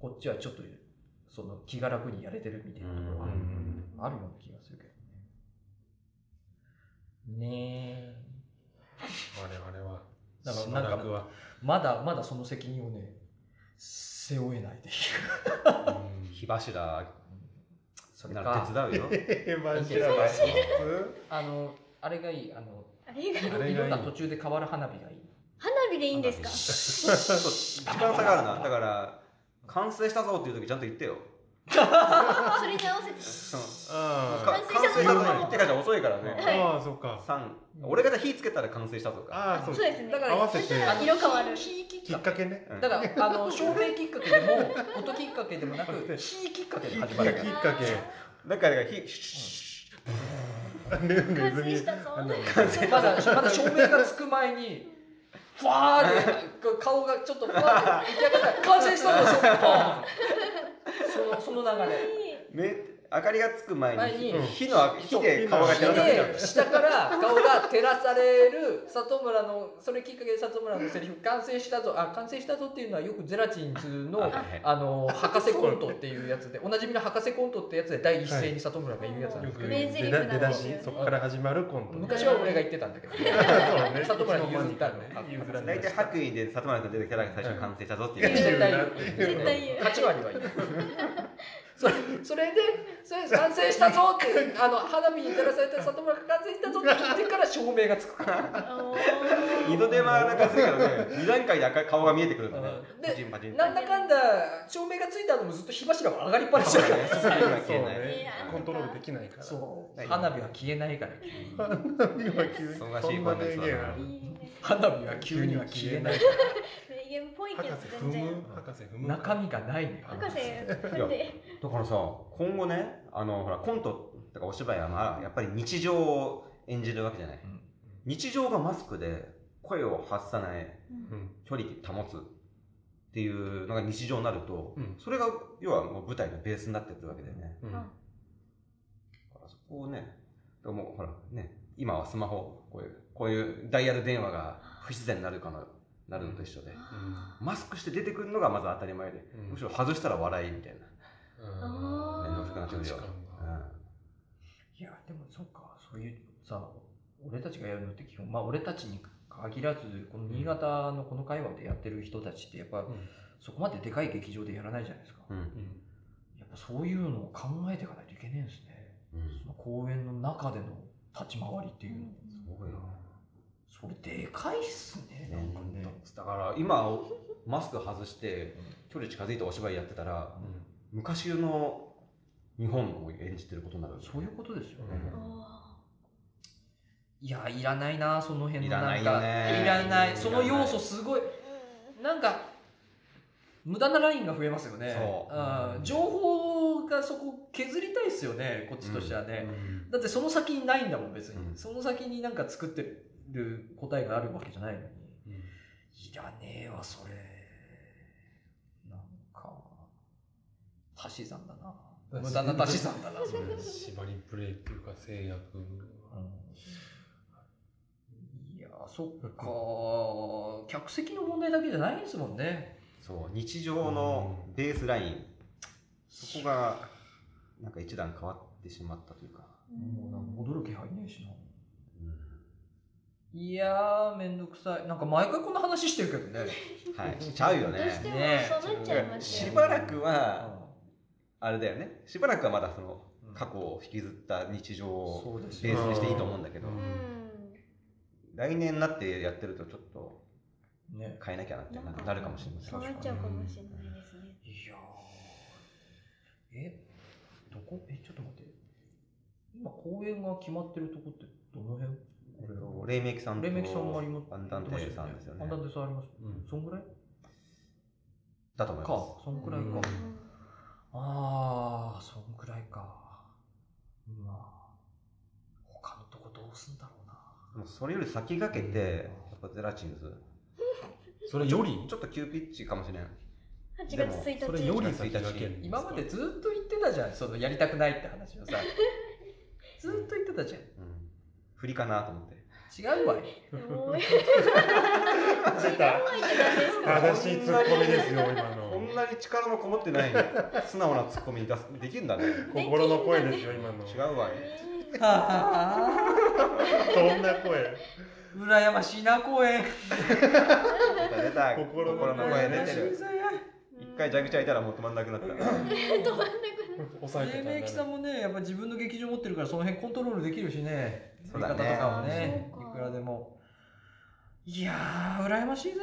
Speaker 4: こっちはちょっとその気が楽にやれてるみたいなところ
Speaker 2: う
Speaker 4: は
Speaker 2: ん
Speaker 4: あるような気がするけどね。ねえ
Speaker 2: 我々は
Speaker 4: だからな
Speaker 2: 島
Speaker 4: んか
Speaker 2: 田君は
Speaker 4: まだまだその責任をね背負えないでいる。
Speaker 2: うん
Speaker 3: 火柱
Speaker 4: それ
Speaker 3: なら
Speaker 4: か
Speaker 3: 手伝うよ [LAUGHS]
Speaker 2: えマ
Speaker 4: ジ
Speaker 2: ジ
Speaker 4: で
Speaker 2: で
Speaker 4: あのあれがいいあの
Speaker 1: あれが
Speaker 2: あれがいい
Speaker 4: 色が途中で変わる花火がいい。
Speaker 1: 花火でいいんですか
Speaker 3: そう時間差があるなだから完成したぞっていう時ちゃんと言ってよ
Speaker 1: それに合わせて
Speaker 3: そう
Speaker 2: あ
Speaker 3: か完成したぞって言ってからじゃ遅いから
Speaker 2: ー
Speaker 3: ね
Speaker 1: はい
Speaker 2: あーそっか
Speaker 3: 三俺がじゃあ火つけたら完成したとか
Speaker 2: ああそ
Speaker 1: そううですね
Speaker 4: だから
Speaker 2: 合わせて
Speaker 1: そしたら色変わる
Speaker 4: 火きっ
Speaker 2: きっ
Speaker 4: か
Speaker 2: かけね
Speaker 3: うん
Speaker 4: け。だから、あの、照明きっかけでも、音きっかけでもなく、火きっかけで始まるから
Speaker 2: きっかけ
Speaker 3: だから火シュッシュッシュッ
Speaker 2: ネズ
Speaker 1: 完成
Speaker 2: ミ
Speaker 1: したぞ
Speaker 2: あの
Speaker 4: まだ、まだ照明がつく前に、ふわーって、こう顔がちょっとふわーって浮き上がったら、完成したのよ、そのポンその、その流れ。
Speaker 3: ね明かりがつく前
Speaker 4: 前
Speaker 3: に
Speaker 4: に
Speaker 3: 火の火で顔が照らされちゃう
Speaker 4: で、下から顔が照らされる、里村の、それきっかけで里村のセリフ、完成したぞ、あ、完成したぞっていうのは、よくゼラチンズの、
Speaker 3: あはいはい
Speaker 4: あの博士コントっていうやつでおなじみの博士コントってやつで第一声に里村が言うやつなん
Speaker 2: よ
Speaker 4: です
Speaker 2: く
Speaker 4: けど、
Speaker 1: 名台詞なんですよね
Speaker 2: 出だしそこから始まるコント
Speaker 4: 昔は俺が言ってたんだけ [LAUGHS] ど、里村に譲ったのか
Speaker 2: 譲られ
Speaker 3: 大体
Speaker 2: ました
Speaker 3: 白衣で里村君出てきたら最初完成したぞっていう、
Speaker 2: [LAUGHS] うん
Speaker 4: 絶対言う
Speaker 1: 絶対言う
Speaker 4: 8割 [LAUGHS] は言うそれそれでそれ完成したぞ [LAUGHS] ってあの花火に照らされて里村が完成したぞって言ってから照明がつく [LAUGHS] から
Speaker 1: おー
Speaker 3: 二度手間な感じだからね二段階で赤い顔が見えてくるんだね
Speaker 4: で
Speaker 3: パチンパチン
Speaker 4: なんだかんだ照明がついたのもずっと火柱が上がりっぱなし [LAUGHS] だから
Speaker 3: そうね
Speaker 2: そう
Speaker 1: い
Speaker 2: ね
Speaker 1: や
Speaker 2: コントロールできないから
Speaker 4: そう花火は消えないから
Speaker 1: うんいいね
Speaker 3: 忙しいコンテンツだな
Speaker 4: 花火は急には消えない
Speaker 1: 名言っぽい
Speaker 2: 博
Speaker 1: けど
Speaker 2: 士
Speaker 1: 全
Speaker 2: 踏
Speaker 1: 然
Speaker 2: む博士踏む
Speaker 4: 中身がないのよ
Speaker 1: 博士なんで
Speaker 3: だからさ今後ねあのほらコントとかお芝居は、まあ、やっぱり日常を演じるわけじゃない、
Speaker 4: うん
Speaker 3: 日常がマスクで声を発さない
Speaker 2: うん
Speaker 3: 距離保つっていうのが日常になると、
Speaker 2: うん
Speaker 3: それが要はもう舞台のベースになってくるわけだよね
Speaker 2: うん
Speaker 1: あ
Speaker 3: だからそこをねだからもうほらね今はスマホこういうこういうダイヤル電話が不自然になるかななるのと一緒で、
Speaker 1: あ
Speaker 3: マスクして出てくるのがまず当たり前で、
Speaker 2: うん
Speaker 3: むしろ外したら笑いみたいな
Speaker 1: あー
Speaker 3: 面倒くさくなってくるよ
Speaker 2: 価値観
Speaker 3: う
Speaker 2: が
Speaker 3: ん
Speaker 4: いやでもそうかそういうさ俺たちがやるのって基本まあ俺たちに限らずこの新潟のこの界隈でやってる人たちってやっぱ、
Speaker 2: ん
Speaker 4: そこまででかい劇場でやらないじゃないですか、
Speaker 3: うん
Speaker 2: うん
Speaker 4: やっぱそういうのを考えていかないといけないんですね
Speaker 3: うん
Speaker 4: その公演の中での立ち回りって
Speaker 1: ー
Speaker 4: いうの、
Speaker 3: すごいな
Speaker 4: それでかいっすねなんかね
Speaker 3: だから今マスク外して距離近づいてお芝居やってたら昔の日本を演じてることになる
Speaker 4: そういうことですよね、
Speaker 1: あ
Speaker 4: いやいらないなその辺
Speaker 3: い
Speaker 4: の
Speaker 3: ら
Speaker 4: な
Speaker 3: なんい
Speaker 4: か
Speaker 3: よね
Speaker 4: いらないその要素すごいなんか無駄なラインが増えますよね
Speaker 3: そう
Speaker 4: うん情報がそこ削りたいですよねこっちとしてはね、だってその先にないんだもん別に、
Speaker 3: うん
Speaker 4: その先になんか作ってる答えがあるわけじゃないのにいらねえわそれなんか足し算だな無駄な足し算だな [LAUGHS] それ、
Speaker 2: うん縛りプレイっていうか制約
Speaker 4: いやそっか客席の問題だけじゃないんですもんね
Speaker 3: そう日常のベースラインそこがなんか一段変わってしまったというか、
Speaker 4: もうなんか戻る気配ねえしな
Speaker 3: うん
Speaker 4: いやーめんどくさいなんか毎回こんな話してるけどね
Speaker 3: はいしちゃうよ
Speaker 1: どうして
Speaker 3: ね
Speaker 1: もそうなっちゃいます
Speaker 3: し
Speaker 1: よ
Speaker 4: ね
Speaker 1: ね。
Speaker 3: ばらくはあれだよねしばらくはまだその過去を引きずった日常を
Speaker 4: そうです
Speaker 3: ベ
Speaker 4: よ
Speaker 3: ースにしていいと思うんだけど
Speaker 2: う
Speaker 1: うんん。
Speaker 3: 来年になってやってるとちょっと
Speaker 4: ね
Speaker 3: 変えなきゃなってなるかもしれませ
Speaker 1: そうんなっちゃうかもしれないですね。
Speaker 4: いやーえどこえちょっと待って今公演が決まってるとこってどの辺
Speaker 3: えっと黎明期さんと
Speaker 4: 黎明さんもあります
Speaker 3: アンダンテさんですよね
Speaker 4: アンダンテさんあります
Speaker 2: うん
Speaker 4: そんぐらい
Speaker 3: だと思い
Speaker 4: か
Speaker 3: ま
Speaker 4: そんくらいか、
Speaker 2: うん
Speaker 4: ああそんくらいかまあ他のとこどうすんだろうな
Speaker 3: すでもそれより先駆けてやっぱゼラチンズ
Speaker 2: それより
Speaker 3: ちょっと急ピッチかもしれん
Speaker 1: 8
Speaker 3: でも
Speaker 1: 月1日。
Speaker 2: それより先だけ
Speaker 4: 今までずっと言ってたじゃんそのやりたくないって話をさ [LAUGHS] ずっと言ってたじ
Speaker 3: うん振りかなと思って
Speaker 4: ゃん違うわよ
Speaker 1: もうやだ。違うわけないですか。
Speaker 2: 正しいツッコミですよ今
Speaker 3: こ
Speaker 2: の
Speaker 3: んなに力のこもってない素直なツッコミ出すできるんだね
Speaker 2: 心の声ですよ今の
Speaker 3: 違うわね
Speaker 1: え
Speaker 4: あ
Speaker 2: どんな声
Speaker 4: あ [LAUGHS] 羨ましいな公園
Speaker 3: 出た出た
Speaker 2: 心の声
Speaker 3: 心の声出
Speaker 4: 羨
Speaker 3: て
Speaker 4: ましい
Speaker 3: る
Speaker 4: ぞ
Speaker 1: ー
Speaker 3: 一回蛇口開いたらもう止まんなくなった
Speaker 1: 止まんなくなっ
Speaker 2: 抑えてたんだ
Speaker 4: 黎明期さんもねやっぱ自分の劇場持ってるからその辺コントロールできるしね
Speaker 3: そうだね
Speaker 4: 作り方とかもね
Speaker 1: あーそうか
Speaker 4: いくらでもいやー羨ましいぜ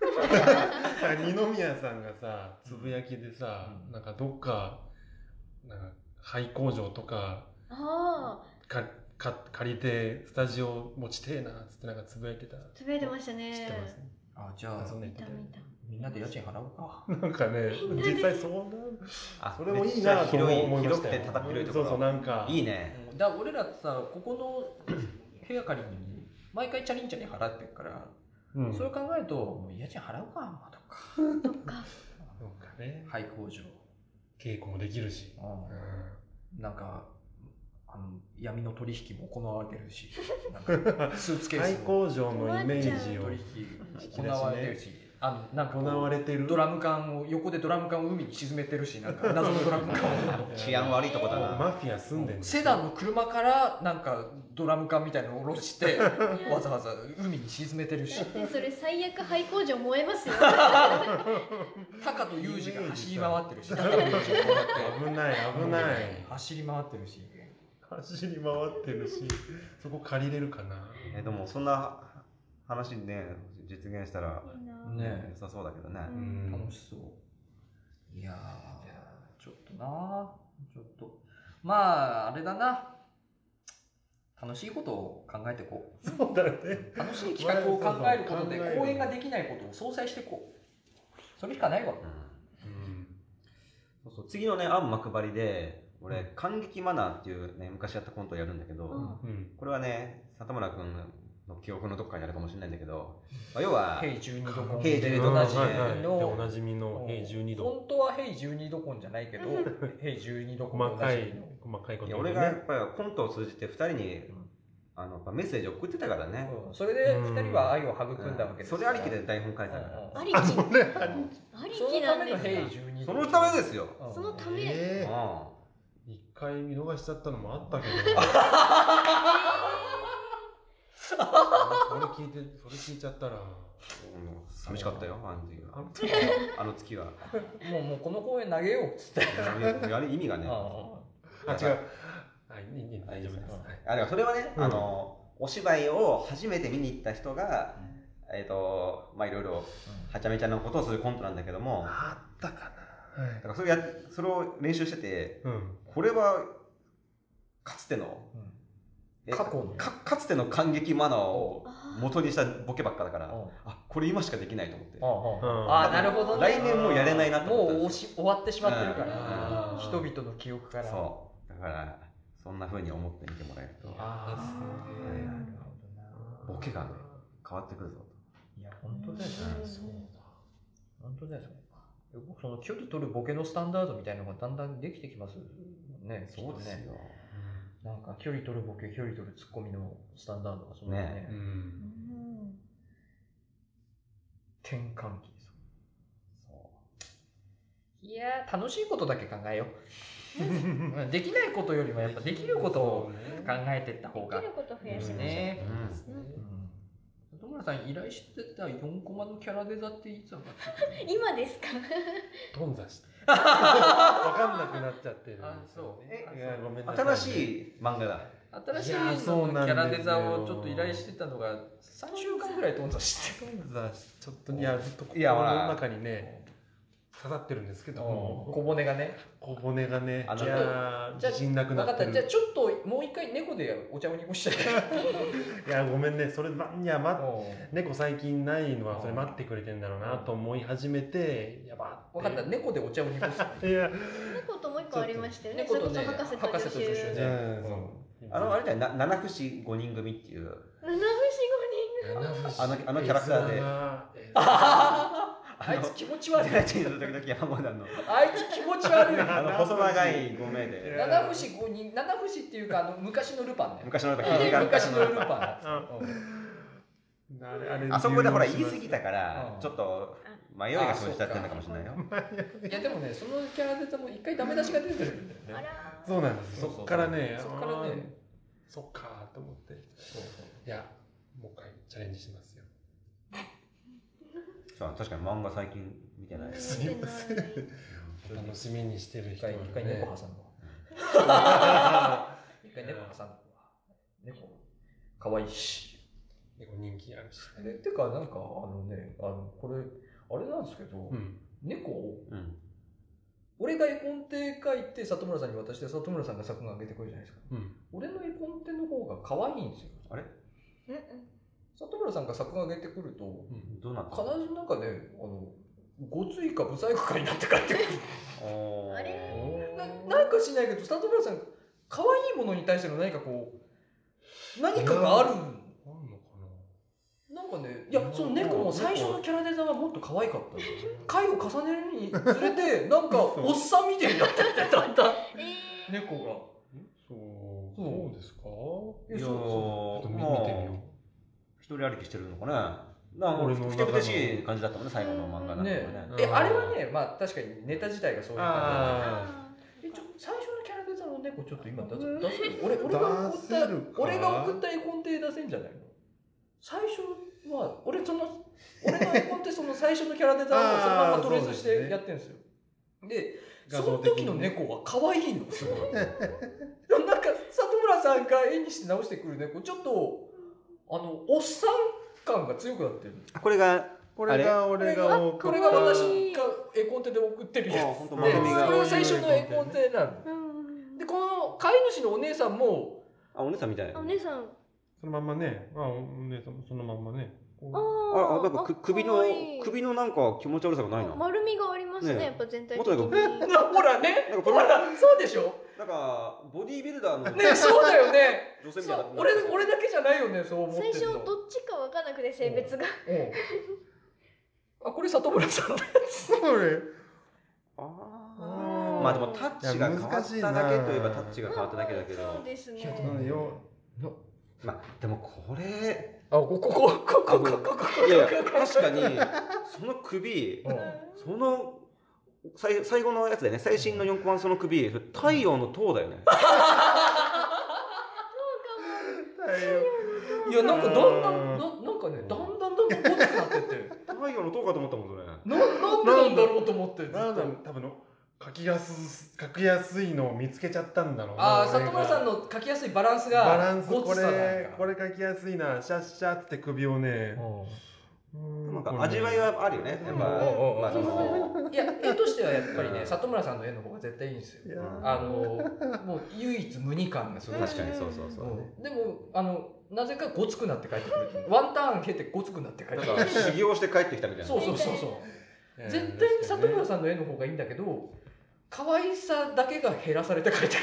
Speaker 2: 二宮さんがさつぶやきでさ、
Speaker 4: うん
Speaker 2: なんかどっかなんか廃工場とか
Speaker 1: た。ああ、
Speaker 2: かか借りてスタジオ持ちてえなっつってなんかつぶやいてた
Speaker 1: つ
Speaker 2: 知
Speaker 1: ぶやいてましたね。
Speaker 2: ってますね、
Speaker 4: あじゃあ
Speaker 2: あそうね
Speaker 1: 見た見た。
Speaker 4: みんなで家賃払うか
Speaker 2: なんかね実際そうな
Speaker 3: あ
Speaker 2: それもいいなと思いましたよ
Speaker 3: 広くて叩広いところ
Speaker 2: そうそうなんか
Speaker 3: いいね
Speaker 4: [LAUGHS] だから俺らさここの部屋借りに毎回チャリンチャリン払ってるから、
Speaker 2: うん
Speaker 4: そ
Speaker 2: そ
Speaker 4: れ
Speaker 2: う
Speaker 4: を考えるともう家賃払うかまだか
Speaker 1: そっ
Speaker 4: [LAUGHS]
Speaker 1: か。
Speaker 2: かね
Speaker 4: 廃工場
Speaker 2: 稽古もできるし、う
Speaker 4: なんかあの闇の取引も行われてるし [LAUGHS] なんかスーツケ
Speaker 2: ん、
Speaker 4: ー
Speaker 2: 廃
Speaker 4: スの
Speaker 2: 工場のイメージを
Speaker 4: 取引行われてるしあのなんか
Speaker 2: 行わ
Speaker 4: れ
Speaker 2: れてる
Speaker 4: ドラム缶を横でドラム缶を海に沈めてるしなん
Speaker 2: [LAUGHS]
Speaker 4: か謎のドラム缶を
Speaker 3: 治安悪いとこだな
Speaker 2: マフィア住んでんの
Speaker 4: セダンの車からなんかドラム缶みたいなのを下ろして
Speaker 1: [LAUGHS]
Speaker 4: わざわざ海に沈めてるし
Speaker 1: だってそれ最悪廃工場燃えますよ。
Speaker 4: タカとユージが走り回って
Speaker 2: [LAUGHS]
Speaker 4: るし、タカとユージがこうやって
Speaker 2: 危ない危ない、
Speaker 4: 走り回ってるし、
Speaker 2: 走り回ってるしそこ借りれるかな
Speaker 3: えでもそんな話ね実現したら
Speaker 1: いいな
Speaker 4: ね
Speaker 3: 良さそうだけどね
Speaker 1: うん
Speaker 4: 楽しそう。いやー、ちょっとなー、ちょっと。まあ、あれだな。楽しいことを考えてこ
Speaker 2: そうだね
Speaker 4: う。
Speaker 2: [LAUGHS]
Speaker 4: 楽しい企画を考えることで
Speaker 2: そうそう考え、る
Speaker 4: 公演ができないことを相殺してこう。それしかないわ。
Speaker 3: うん
Speaker 2: うん
Speaker 3: そうそう次のねあん幕張で俺感激マナーっていうね昔やったコントをやるんだけど、
Speaker 1: うん
Speaker 2: うん
Speaker 3: これはね里村君の記憶のどっかにあるかもしれないんだけど、まあ、要は
Speaker 4: ヘイ12度コン
Speaker 3: ヘイ
Speaker 4: で
Speaker 3: 12
Speaker 4: お
Speaker 3: 度
Speaker 4: なじ
Speaker 3: 同じ
Speaker 4: み
Speaker 2: はいはいでおな
Speaker 4: の。
Speaker 2: じみの「へい12度
Speaker 4: 本当はヘイ12度コンじゃないけど、ヘイ12度」コン
Speaker 2: 細
Speaker 4: おな
Speaker 2: か
Speaker 4: じみ
Speaker 2: い
Speaker 4: の
Speaker 2: 細かいこ
Speaker 3: い
Speaker 2: と
Speaker 3: や
Speaker 2: をね
Speaker 3: 俺がやっぱりコントを通じて2人に、
Speaker 4: ん
Speaker 3: あのやっぱメッセージを送ってたからね、
Speaker 4: うんそれで2人は愛を育んだわけです
Speaker 3: そ
Speaker 4: か
Speaker 3: れ
Speaker 4: ら
Speaker 3: ありきで台本書いてたから、
Speaker 1: ありき。あり
Speaker 4: そ
Speaker 1: き
Speaker 4: の
Speaker 1: な
Speaker 4: た
Speaker 1: ん
Speaker 4: め
Speaker 1: で
Speaker 4: の
Speaker 1: す
Speaker 4: 兵
Speaker 1: か。
Speaker 4: 12
Speaker 3: そのためですよ、
Speaker 4: うん
Speaker 1: そのため。
Speaker 3: う
Speaker 2: え
Speaker 3: ん
Speaker 2: ー一回見逃しちゃったのもあったけどそれ聞いてそれ聞いちゃったら
Speaker 3: もう寂しかったよあの時
Speaker 2: あ
Speaker 3: は
Speaker 2: の時
Speaker 3: [LAUGHS] あの月は
Speaker 4: もうもうこの公演投げようっつって。
Speaker 3: やる意味がね
Speaker 2: あ違うはいいいいい大丈夫ですはい
Speaker 3: あでもそれはね、
Speaker 2: うん
Speaker 3: あのお芝居を初めて見に行った人が、えっ、とまあいろいろはちゃめちゃなことをするコントなんだけどもだ
Speaker 2: あったかなはい
Speaker 3: からそれやそれを練習してて
Speaker 2: うん
Speaker 3: これはかつてのえ
Speaker 4: 過去の
Speaker 3: かかつての感激マナーを
Speaker 1: あー
Speaker 3: 元にしたボケばっかだから、
Speaker 4: うん
Speaker 3: あこれ今しかできないと思って、
Speaker 2: うん
Speaker 4: ああなるほどね
Speaker 3: 来年もうやれないなと
Speaker 4: も
Speaker 3: 思ったん
Speaker 4: う
Speaker 3: です
Speaker 4: おし終わってしまってるか
Speaker 1: う
Speaker 4: ら
Speaker 2: ん
Speaker 4: 人々の記憶から
Speaker 3: そうだからそんな風に思ってみてもらえると
Speaker 4: ああ
Speaker 3: ね
Speaker 4: なるほどな
Speaker 3: ボケがね変わってくるぞ
Speaker 4: いや本当だよね
Speaker 3: うん
Speaker 4: そうだ本当だよね僕その距離取るボケのスタンダードみたいなのがだんだんできてきますね
Speaker 3: そうです
Speaker 4: きっとね
Speaker 3: よ、
Speaker 4: なんか距離取るボケ距離取るツッコミのスタンダードがそんなにね
Speaker 3: ね
Speaker 2: うん
Speaker 1: うん
Speaker 4: 転換期です
Speaker 3: そ
Speaker 4: いやー楽しいことだけ考えよう [LAUGHS] うんできないことよりもやっぱできることを考えてった方
Speaker 1: で
Speaker 4: が
Speaker 1: きること増やしましょう
Speaker 4: ね
Speaker 3: う
Speaker 4: 里村さん依頼してた4コマのキャラデザっていつ上がってくる
Speaker 1: 今ですか
Speaker 2: 頓挫してわかんなくなっちゃってるんですよ
Speaker 4: あそう
Speaker 2: え
Speaker 4: あ
Speaker 2: いや
Speaker 4: そう
Speaker 2: ごめんなさい
Speaker 3: 新しい漫画だ
Speaker 4: 新しい
Speaker 2: いやそう
Speaker 4: の
Speaker 2: な
Speaker 4: の
Speaker 2: んですよ
Speaker 4: キャラデザをちょっと依頼してたのが3週間ぐらい頓挫して
Speaker 2: 頓挫しちょっといやずっと
Speaker 3: いや
Speaker 2: 心
Speaker 3: ほら
Speaker 2: の中にね刺さってるんですけども
Speaker 4: 小骨がね
Speaker 2: 小骨がね
Speaker 3: あ
Speaker 2: い
Speaker 3: の
Speaker 2: やー
Speaker 4: じゃあ
Speaker 2: 自信なく
Speaker 4: 分
Speaker 2: な
Speaker 4: か
Speaker 2: っ
Speaker 4: ってた
Speaker 2: る
Speaker 4: じゃあちょっともう一回猫でお茶を濁した [LAUGHS] い
Speaker 2: いやごめんねそれまいやま
Speaker 4: おう
Speaker 2: 猫最近ないのはそれ待ってくれてんだろうなと思い始めてやば
Speaker 4: 分かった
Speaker 2: ね
Speaker 4: 猫でお茶を濁す
Speaker 2: いや
Speaker 1: 猫ともう一個ありましたよね
Speaker 4: ちょっと
Speaker 1: それこそ
Speaker 4: 猫とね
Speaker 1: 博士と助
Speaker 4: 博士と助手
Speaker 1: 手
Speaker 4: ね
Speaker 2: うんそう
Speaker 3: あのあれだよな七不思議五人組っていう
Speaker 1: 七節五人組
Speaker 3: あのあのキャラクターで
Speaker 2: で
Speaker 4: [LAUGHS] あいつ気持ち
Speaker 3: あの
Speaker 4: 悪いあい
Speaker 3: [LAUGHS] 時々山田の
Speaker 4: つ気持ち悪い
Speaker 3: あの細長い五名
Speaker 2: い
Speaker 3: で
Speaker 4: [LAUGHS]
Speaker 2: や
Speaker 4: 七節五人七節っていうかあの昔のルパンね
Speaker 3: 昔のなんか
Speaker 4: あ
Speaker 3: ヒゲが
Speaker 4: 昔のルパン
Speaker 2: あれあれ
Speaker 3: あそこでほら言い過ぎたから
Speaker 4: うん
Speaker 3: ちょっと迷いが生じちゃってるのかもしれないよ
Speaker 4: [LAUGHS] いやでもねそのキャラデザも一回ダメ出しが出てるんだよね
Speaker 1: あらー
Speaker 2: そうなんですそっからね
Speaker 4: そっから
Speaker 2: あー
Speaker 4: ね
Speaker 2: そっかーと思って
Speaker 4: そうそう
Speaker 2: いやもう一回チャレンジしますよ
Speaker 3: そう確かに漫画最近見てないです
Speaker 2: すいません
Speaker 1: 見てない
Speaker 2: 楽しみにしてる
Speaker 4: 一
Speaker 2: 人は
Speaker 4: 回
Speaker 2: ね
Speaker 4: 一回猫挟んだわ一回猫挟んだわ猫可愛いし
Speaker 2: 猫人気あるし
Speaker 4: えてかなんかあのねあのこれあれなんですけど、
Speaker 2: うん
Speaker 4: 猫を
Speaker 3: うん
Speaker 4: 俺が絵コンテ描いて里村さんに渡して里村さんが作画上げてくるじゃないですか
Speaker 2: うん
Speaker 4: 俺の絵コンテの方が可愛いんですよ
Speaker 1: うんうん
Speaker 4: 里村さんが作画上げてくると
Speaker 3: どうなった
Speaker 4: 必ずなんかねあのごついか不細工かになって帰ってくる
Speaker 3: おー
Speaker 1: あれ
Speaker 4: ななんかしないけど里村さん可愛いものに対しての何かこう何かがある
Speaker 2: あんのか
Speaker 4: なんかねいやその猫も最初のキャラデザはもっと可愛かったの回を重ねるにつれてなん [LAUGHS] か
Speaker 2: 嘘
Speaker 4: おっさんみたいになってって [LAUGHS] だんだん
Speaker 1: えー
Speaker 4: 猫が
Speaker 2: なそう
Speaker 4: そう
Speaker 2: そうですか
Speaker 3: い
Speaker 4: そう
Speaker 3: やー
Speaker 2: ちょっと見見てみよう
Speaker 3: 一人歩きしてるのかななん
Speaker 2: 俺
Speaker 3: か
Speaker 2: の
Speaker 3: ふ
Speaker 2: 中の
Speaker 3: てぶてしい感じだったもんね最後の漫画なんかもね
Speaker 4: ね
Speaker 2: うん
Speaker 4: えあれはねまあ確かにネタ自体がそういう感
Speaker 2: あ
Speaker 1: あ
Speaker 4: じで
Speaker 1: ー
Speaker 4: えちょ最初のキャラデザの猫ちょっと今出す出せる俺俺が送っ
Speaker 2: 出せ
Speaker 4: た
Speaker 2: るか
Speaker 4: 俺が送った絵コンテ出せんじゃないの最初は俺その俺の絵コンテその最初のキャラデザをそのままトレースし
Speaker 2: あーそうです
Speaker 4: て
Speaker 2: ね
Speaker 4: やってるんですよで
Speaker 2: 画
Speaker 4: そ
Speaker 2: 像
Speaker 4: の
Speaker 2: 的に
Speaker 4: 時の猫は可愛いのすごい [LAUGHS] なんか里村さんが絵にして直してくる猫ちょっとあのおっさん感が強くなってる
Speaker 3: これが
Speaker 2: こ
Speaker 3: れが
Speaker 2: 俺
Speaker 4: が
Speaker 2: 送
Speaker 4: これが私が絵コンテで送ってるやつ
Speaker 3: もう本当
Speaker 4: で
Speaker 3: 丸み
Speaker 4: それ
Speaker 3: が
Speaker 4: が最初の絵コンテなの
Speaker 1: うん
Speaker 4: でこの飼い主のお姉さんも
Speaker 3: あお姉さんみたい
Speaker 1: あお姉さん
Speaker 2: そのまんまねあお姉さんもそのまんまねこう
Speaker 1: あ
Speaker 3: ああ
Speaker 1: ー
Speaker 3: なんかく首
Speaker 1: 可
Speaker 3: の
Speaker 1: 愛い
Speaker 3: 首のなんか気持ち悪さがないな
Speaker 1: 丸みがありますね
Speaker 3: ねえ
Speaker 1: やっぱ全体
Speaker 3: もっ
Speaker 1: 的
Speaker 3: と
Speaker 1: に
Speaker 4: なほらね
Speaker 3: なんかこ
Speaker 4: ほ
Speaker 3: れ
Speaker 4: らそうでしょ
Speaker 3: なんかボディービルダーの女 [LAUGHS]
Speaker 4: ねそうだよね
Speaker 3: 性み
Speaker 4: そ
Speaker 3: たいうな
Speaker 4: 俺俺だけじゃないよねそう思って
Speaker 1: 最
Speaker 4: るの
Speaker 1: 初どっちか分からなくて性別が
Speaker 4: うんあこれ里村さんだ
Speaker 2: それ
Speaker 3: あーまあでもタッチが変わっただけといえばタッチが変わっただけだけ
Speaker 1: まあまあそ
Speaker 3: ど
Speaker 1: うですね
Speaker 4: いやどう
Speaker 2: なんよ
Speaker 3: まあでもこれ
Speaker 4: あこここここここここ
Speaker 3: いやいや確かにその首
Speaker 4: うん
Speaker 3: その最最後のやつだよね最新の4コマのその首それ太陽の塔だよね
Speaker 4: いやなんかだんだんななんかねだんだんだんだんごつくなってって
Speaker 3: 太陽の塔かと思ったもんそれ
Speaker 4: ななんでなんだろうと思ってずっと
Speaker 2: なんだろう多分の書きやす書きやすいのを見つけちゃったんだろう
Speaker 4: ああ
Speaker 2: 俺が
Speaker 4: 里村さんの書きやすいバランスが
Speaker 2: バランス
Speaker 4: ごつ
Speaker 2: こ
Speaker 4: さなん
Speaker 2: れ
Speaker 4: か
Speaker 2: これ書きやすいなシャッシャッって首をね
Speaker 4: うん
Speaker 2: うー
Speaker 3: なんか味わいはあるよねやっぱ
Speaker 4: うんうんうん
Speaker 3: まあその
Speaker 4: いや絵としてはやっぱり
Speaker 3: う
Speaker 4: ね
Speaker 3: ん
Speaker 4: 里村さんの絵の方が絶対いいんですよ
Speaker 5: いや
Speaker 3: うん
Speaker 5: ー
Speaker 4: あのもう唯一無二感がすごい
Speaker 3: 確かにそうそうそうう。
Speaker 4: んでもあのなぜかごつくなって帰ってくるワンターン蹴ってごつくなって帰っ
Speaker 3: な
Speaker 4: て
Speaker 3: ん
Speaker 4: く
Speaker 3: か
Speaker 4: る
Speaker 3: 修行して帰ってきたみたいな。
Speaker 4: そうそうそうそう [LAUGHS] 絶対に里村さんの絵の方がいいんだけど可愛さだけが減らされて帰ってくる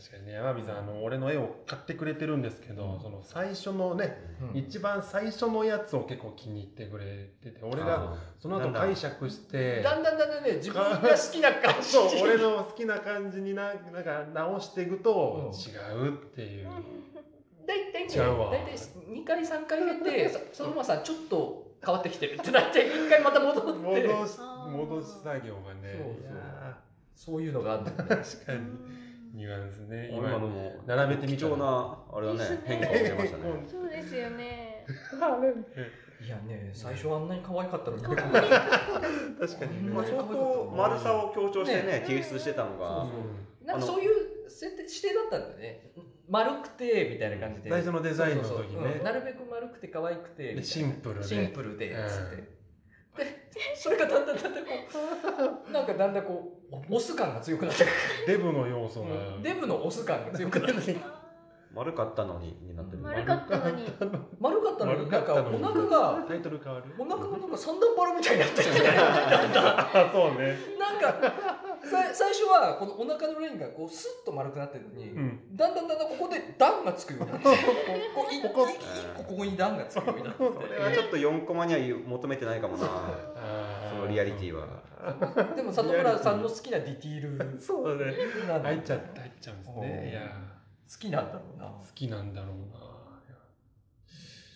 Speaker 2: 確かにね山火さんあの俺の絵を買ってくれてるんですけど、
Speaker 4: うん
Speaker 2: その最初のね
Speaker 4: うん
Speaker 2: 一番最初のやつを結構気に入ってくれてて俺
Speaker 3: あ
Speaker 2: がその後解釈して
Speaker 4: だんだんだんだんね自分が好きな感じ
Speaker 2: そう俺の好きな感じにななんか直していくと違うっていう、
Speaker 4: 大体ね
Speaker 2: 違うわ
Speaker 4: 大体2回3回減ってさ里村さんちょっと変わってきてるって大体1回また戻って
Speaker 2: 戻し
Speaker 1: あー
Speaker 2: 戻し作業がね
Speaker 4: そうそう
Speaker 2: いや
Speaker 4: そういうのがあるんだよね
Speaker 2: ー確かにニュアンスね
Speaker 3: ー
Speaker 2: 今
Speaker 3: 俺は
Speaker 2: の
Speaker 3: もう
Speaker 2: 並べてみ
Speaker 3: 貴
Speaker 2: たら
Speaker 3: 重なあれだね変化を見れましたね。
Speaker 1: そうですよね。
Speaker 4: いやね最初あんなに可愛かったのにね
Speaker 2: 確かにね
Speaker 4: う
Speaker 3: まあ
Speaker 4: ん
Speaker 3: 相当丸さを強調して
Speaker 4: ね
Speaker 3: ね提出してたの
Speaker 4: そ
Speaker 3: が
Speaker 4: うなんかそういう設定指定だったんだよね丸くてみたいな感じで
Speaker 2: 最初のデザインの
Speaker 4: そう
Speaker 2: 時
Speaker 4: そう
Speaker 2: ね
Speaker 4: うんなるべく丸くて可愛くてみたい
Speaker 2: で
Speaker 4: な
Speaker 2: シンプルで
Speaker 4: シンプルで
Speaker 2: うん
Speaker 4: つって、でそれがだんだんだんだんこうなんかだんだんこうオス感が強くなってく
Speaker 2: デブの要素が、
Speaker 4: るデブのオス感が強くなって
Speaker 2: [LAUGHS]
Speaker 4: くる
Speaker 3: 丸かったのにになってる。
Speaker 1: 丸かったのに。
Speaker 4: 丸かったのにな
Speaker 2: 丸か
Speaker 4: ん
Speaker 2: っ
Speaker 4: か
Speaker 2: たの
Speaker 4: お
Speaker 2: に
Speaker 4: 腹が
Speaker 2: タイトル変わる
Speaker 4: お腹がなんか三段バラみたいにな
Speaker 2: [LAUGHS]
Speaker 4: ってきてなんか
Speaker 2: あそうね、
Speaker 4: さい最初はこのお腹のラインがこうスッと丸くなってるのに、
Speaker 2: うん、
Speaker 4: だんだんだんだんここで段がつくようになってここ一個
Speaker 2: ここ
Speaker 4: 一個ここに段がつくようになって
Speaker 2: ここ
Speaker 3: これはちょっと4コマには求めてないかもな。
Speaker 2: あ
Speaker 3: そ
Speaker 2: ー
Speaker 3: のリアリティは
Speaker 4: でも里村さんの好きなディティールなん
Speaker 2: そうだね
Speaker 4: だ
Speaker 2: 入っちゃって入っちゃうんです
Speaker 4: お
Speaker 2: ね
Speaker 4: ー
Speaker 2: いや
Speaker 4: 好きなんだろうな
Speaker 2: ー好きなんだろう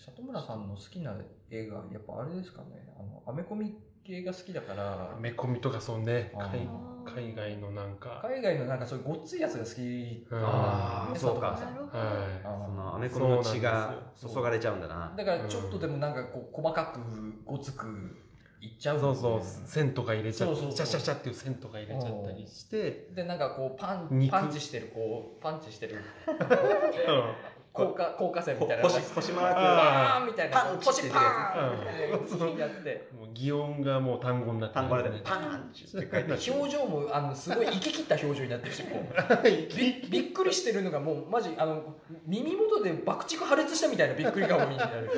Speaker 4: 里村さんの好きな映画やっぱあれですかねあのアメコミ系が好きだか
Speaker 2: な
Speaker 4: ら
Speaker 2: アメコミとかそうね
Speaker 4: あー
Speaker 2: 海海外のなんか
Speaker 4: 海外のなんかそういうごっついやつが好き
Speaker 2: うん
Speaker 4: なんですよね
Speaker 3: そうか
Speaker 4: 里村さん
Speaker 2: はい
Speaker 4: あー
Speaker 3: そのアメコミの血が注がれちゃうんだな。
Speaker 4: だからちょっとでもなんかこう細かくごつくいっちゃう
Speaker 2: そうそう線とか入れちゃっ
Speaker 4: そうそうそう
Speaker 2: てシャシャシャっていう線とか入れちゃったりして
Speaker 4: でなんかこうパン
Speaker 2: 肉
Speaker 4: パンチしてるこうパンチしてる
Speaker 2: [LAUGHS] うん
Speaker 4: 高架高架線みたいな
Speaker 3: 星星マー
Speaker 4: パーンみたいな
Speaker 3: パンチ
Speaker 4: 腰
Speaker 3: してる
Speaker 4: パ
Speaker 2: や
Speaker 4: [LAUGHS] ーンみたいなやって
Speaker 2: もう擬音がもう単語になっ
Speaker 3: ク
Speaker 2: てま
Speaker 3: 単
Speaker 2: す
Speaker 3: 語でパーンって書いてある。
Speaker 4: 表情もあのすごい生き切った表情になってるしこう [LAUGHS]
Speaker 2: [LAUGHS]
Speaker 4: びびっくりしてるのがもうマジあの耳元で爆竹破裂したみたいなびっくり顔になる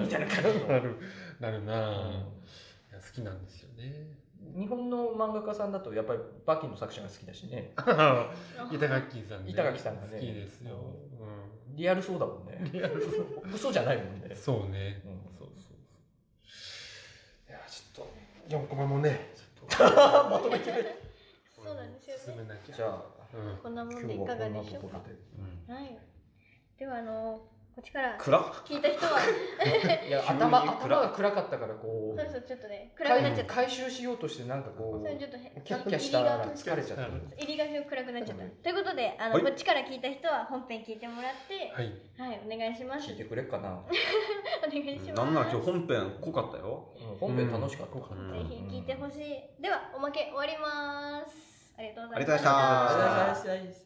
Speaker 4: みたいな感じ
Speaker 2: あーなるなるなぁいや好きなんですよ [LAUGHS] ね
Speaker 4: 日本の漫画家さんだとやっぱりバキの作者が好きだしね
Speaker 2: 板垣さんね
Speaker 4: 板垣さんがね
Speaker 2: 好きですよ
Speaker 4: リアルそうだもん
Speaker 2: うん
Speaker 4: ね
Speaker 2: リアルそう
Speaker 4: 嘘じゃないもんね、
Speaker 2: そうね
Speaker 4: うん
Speaker 2: そうそうそういやちょっと4コマもねちょっ
Speaker 4: [LAUGHS]
Speaker 2: と
Speaker 4: まとめて
Speaker 1: そうなんですよ
Speaker 2: 進
Speaker 1: ね。
Speaker 2: めなきゃ
Speaker 4: じゃあ
Speaker 2: うん
Speaker 1: こんなもん
Speaker 4: 今
Speaker 1: で
Speaker 4: 日
Speaker 1: い
Speaker 4: は
Speaker 1: か
Speaker 4: こ
Speaker 1: が
Speaker 4: んな
Speaker 1: で
Speaker 4: と
Speaker 1: しょ
Speaker 4: こ
Speaker 1: うか。
Speaker 4: ろ
Speaker 1: はい。ではあのこっちから
Speaker 3: 暗っ
Speaker 1: 聞いた人は、
Speaker 4: でいや
Speaker 3: 急に
Speaker 4: 頭
Speaker 3: 暗い
Speaker 4: 頭が暗かったからこ
Speaker 1: そううそうちょっとね暗くなっちゃ
Speaker 4: 回
Speaker 1: った。
Speaker 4: 回収しようとしてなんかこ
Speaker 1: それちょ
Speaker 4: う
Speaker 1: っとへ
Speaker 4: キャッキャしたら疲れちゃった
Speaker 1: 入りが暗くなっちゃった。
Speaker 4: うん
Speaker 1: ということで、あの、
Speaker 3: はい
Speaker 1: こっちから聞いた人は本編聞いてもらって、
Speaker 2: はい
Speaker 1: はい、お願いします。
Speaker 4: 聞
Speaker 1: お
Speaker 4: いてくれっかな
Speaker 1: 願いします。
Speaker 3: なんなら今日本編濃かったよ。
Speaker 4: うん本編楽しかった
Speaker 2: うん
Speaker 1: ぜひ聞いてほしい。では、おまけ終わります。ありがとうございました。
Speaker 3: ありがとうございました
Speaker 4: した